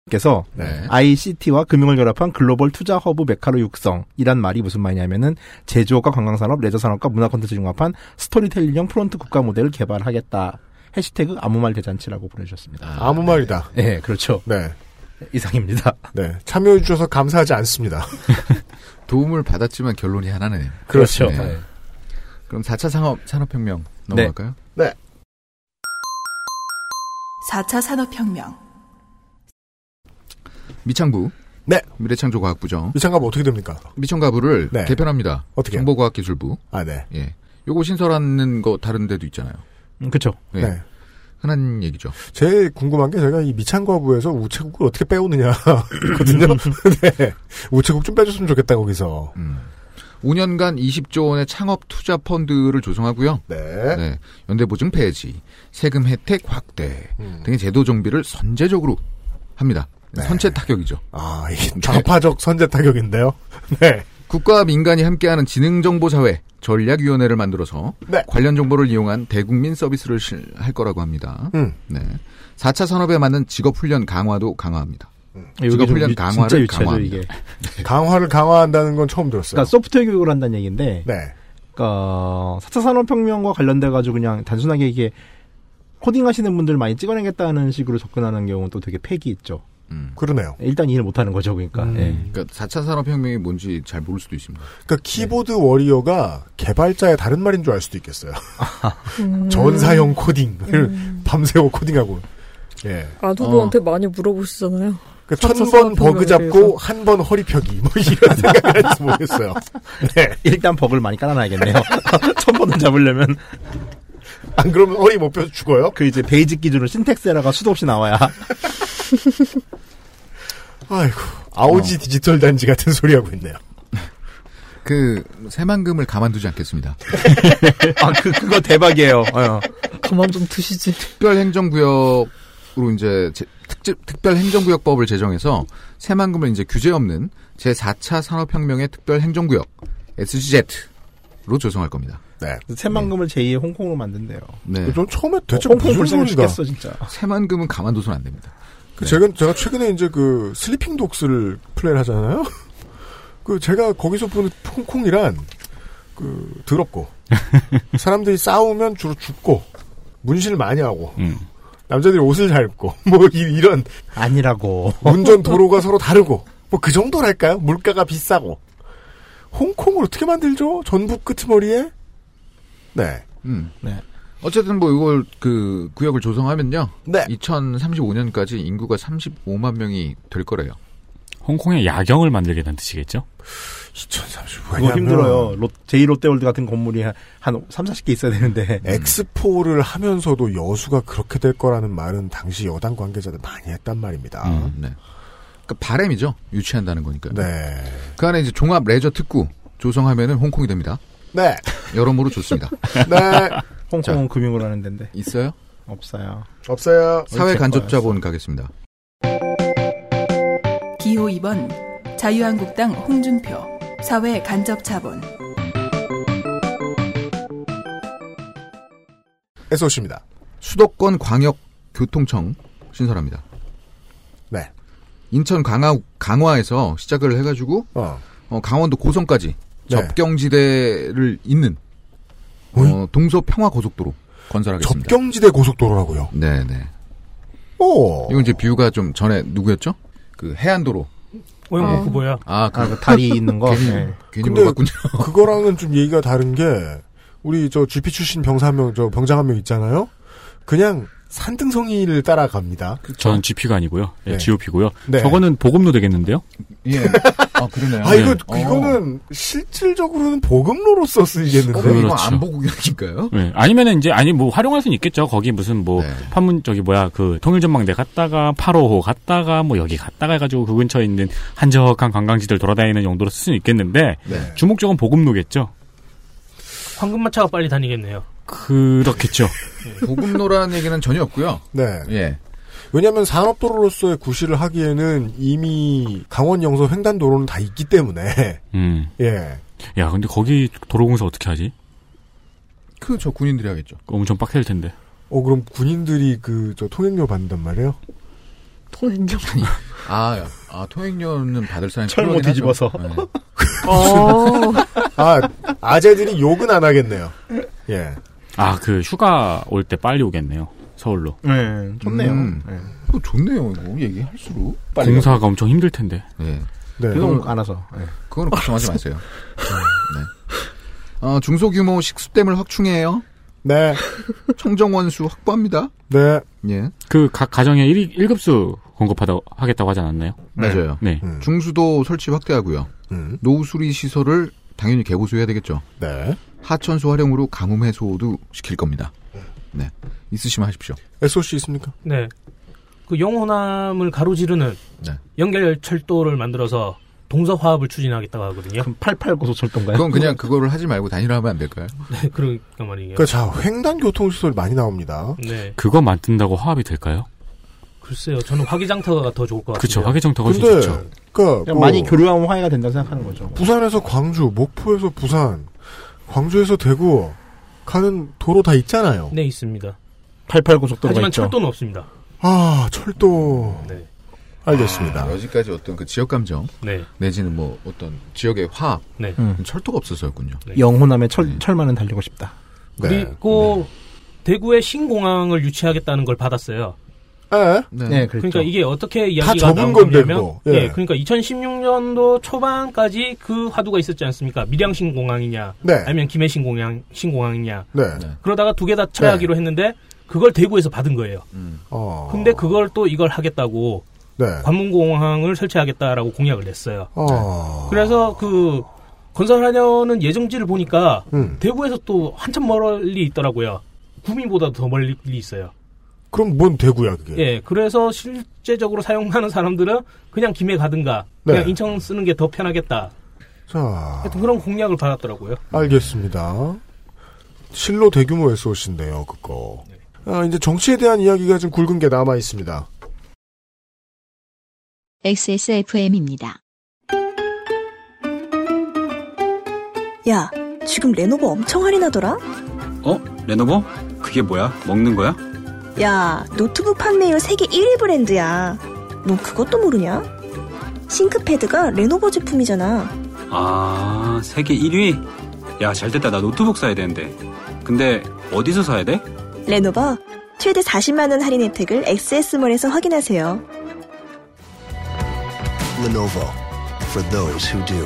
S10: 께서
S2: 네.
S10: ICT와 금융을 결합한 글로벌 투자 허브 메카로 육성이란 말이 무슨 말이냐면은 제조업과 관광산업, 레저산업과 문화 콘텐츠 융합한 스토리텔링형 프론트 국가 모델을 개발하겠다. 해시태그 아무 말 대잔치라고 보내주셨습니다.
S2: 아무 말이다.
S10: 네, 그렇죠.
S2: 네.
S10: 이상입니다.
S2: 네. 참여해 주셔서 감사하지 않습니다.
S8: 도움을 받았지만 결론이 하나네요.
S2: 그렇죠.
S8: 네. 그럼 4차 산업, 산업혁명 넘어갈까요?
S2: 네.
S3: 4차 산업혁명.
S8: 미창부.
S2: 네.
S8: 미래창조과학부죠.
S2: 미창가부 어떻게 됩니까?
S8: 미창가부를
S2: 네.
S8: 개편합니다.
S2: 어떻게 해요?
S8: 정보과학기술부.
S2: 아, 네.
S8: 예. 요거 신설하는 거 다른 데도 있잖아요.
S10: 그렇죠.
S8: 예.
S2: 네.
S8: 흔한 얘기죠.
S2: 제일 궁금한 게 제가 이 미창과부에서 우체국을 어떻게
S10: 음,
S2: 빼오느냐거든요. 네. 우체국 좀 빼줬으면 좋겠다 거기서.
S8: 음. 5년간 20조 원의 창업 투자 펀드를 조성하고요.
S2: 네.
S8: 연대보증 폐지, 세금 혜택 확대
S2: 음.
S8: 등의 제도 정비를 선제적으로 합니다. 선체 타격이죠.
S2: 네.
S8: 네.
S2: 아, 좌파적 선제 타격인데요. 네.
S8: 국가와 민간이 함께하는 지능정보사회 전략위원회를 만들어서
S2: 네.
S8: 관련 정보를 이용한 대국민 서비스를 실- 할 거라고 합니다.
S2: 음.
S8: 네. 4차 산업에 맞는 직업훈련 강화도 강화합니다.
S2: 음.
S10: 이게 좀
S8: 직업훈련
S10: 유- 진짜
S8: 강화를
S10: 유치하죠,
S8: 강화합니다.
S10: 이게.
S2: 강화를 강화한다는 건 처음 들었어요.
S10: 그러니까 소프트웨어 교육을 한다는 얘기인데.
S2: 네.
S10: 그러니까 4차 산업혁명과 관련돼 가지고 그냥 단순하게 이게 코딩 하시는 분들 많이 찍어내겠다는 식으로 접근하는 경우는 또 되게 팩이 있죠.
S2: 음, 그러네요.
S10: 일단 일을 못 하는 거죠, 그러니까.
S2: 음.
S10: 예.
S8: 그러니까 4차 산업혁명이 뭔지 잘 모를 수도 있습니다.
S2: 그러니까 키보드 워리어가 개발자의 다른 말인 줄 알 수도 있겠어요.
S11: 음.
S2: 전사형 코딩을 밤새워 코딩하고. 예.
S11: 아두부한테 많이 물어보시잖아요.
S2: 그
S11: 4차
S2: 천번 버그
S11: 산업혁명에 대해서.
S2: 잡고 한 번 허리 펴기 뭐 이런 생각을 할지 모르겠어요.
S10: 네. 일단 버그를 많이 깔아놔야겠네요. 첫 번은 잡으려면.
S2: 안 그러면 허리 못 펴서 죽어요?
S10: 그 이제 베이직 기준으로 신텍스 에러가 수도 없이 나와야.
S2: 아이고
S8: 어.
S2: 아오지 디지털 단지 같은 소리 하고 있네요.
S8: 그 새만금을 가만두지 않겠습니다.
S10: 아, 그 그거 대박이에요. 어.
S11: 그만 좀 드시지.
S8: 특별행정구역으로 이제 제- 특집 특별행정구역법을 제정해서 새만금을 이제 규제 없는 제 4차 산업혁명의 특별행정구역 SGZ로 조성할 겁니다.
S2: 네.
S10: 새만금을 제2의 홍콩으로 만든대요. 그
S8: 네.
S2: 좀
S11: 어,
S2: 처음에 대체
S10: 홍콩
S2: 무슨
S10: 불쌍해
S2: 소리가?
S10: 죽겠어, 진짜.
S8: 새만금은 가만둬서는 안 됩니다.
S2: 그 제가 제가 최근에 이제 그 슬리핑 독스를 플레이를 하잖아요. 그 제가 거기서 보는 홍콩이란 그 더럽고 사람들이 싸우면 주로 죽고 문신을 많이 하고 남자들이 옷을 잘 입고 뭐 이- 이런
S10: 음. 아니라고
S2: 운전 도로가 서로 다르고 뭐 그 정도랄까요? 물가가 비싸고 홍콩을 어떻게 만들죠? 전북 끄트머리에 네.
S8: 음.
S10: 네.
S8: 어쨌든 뭐 이걸 그 구역을 조성하면요.
S2: 네.
S8: 2035년까지 인구가 35만 명이 될 거래요.
S15: 홍콩의 야경을 만들겠다는 뜻이겠죠?
S2: 2035.
S10: 그거 힘들어요. 롯, 제2롯데월드 같은 건물이 한- 한 3, 40개 있어야 되는데.
S2: 엑스포를 하면서도 여수가 그렇게 될 거라는 말은 당시 여당 관계자들 많이 했단 말입니다.
S8: 네. 그러니까 바램이죠. 유치한다는 거니까요.
S2: 네.
S8: 그 안에 이제 종합 레저 특구 조성하면은 홍콩이 됩니다.
S2: 네.
S8: 여러모로 좋습니다.
S2: 네.
S10: 홍콩은 금융을 하는 데인데.
S8: 있어요?
S10: 없어요.
S2: 없어요.
S10: 그렇죠.
S8: 사회 간접자본 가겠습니다.
S3: 기호 2번 자유한국당 홍준표 사회 간접 자본
S2: SOC입니다.
S8: 수도권 광역 교통청 신설합니다.
S2: 네.
S8: 인천 강화 강화에서 시작을 해가지고 어, 강원도 고성까지
S2: 네.
S8: 접경지대를 잇는 어, 동서 평화 고속도로 건설하겠습니다.
S2: 접경지대 고속도로라고요.
S8: 네, 네.
S2: 오.
S8: 이건 이제 뷰가 좀 전에 누구였죠? 그 해안도로.
S9: 오영복 후보야.
S8: 아,
S9: 아, 그 다리 있는 거?
S8: 괜히,
S9: 네.
S8: 괜히 뭐
S2: 근데
S8: 물어봤군요.
S2: 그거랑은 좀 얘기가 다른 게 우리 저 GP 출신 병사 한 명, 저 병장 한 명 있잖아요. 그냥 산등성이를 따라갑니다.
S8: 그,
S4: 저는 GP가 아니고요. 예,
S2: 네.
S4: GOP고요.
S2: 네.
S4: 저거는 보급로 되겠는데요?
S8: 예. 아, 그러네요. 어.
S2: 아 이거 이거는 실질적으로는 보급로로서 쓰이겠는데
S10: 그렇죠.
S8: 보고기니까요.
S4: 네. 아니면은 이제 아니 뭐 활용할 수는 있겠죠. 거기 무슨 뭐
S8: 네.
S4: 판문 저기 뭐야 그 통일전망대 갔다가 8호호 갔다가 뭐 여기 갔다가 해가지고 그 근처에 있는 한적한 관광지들 돌아다니는 용도로 쓸 수는 있겠는데
S2: 네.
S4: 주목적은 보급로겠죠.
S9: 황금마차가 빨리 다니겠네요.
S4: 그렇겠죠.
S8: 보급로라는 예, 얘기는 전혀 없고요.
S2: 네.
S8: 예.
S2: 왜냐하면 산업도로로서의 구시를 하기에는 이미 강원 영서 횡단도로는 다 있기 때문에
S4: 음.
S2: 예.
S4: 야 근데 거기 도로공사 어떻게 하지?
S8: 그 저 군인들이 하겠죠.
S4: 엄청 빡셀 텐데.
S2: 어 그럼 군인들이 그 저 통행료 받는단 말이에요?
S11: 통행료
S8: 아, 아 통행료는 받을 사람이
S2: 철모
S8: 필요하긴
S2: 뒤집어서.
S8: 하죠. 네.
S11: 어.
S2: 아 아재들이 욕은 안 하겠네요. 예.
S4: 아 그 휴가 올 때 빨리 오겠네요. 서울로.
S10: 네, 좋네요.
S8: 음.
S10: 네.
S8: 또 좋네요. 이거 얘기할수록 빨리
S4: 공사가 엄청 힘들 텐데.
S8: 네.
S10: 그건 안 와서. 네.
S8: 예. 그거는 걱정하지 마세요. 네. 어, 중소규모 식수댐을 확충해요.
S2: 네.
S8: 청정원수 확보합니다.
S2: 네.
S8: 예.
S4: 그 각 가정에 1, 일급수 공급하다 하겠다고 하지 않았나요?
S8: 맞아요.
S4: 네.
S8: 음. 중수도 설치 확대하고요. 노후수리 시설을 당연히 개보수해야 되겠죠.
S2: 음. 네.
S8: 하천수 활용으로 가뭄 해소도 시킬 겁니다. 네. 있으시면 하십시오.
S2: SOC 있습니까?
S9: 네. 그 영호남을 가로지르는
S8: 네.
S9: 연결 철도를 만들어서 동서 화합을 추진하겠다고 하거든요. 그럼
S10: 88 고속철도인가요?
S8: 그건 그냥 그거를 하지 말고 단일화하면 안 될까요?
S9: 네, 그러니까 말이에요.
S2: 그 자 횡단 교통시설 많이 나옵니다.
S9: 네.
S4: 그거 만든다고 화합이 될까요?
S9: 글쎄요. 저는 화기장터가 더 좋을 것 같아요.
S4: 그쵸, 화기장터가 훨씬
S2: 근데
S4: 좋죠.
S2: 그러니까
S10: 그냥
S2: 뭐
S10: 많이 교류하면 화해가 된다고 생각하는 거죠. 뭐.
S2: 부산에서 광주, 목포에서 부산, 광주에서 대구 가는 도로 다 있잖아요.
S9: 네, 있습니다.
S10: 88 고속도로가
S9: 하지만
S10: 있죠.
S9: 철도는 없습니다.
S2: 아 철도.
S8: 어.
S2: 알겠습니다.
S8: 아, 여기까지 어떤 그 지역 감정
S9: 네.
S8: 내지는 뭐 어떤 지역의 화합
S9: 네.
S10: 음.
S8: 철도가 없어서였군요.
S2: 네.
S10: 영호남의 철, 철만은 달리고 싶다. 네.
S9: 그리고 대구에 신공항을 유치하겠다는 걸 받았어요.
S2: 에?
S10: 네,
S9: 그러
S10: 그랬죠.
S9: 니까 이게 어떻게
S10: 다
S9: 이야기가
S10: 접은
S9: 나온
S10: 건데,
S9: 거냐면
S10: 그거. 예.
S9: 예, 그러니까 2016년도 초반까지 그 화두가 있었지 않습니까? 밀양신공항이냐
S10: 네.
S9: 아니면 김해신공항 신공항이냐
S2: 네.
S9: 그러다가 두 개 다 철회하기로
S10: 네.
S9: 했는데 그걸 대구에서 받은 거예요.
S19: 음.
S10: 아.
S2: 어.
S9: 근데 그걸 또 이걸 하겠다고
S2: 네.
S9: 관문공항을 설치하겠다라고 공약을 냈어요.
S19: 네.
S2: 어.
S9: 그래서 그 건설하려는 예정지를 보니까
S2: 음.
S9: 대구에서 또 한참 멀리 있더라고요. 구민보다도 더 멀리 있어요.
S2: 그럼 뭔 대구야 그게?
S9: 예, 그래서 실제적으로 사용하는 사람들은 그냥 김해 가든가 그냥
S2: 네. 아.
S9: 인천 쓰는 게 더 편하겠다.
S2: 자
S9: 하여튼 그런 공약을 받았더라고요.
S2: 알겠습니다. 실로 대규모 SOC인데요 그거. 아, 이제 정치에 대한 이야기가 좀 굵은 게 남아 있습니다.
S1: XSFM입니다.
S12: 야, 지금 레노버 엄청 할인하더라?
S19: 어? 레노버? 그게 뭐야? 먹는 거야?
S12: 야, 노트북 판매율 세계 1위 브랜드야. 넌 그것도 모르냐? 싱크패드가 레노버 제품이잖아.
S19: 아, 세계 1위? 야, 잘 됐다. 나 노트북 사야 되는데. 근데 어디서 사야 돼?
S12: 레노버 최대 40만 원 할인 혜택을 XS몰에서 확인하세요.
S13: Lenovo for those who do.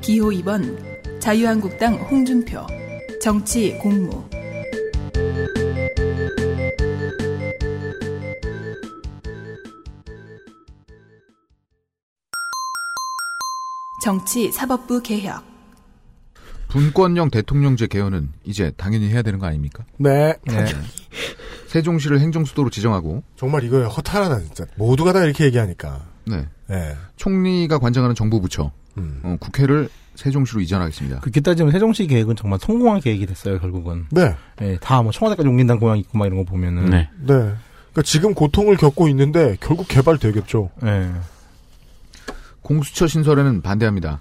S3: 기호 2번 자유한국당 홍준표 정치 공무 정치 사법부 개혁
S8: 분권형 대통령제 개헌은 이제 당연히 해야 되는 거 아닙니까?
S2: 네.
S8: 세종시를 행정수도로 지정하고
S2: 정말 이거 허탈하다 진짜. 모두가 다 이렇게 얘기하니까.
S8: 네.
S2: 네. 음.
S8: 총리가 관장하는 정부 부처
S6: 嗯
S8: 어, 국회를 세종시로 이전하겠습니다.
S10: 그렇게 따지면 세종시 계획은 정말 성공한 계획이 됐어요, 결국은.
S2: 네.
S10: 다뭐 청와대까지 옮긴다는 고향 있고 막 이런 거 보면은.
S4: 네.
S2: 네. 그러니까 지금 고통을 겪고 있는데 결국 개발되겠죠.
S10: 네.
S8: 공수처 신설에는 반대합니다.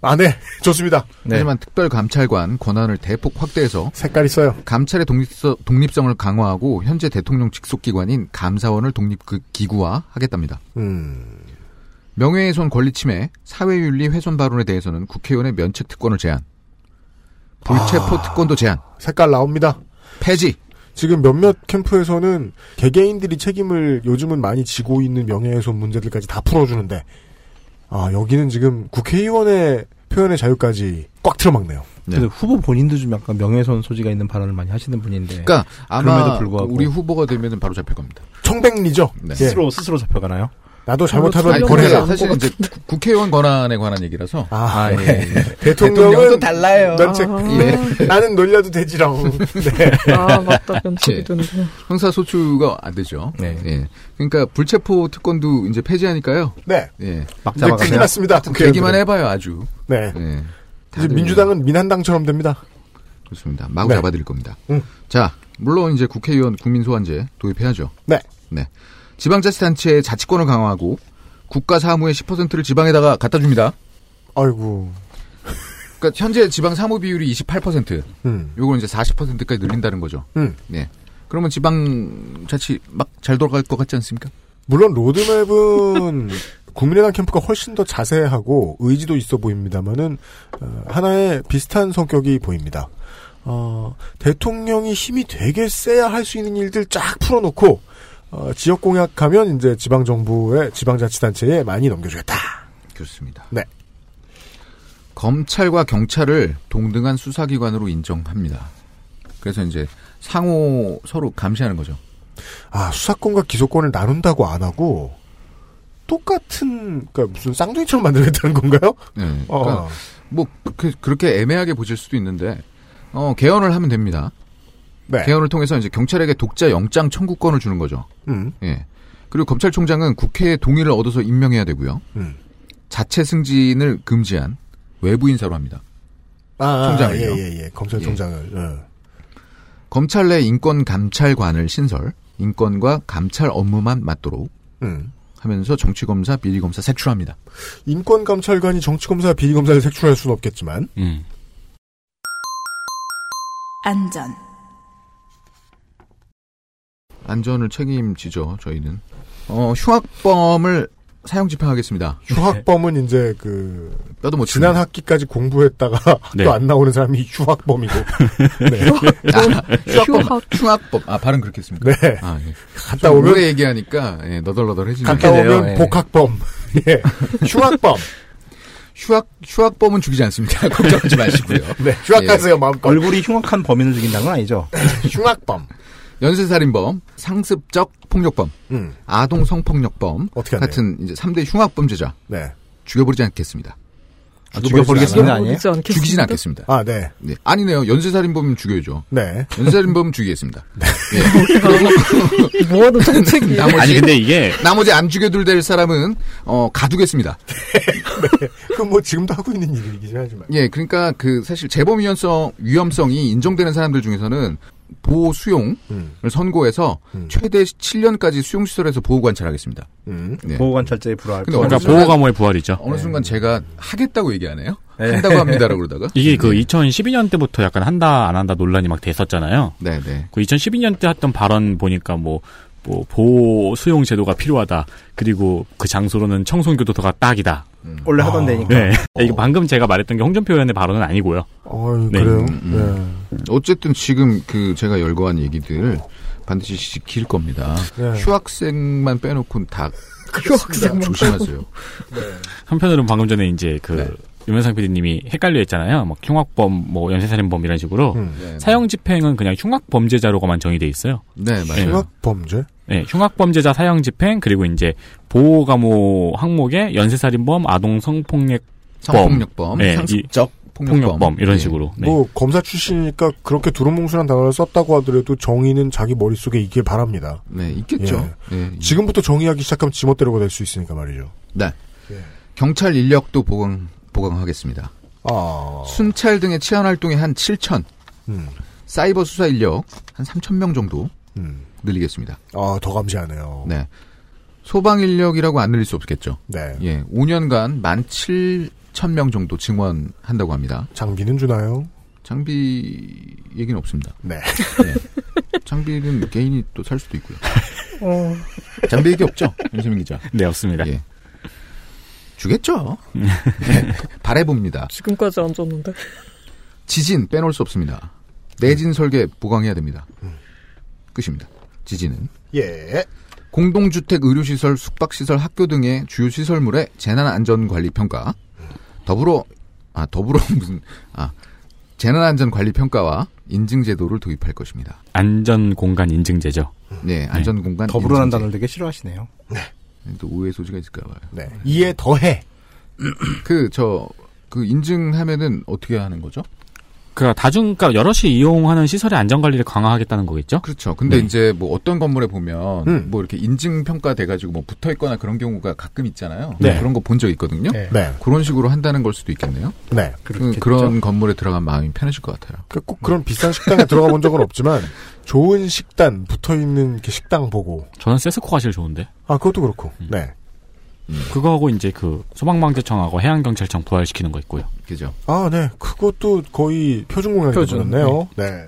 S2: 아, 네. 좋습니다.
S8: 하지만 특별감찰관 권한을 대폭 확대해서
S2: 색깔 있어요.
S8: 감찰의 독립서, 독립성을 강화하고 그 현재 대통령 직속기관인 감사원을 독립기구화 하겠답니다.
S2: 음.
S8: 명예훼손 권리침해, 사회윤리 훼손 발언에 대해서는 국회의원의 면책 특권을 제한. 불체포 특권도 제한.
S2: 아. 색깔 나옵니다.
S8: 아, 폐지.
S2: 지금 몇몇 캠프에서는 개개인들이 책임을 요즘은 많이 지고 있는 명예훼손 문제들까지 다 풀어주는데 아 여기는 지금 국회의원의 표현의 자유까지 꽉 틀어막네요.
S10: 근데 후보 본인도 좀 약간 명예훼손 소지가 있는 발언을 많이 하시는 분인데.
S8: 그러니까 아마
S10: 예. 그럼에도 불구하고
S8: 우리 후보가 되면 바로 잡힐 겁니다.
S2: 청백리죠. 예.
S8: 네.
S10: 스스로 스스로 잡혀가나요?
S2: 나도
S8: 아니,
S2: 잘못하면
S8: 근데
S2: 벌해라.
S8: 사실 이제 국- 국회의원 권한에 관한 얘기라서.
S2: 아,
S8: 예,
S2: 네.
S8: 예.
S2: 대통령은
S8: 대통령도 달라요. 아.
S2: 면책. 나는 놀려도 되지롱. 네.
S8: 면책이
S11: 되는구나.
S8: 예. 형사 소추가 안 되죠.
S10: 네.
S8: 예. 그러니까 불체포 특권도 이제 폐지하니까요.
S2: 네.
S8: 예.
S2: 막 잡아가세요. 큰일 났습니다,
S8: 그 얘기만
S2: 국회의원들은.
S8: 해봐요, 아주. 예.
S2: 네. 이제
S8: 다들-
S2: 민주당은 민한당처럼 됩니다.
S8: 그렇습니다. 마구
S2: 네.
S8: 잡아드릴 겁니다.
S2: 음.
S8: 자, 물론 이제 국회의원 국민소환제 도입해야죠.
S2: 네.
S8: 네. 지방자치단체의 자치권을 강화하고 국가 사무의 10%를 지방에다가 갖다 줍니다.
S2: 아이고.
S8: 그러니까 현재 지방 사무 비율이 28%.
S2: 음.
S8: 요걸 이제 40%까지 늘린다는 거죠.
S2: 음.
S8: 네. 그러면 지방 자치 막 잘 돌아갈 것 같지 않습니까?
S2: 물론 로드맵은 국민의당 캠프가 훨씬 더 자세하고 의지도 있어 보입니다만은 하나의 비슷한 성격이 보입니다. 어, 대통령이 힘이 되게 세야 할 수 있는 일들 쫙 풀어놓고 어, 지역 공약하면 이제 지방 정부의 지방자치단체에 많이 넘겨주겠다.
S8: 그렇습니다.
S2: 네.
S8: 검찰과 경찰을 동등한 수사기관으로 인정합니다. 그래서 이제 상호 서로 감시하는 거죠.
S2: 아 수사권과 기소권을 나눈다고 안 하고 똑같은 그러니까 무슨 쌍둥이처럼 만들겠다는 건가요? 어.
S8: 네. 그러니까 뭐 그렇게, 그렇게 애매하게 보실 수도 있는데 어, 개헌을 하면 됩니다.
S2: 네.
S8: 개헌을 통해서 이제 경찰에게 독자 영장 청구권을 주는 거죠.
S2: 음.
S8: 예. 그리고 검찰총장은 국회의 동의를 얻어서 임명해야 되고요.
S2: 음.
S8: 자체 승진을 금지한 외부 인사로 합니다.
S2: 아,
S8: 총장을요.
S2: 예예예 검찰총장을 예.
S8: 검찰 내 인권 감찰관을 신설, 인권과 감찰 업무만 맡도록
S2: 음.
S8: 하면서 정치 검사, 비리 검사 색출합니다.
S2: 인권 감찰관이 정치 검사 비리 검사를 색출할 수는 없겠지만
S3: 안전.
S8: 안전을 책임지죠, 저희는. 어, 흉악범을 사형 집행하겠습니다.
S2: 휴학범은 이제 그
S8: 뼈도 못
S2: 지난
S8: 칩니다.
S2: 학기까지 공부했다가
S8: 네.
S2: 또 안 나오는 사람이 휴학범이고 네.
S8: 아, 흉악범, 흉악범. 아, 발음 그렇게 했습니까?
S2: 네.
S8: 아, 예.
S2: 갔다
S8: 좀
S2: 오면-
S8: 오래 얘기하니까 예, 너덜너덜해지네요.
S2: 갔다 오면 복학범 예. 휴학범
S8: 휴학 휴학범은 죽이지 않습니다. 걱정하지 마시고요.
S2: 네, 휴학하세요, 마음껏.
S10: 예. 얼굴이 흉악한 범인을 죽인다는 건 아니죠.
S2: 흉악범,
S8: 연쇄살인범, 상습적 폭력범,
S2: 음.
S8: 아동 성폭력범
S2: 어떻게 하네요.
S8: 같은 이제 3대 흉악범죄자
S2: 네.
S8: 죽여버리지 않겠습니다.
S10: 아, 죽여버리겠습니다,
S8: 죽여버리지
S10: 아니에요?
S8: 않- 죽이진 않겠습니다.
S2: 아, 네.
S8: 네. 아니네요. 연쇄살인범은 죽여야죠.
S2: 네.
S8: 연쇄살인범은 죽이겠습니다.
S10: 네.
S11: 뭐하는 정책이
S8: 나머지,
S15: 아니, 근데 이게-
S8: 나머지 안 죽여둘 될 사람은 어, 가두겠습니다.
S2: 그럼 뭐 지금도 하고 있는 일이긴 하지만
S8: 예, 그러니까 그 사실 재범 위험성 위험성이 인정되는 사람들 중에서는 보호 수용을 선고해서 최대 7년까지 수용 시설에서 보호 관찰하겠습니다.
S2: 음.
S8: 네.
S10: 보호 관찰제에 불화할
S8: 근데
S4: 그러니까
S8: 어느 순간-
S4: 보호감호의 부활이죠.
S8: 어느 순간 제가 하겠다고 얘기하네요.
S4: 네.
S8: 한다고 합니다라고 그러다가 예. 네.
S4: 이게 그 2012년 때부터 약간 한다 안 한다 논란이 막 됐었잖아요.
S8: 네, 네.
S4: 그 2012년 때 했던 발언 보니까 뭐, 뭐 보호 수용 제도가 필요하다. 그리고 그 장소로는 청송교도소가 딱이다.
S8: 음.
S10: 원래
S8: 아.
S10: 하던 데니까.
S4: 네. 이거 방금 제가 말했던 게 홍준표 의원의 발언은 아니고요.
S2: 어,
S4: 네.
S2: 그래요.
S8: 음, 음. 어쨌든 지금 그 제가 열거한 얘기들 반드시 지킬 겁니다.
S4: 네.
S8: 휴학생만 빼놓고 다
S4: 휴학생만
S8: 조심하세요.
S4: 한편으로는 방금 전에 이제 그
S8: 네.
S4: 유명상 PD님이 헷갈려 했잖아요. 막 흉악범, 뭐 연쇄살인범 이런 식으로
S8: 음.
S2: 네.
S4: 사형 집행은 그냥 흉악범죄자로만 정의돼 있어요.
S8: 네,
S4: 네.
S2: 흉악범죄
S4: 네, 흉악범죄자 사형 집행 그리고 이제 보호감호 항목에 연쇄살인범, 아동 성폭력범,
S8: 성폭력범,
S4: 네,
S8: 상습적
S4: 이-
S8: 폭력범.
S4: 이런
S8: 예.
S4: 식으로. 네.
S2: 뭐 검사 출신이니까 그렇게 두루뭉술한 단어를 썼다고 하더라도 정의는 자기 머릿속에 있길 바랍니다.
S8: 네, 있겠죠.
S2: 예.
S8: 예.
S2: 지금부터 정의하기 시작하면 지멋대로가 될 수 있으니까 말이죠. 예.
S8: 네. 경찰 인력도 보강 보강하겠습니다.
S2: 아.
S8: 순찰 등의 치안 활동에 한 7천,
S2: 음.
S8: 사이버 수사 인력 한 3천 명 정도
S2: 음.
S8: 늘리겠습니다.
S2: 아, 더 감시하네요.
S8: 네. 소방 인력이라고 안 늘릴 수 없겠죠.
S2: 네.
S8: 예, 5년간 17,000명 정도 증원한다고 합니다.
S2: 장비는 주나요?
S8: 장비 얘기는 없습니다.
S2: 네.
S8: 장비는 개인이 또 살 수도 있고요.
S11: 어,
S8: 장비 얘기 없죠? 윤세민 기자.
S4: 네, 없습니다.
S8: 예. 주겠죠. 네, 바래봅니다.
S11: 지금까지 안 줬는데.
S8: 지진 빼놓을 수 없습니다. 내진 설계 보강해야 됩니다. 끝입니다. 지진은.
S2: 예.
S8: 공동주택, 의료시설, 숙박시설, 학교 등의 주요 시설물의 재난안전관리평가. 더불어, 아, 더불어 무슨, 아, 재난안전관리평가와 인증제도를 도입할 것입니다.
S15: 안전공간 인증제죠.
S8: 네, 안전공간.
S10: 더불어란 단어를 되게 싫어하시네요.
S8: 또 오해 소지가 있을까 봐요.
S2: 네. 이에 더해.
S8: 그, 저, 그 인증하면은 어떻게 하는 거죠?
S15: 그 다중가 여럿이 이용하는 시설의 안전 관리를 강화하겠다는 거겠죠? 네.
S8: 그렇죠. 근데
S2: 네.
S8: 이제 뭐 어떤 건물에 보면
S2: 음.
S8: 뭐 이렇게 인증 평가 돼가지고 뭐 붙어 있거나 그런 경우가 가끔 있잖아요. 뭐
S2: 네.
S8: 그런 거 본 적 있거든요.
S2: 네. 네.
S8: 그런 식으로 한다는 걸 수도 있겠네요.
S2: 네.
S8: 그, 그런 건물에 들어간 마음이 편하실 것 같아요.
S2: 꼭 그런 비싼 식당에 들어가 본 적은 없지만 좋은 식단 붙어 있는 식당 보고
S15: 저는 세스코가 제일 좋은데. 음.
S2: 아 그것도 그렇고. 네.
S8: 음.
S15: 그거하고 이제 그 소방방재청하고 해양경찰청 부활시키는 거 있고요.
S8: 그죠.
S2: 아, 네. 그것도 거의 표준 공약이
S15: 표준,
S2: 되었네요. 네.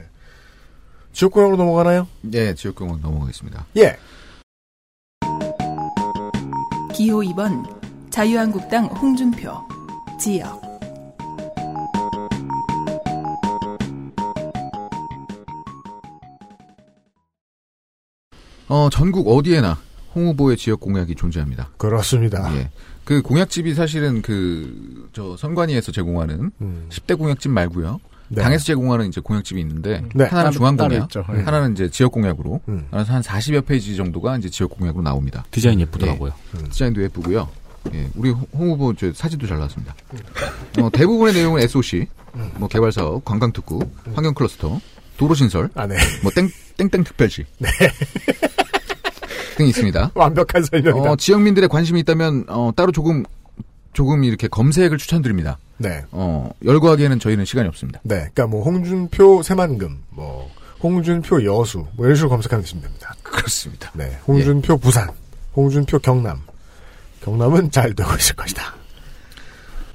S2: 지역 공약으로 넘어가나요?
S8: 네, 지역 공약 넘어가겠습니다.
S2: 예.
S3: 기호 2번 자유한국당 홍준표 지역
S8: 어, 전국 어디에나 홍 후보의 지역 공약이 존재합니다.
S2: 그렇습니다.
S8: 예. 그 공약집이 사실은 그 저 선관위에서 제공하는 10대 공약집 말고요.
S2: 음. 네.
S8: 당에서 제공하는 이제 공약집이 있는데
S2: 네.
S8: 하나는
S2: 따로-
S8: 중앙
S2: 따로
S8: 공약,
S2: 있죠. 네.
S8: 하나는 이제 지역 공약으로,
S2: 음.
S8: 하나는 한 40여 페이지 정도가 이제 지역 공약으로 나옵니다.
S15: 디자인 예쁘더라고요.
S8: 예. 디자인도 예쁘고요. 예, 우리 홍 홍 후보 저 사진도 잘 나왔습니다. 어, 대부분의 내용은 SOC, 뭐 개발 사업, 관광 특구, 환경 클러스터, 도로 신설,
S2: 아, 네.
S8: 뭐 땡, 땡땡 특별시 등이 있습니다.
S2: 완벽한 설명이다.
S8: 어, 지역민들의 관심이 있다면 어, 따로 조금 조금 이렇게 검색을 추천드립니다.
S2: 네.
S8: 어, 열거하기에는 저희는 시간이 없습니다.
S2: 네. 그러니까 뭐 홍준표 새만금, 뭐 홍준표 여수, 뭐 이런 식으로 검색하면 되시면 됩니다.
S8: 그렇습니다. 예.
S2: 네. 홍준표 부산, 홍준표 경남. 경남은 잘 되고 있을 것이다.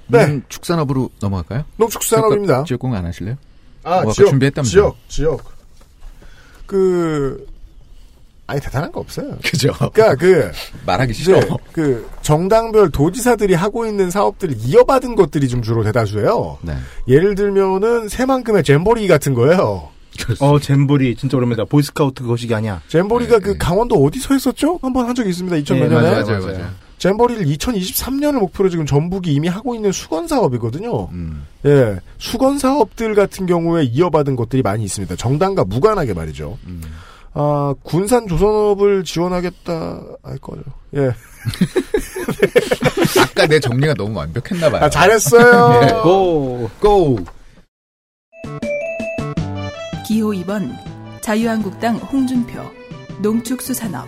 S2: 네.
S8: 음, 축산업으로 넘어갈까요?
S2: 농축산업입니다.
S8: 지역 공안 하실래요? 어,
S2: 아,
S8: 아까
S2: 지역,
S8: 준비했다면서요.
S2: 지역, 지역. 그 아니 대단한 거 없어요.
S8: 그죠.
S2: 그러니까 그
S8: 말하기
S2: 이제
S8: 싫어.
S2: 그 정당별 도지사들이 하고 있는 사업들을 이어받은 것들이 좀 주로 대다수예요.
S8: 네.
S2: 예를 들면은 새만큼의 잼버리 같은 거예요.
S10: 어, 잼보리 진짜 오랜만이다. 보이스카우트 그것이 아니야.
S8: 네,
S2: 잼버리가 그 강원도 어디서 했었죠? 한 번 한 적이 있습니다. 2000몇 년에.
S10: 네, 맞아요, 맞아요, 맞아요.
S2: 잼버리를 2023년을 목표로 지금 전북이 이미 하고 있는 수건 사업이거든요.
S8: 음.
S2: 예, 수건 사업들 같은 경우에 이어받은 것들이 많이 있습니다. 정당과 무관하게 말이죠.
S8: 음.
S2: 아, 군산 조선업을 지원하겠다 할 거죠. 예,
S8: 아까 내 정리가 너무 완벽했나봐요.
S2: 아, 잘했어요.
S8: 네. 고! 고!
S3: 기호 2번 자유한국당 홍준표 농축수산업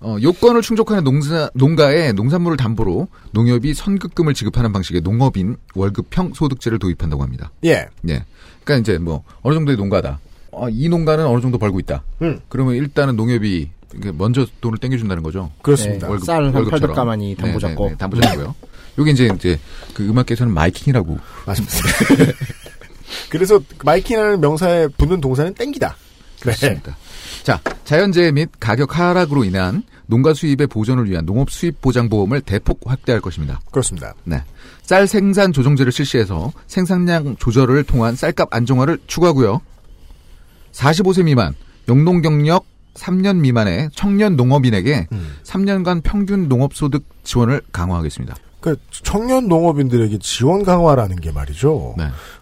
S8: 어, 요건을 충족하는 농사, 농가에 농산물을 담보로 농협이 선급금을 지급하는 방식의 농업인 월급형 소득제를 도입한다고 합니다.
S2: 예.
S8: 네. 그러니까 이제 뭐 어느 정도의 농가다. 어, 이 농가는 어느 정도 벌고 있다.
S2: 음.
S8: 그러면 일단은 농협이 이게 먼저 돈을 땡겨준다는 거죠.
S10: 그렇습니다. 네, 쌀한
S8: 월급처럼.
S10: 팔백 가마니 담보
S8: 네,
S10: 잡고.
S8: 네, 네, 담보 잡고요. 요게 이제 이제 그 음악계에서는 마이킹이라고
S2: 맞습니다. 그래서 마이킹이라는 명사에 붙는 동사는 땡기다. 네.
S8: 그렇습니다. 자, 자연재해 및 가격 하락으로 인한 농가 수입의 보전을 위한 농업 수입 보장 보험을 대폭 확대할 것입니다.
S2: 그렇습니다.
S8: 네. 쌀 생산 조정제를 실시해서 생산량 조절을 통한 쌀값 안정화를 추구하고요. 45세 미만 영농 경력 3년 미만의 청년 농업인에게
S2: 음.
S8: 3년간 평균 농업 소득 지원을 강화하겠습니다.
S2: 그 청년 농업인들에게 지원 강화라는 게 말이죠.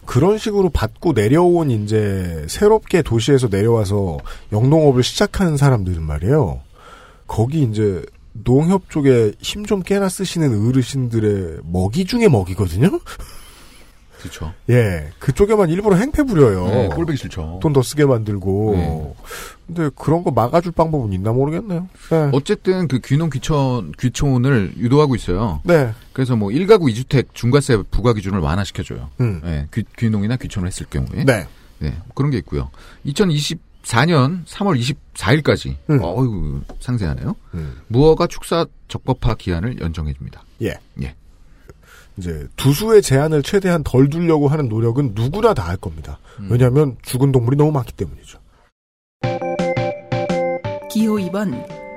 S2: 그런 식으로 받고 내려온 이제 새롭게 도시에서 내려와서 영농업을 시작하는 사람들은 말이에요. 거기 이제 농협 쪽에 힘 좀 깨나 쓰시는 어르신들의 먹이 중에 먹이거든요.
S8: 그렇죠.
S2: 예, 그쪽에만 일부러 행패 부려요.
S8: 네, 꼴보기 싫죠. 네.
S2: 돈 더 쓰게 만들고. 근데 그런 거 막아줄 방법은 있나 모르겠네요. 네.
S8: 어쨌든 그 귀농 귀촌 귀촌을 유도하고 있어요.
S2: 네.
S8: 그래서 뭐 1가구 2주택 중과세 부과 기준을 완화시켜줘요.
S2: 음.
S8: 예, 귀, 귀농이나 귀촌을 했을 경우에.
S2: 네.
S8: 네, 그런 게 있고요. 2024년 3월 24일까지.
S2: 음.
S8: 어유 상세하네요. 무허가 축사 적법화 기한을 연장해줍니다.
S2: 예.
S8: 예.
S2: 이제 두수의 제한을
S8: 음.
S2: 최대한 덜 두려고 하는 노력은 누구나 다 할 겁니다. 왜냐하면 죽은 동물이 너무 많기 때문이죠.
S3: 기호 2번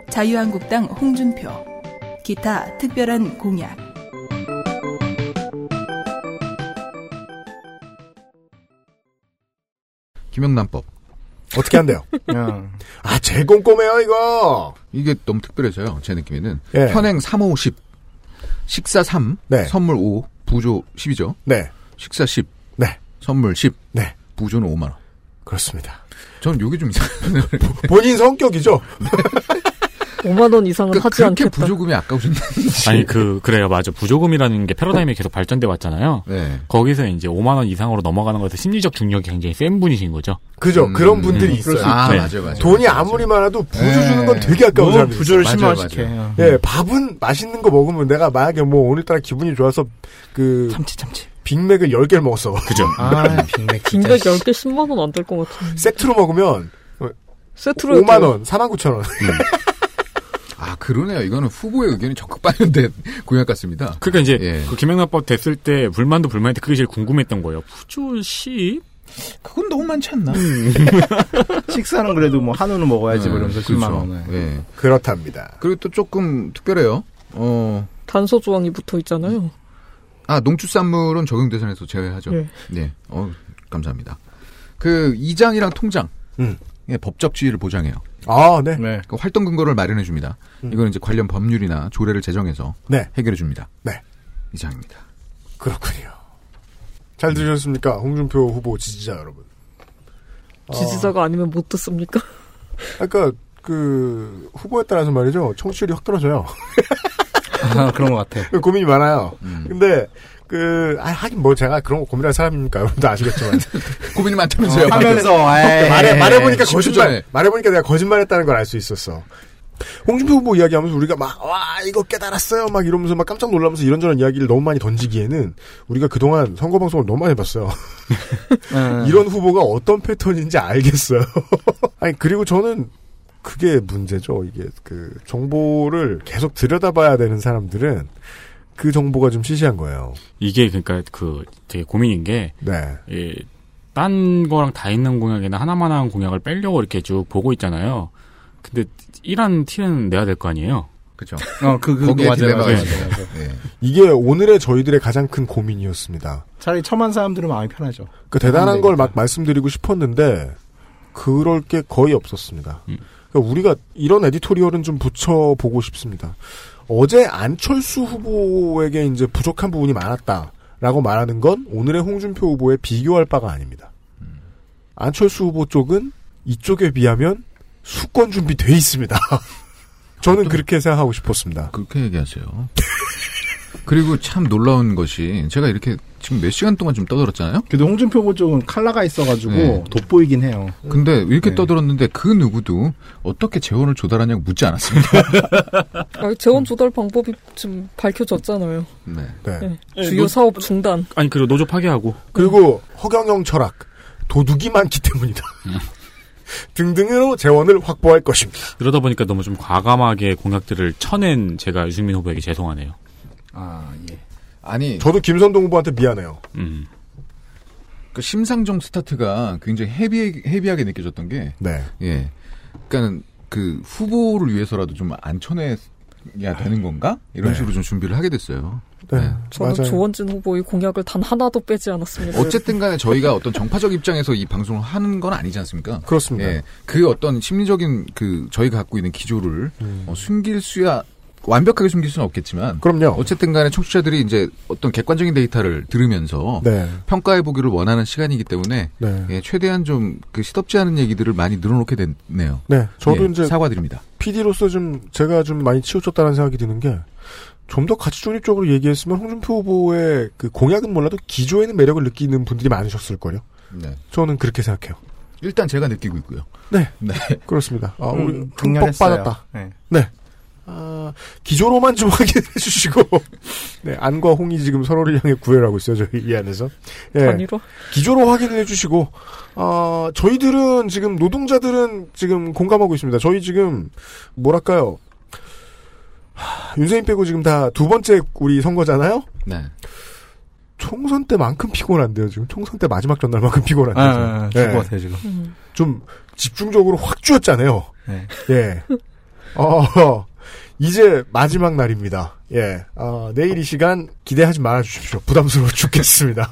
S3: 자유한국당 홍준표 기타 특별한 공약
S8: 김영란법.
S2: 어떻게 한대요? 아, 제일 꼼꼼해요, 이거!
S8: 이게 너무 특별해져요, 제 느낌에는.
S2: 예.
S8: 현행 3, 5, 10. 식사 3.
S2: 네.
S8: 선물 5. 부조 10이죠.
S2: 네.
S8: 식사 10.
S2: 네.
S8: 선물 10.
S2: 네.
S8: 부조는 5만원.
S2: 그렇습니다.
S8: 전 요게 좀 이상해요.
S2: 본인 성격이죠?
S11: 5만원 이상은
S8: 그러니까
S11: 하지
S8: 그렇게
S11: 않겠다.
S8: 부조금이 아까우신다.
S4: 아니 그 그래요 맞아 부조금이라는 게 패러다임이 계속 발전돼 왔잖아요.
S8: 어? 네.
S4: 거기서 이제 5만 원 이상으로 넘어가는 것에 심리적 중력이 굉장히 센 분이신 거죠.
S2: 그죠
S4: 음,
S10: 음,
S2: 그런 분들이 있어요.
S8: 아,
S4: 네.
S8: 맞아요, 맞아요.
S2: 돈이 아무리 많아도 부주 주는 건 되게 아까운
S8: 너무
S2: 사람이
S8: 부주를
S2: 있어요.
S8: 심화시켜.
S2: 맞아요. 예, 밥은 맛있는 거 먹으면 내가 만약에 뭐 오늘따라 기분이 좋아서 그 참치 참치 빅맥을 10개를 먹었어.
S4: 그죠.
S2: 아, 빅맥
S11: 빈백 10개 10만원 안 될 것 같은데.
S2: 세트로 먹으면
S11: 세트로
S2: 5만 원, 4만 9천 원.
S8: 아, 그러네요. 이거는 후보의 의견이 적극 반영된 공약 같습니다. 예.
S4: 그러니까 이제 그 김영란법 됐을 때 불만도 불만인데 그게 제일 궁금했던 거예요. 부조 10?
S10: 그건 너무 많지 않나? 음. 식사는 그래도 뭐 한우는 먹어야지
S8: 네,
S10: 뭐 이러면서
S8: 그렇죠.
S10: 10만 원을.
S8: 예.
S2: 그렇답니다.
S8: 그리고 또 조금 특별해요. 어,
S11: 단서 조항이 붙어
S2: 음.
S11: 있잖아요.
S8: 아, 농축산물은 적용 대상에서 제외하죠.
S11: 네.
S8: 네. 어, 감사합니다. 그 이장이랑 통장.
S2: 음.
S8: 예, 법적 지위를 보장해요.
S2: 아, 네.
S8: 그 활동 근거를 마련해 줍니다.
S2: 음.
S8: 이거는 이제 관련 법률이나 조례를 제정해서
S2: 네.
S8: 해결해 줍니다.
S2: 네.
S8: 이상입니다.
S2: 그렇군요. 잘 들으셨습니까? 홍준표 후보 지지자 여러분. 어.
S11: 지지자가 아니면 못 듣습니까?
S2: 아까 그러니까 그 후보에 따라서 말이죠. 청취율이 확 떨어져요.
S10: 아, 그런 것 음. 같아.
S2: 고민이 많아요. 근데 그 아, 하긴 뭐 제가 그런 거 고민할 사람이니까 여러분도 아시겠지만
S8: 고민이 많다면서요.
S10: 아,
S2: 아,
S8: 아, 네.
S10: 에이,
S2: 그 말해 말해 보니까
S8: 십초 전에.
S2: 예, 거짓말 말해 보니까 내가 거짓말했다는 걸 알 수 있었어. 홍준표 후보 이야기하면서 우리가 막 와 이거 깨달았어요 막 이러면서 막 깜짝 놀라면서 이런저런 이야기를 너무 많이 던지기에는 우리가 그동안 선거 방송을 너무 많이 봤어요. 이런 후보가 어떤 패턴인지 알겠어요. 아니 그리고 저는 그게 문제죠. 이게 그 정보를 계속 들여다봐야 되는 사람들은 그 정보가 좀 시시한 거예요.
S4: 이게 그러니까 그 되게 고민인 게
S2: 네.
S4: 예, 딴 거랑 다 있는 공약이나 하나만한 공약을 빼려고 이렇게 쭉 보고 있잖아요. 근데 1한 티는 내야 될 거 아니에요.
S8: 그죠.
S10: 어, 그, 그,
S8: 거기에
S10: 맞아요, 네.
S8: 딜레마가
S10: 맞아요,
S8: 있어요.
S4: 네.
S10: 맞아요.
S8: 예.
S2: 네. 이게 오늘의 저희들의 가장 큰 고민이었습니다.
S10: 차라리 첨한 사람들은 마음이 편하죠.
S2: 그 대단한 걸 막 말씀드리고 싶었는데 그럴 게 거의 없었습니다. 그러니까 우리가 이런 에디토리얼은 좀 붙여보고 싶습니다. 어제 안철수 후보에게 이제 부족한 부분이 많았다라고 말하는 건 오늘의 홍준표 후보에 비교할 바가 아닙니다. 안철수 후보 쪽은 이쪽에 비하면 수권 준비돼 있습니다. 저는 그렇게 생각하고 싶었습니다.
S8: 그렇게 얘기하세요. 그리고 참 놀라운 것이 제가 이렇게 지금 몇 시간 동안 좀 떠들었잖아요.
S10: 그래도 홍준표 보 쪽은 칼라가 있어가지고 네.
S8: 네.
S10: 돋보이긴 해요.
S8: 근데 이렇게 떠들었는데 그 누구도 어떻게 재원을 조달하냐고 묻지 않았습니다.
S2: 음.
S11: 아니, 재원 조달 방법이 지금 밝혀졌잖아요.
S8: 네.
S11: 주요 사업 중단.
S4: 아니 그리고 노조 파괴하고
S2: 그리고 허경영 철학 도둑이 많기 때문이다.
S4: 음.
S2: 등등으로 재원을 확보할 것입니다.
S4: 이러다 보니까 너무 좀 과감하게 공약들을 쳐낸 제가 유승민 후보에게 죄송하네요.
S8: 아 예. 아니
S2: 저도 김선동 후보한테 미안해요.
S4: 음.
S8: 그 심상정 스타트가 굉장히 헤비 헤비하게 느껴졌던 게
S2: 네.
S8: 예. 그러니까는 그 후보를 위해서라도 좀 안 쳐내야 되는 건가? 이런
S2: 네.
S8: 식으로 좀 준비를 하게 됐어요.
S2: 네.
S11: 저는 조원진 후보의 공약을 단 하나도 빼지 않았습니다.
S8: 어쨌든 간에 저희가 어떤 정파적 입장에서 이 방송을 하는 건 아니지 않습니까?
S2: 그렇습니다.
S8: 예, 그 어떤 심리적인 그 저희가 갖고 있는 기조를 어, 숨길 수야 완벽하게 숨길 수는 없겠지만
S2: 그럼요.
S8: 어쨌든 간에 청취자들이 이제 어떤 객관적인 데이터를 들으면서
S2: 네.
S8: 평가해 보기를 원하는 시간이기 때문에
S2: 네.
S8: 예, 최대한 좀 그 시덥지 않은 얘기들을 많이 늘어놓게 됐네요.
S2: 네, 저도
S8: 예,
S2: 이제
S8: 사과드립니다.
S2: PD로서 좀 제가 좀 많이 치우쳤다는 생각이 드는 게 좀 더 가치 중립적으로 얘기했으면 홍준표 후보의 그 공약은 몰라도 기조에는 매력을 느끼는 분들이 많으셨을 거예요.
S8: 네.
S2: 저는 그렇게 생각해요.
S8: 일단 제가 느끼고 있고요.
S2: 네,
S8: 네.
S2: 그렇습니다. 아,
S10: 음,
S2: 우리 흠뻑
S10: 극렬했어요.
S2: 받았다.
S10: 네.
S2: 네. 아, 기조로만 좀 확인해 주시고. 네, 안과 홍이 지금 서로를 향해 구애를 하고 있어요, 저희 이 안에서. 예.
S11: 단일화?
S2: 기조로 확인을 해 주시고, 아, 저희들은 지금, 노동자들은 지금 공감하고 있습니다. 저희 지금, 뭐랄까요. 하, 윤세민 빼고 지금 다 두 번째 우리 선거잖아요?
S8: 네.
S2: 총선 때만큼 피곤한데요, 지금. 총선 때 마지막 전날만큼 피곤한데요.
S10: 아, 아, 아,
S2: 지금. 예.
S10: 죽을
S8: 네.
S10: 것 같아요, 지금.
S11: 음.
S2: 좀 집중적으로 확 쥐었잖아요.
S10: 네.
S2: 예. 어, 이제 마지막 날입니다. 예. 아, 내일 이 시간 기대하지 말아 주십시오. 부담스러워 죽겠습니다.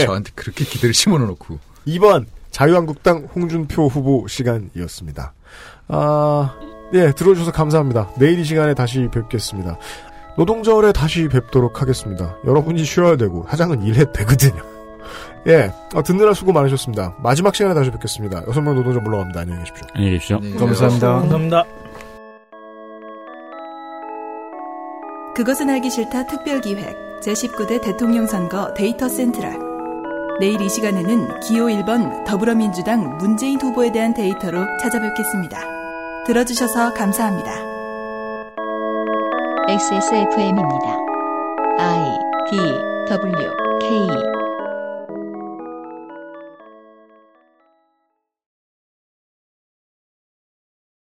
S8: 저한테 그렇게 기대를 심어놓고. 놓고.
S2: 2번 자유한국당 홍준표 후보 시간이었습니다. 아, 예, 들어주셔서 감사합니다. 내일 이 시간에 다시 뵙겠습니다. 노동절에 다시 뵙도록 하겠습니다. 여러분이 쉬어야 되고 사장은 일해도 되거든요. 예, 아, 듣느라 수고 많으셨습니다. 마지막 시간에 다시 뵙겠습니다. 여섯 명 노동절 물러갑니다. 안녕히 계십시오.
S15: 안녕히 계십시오.
S9: 네, 감사합니다.
S3: 그것은 알기 싫다 특별기획 제19대 대통령 선거 데이터 센트럴 내일 이 시간에는 기호 1번 더불어민주당 문재인 후보에 대한 데이터로 찾아뵙겠습니다. 들어주셔서 감사합니다.
S1: XSFM입니다. I D W K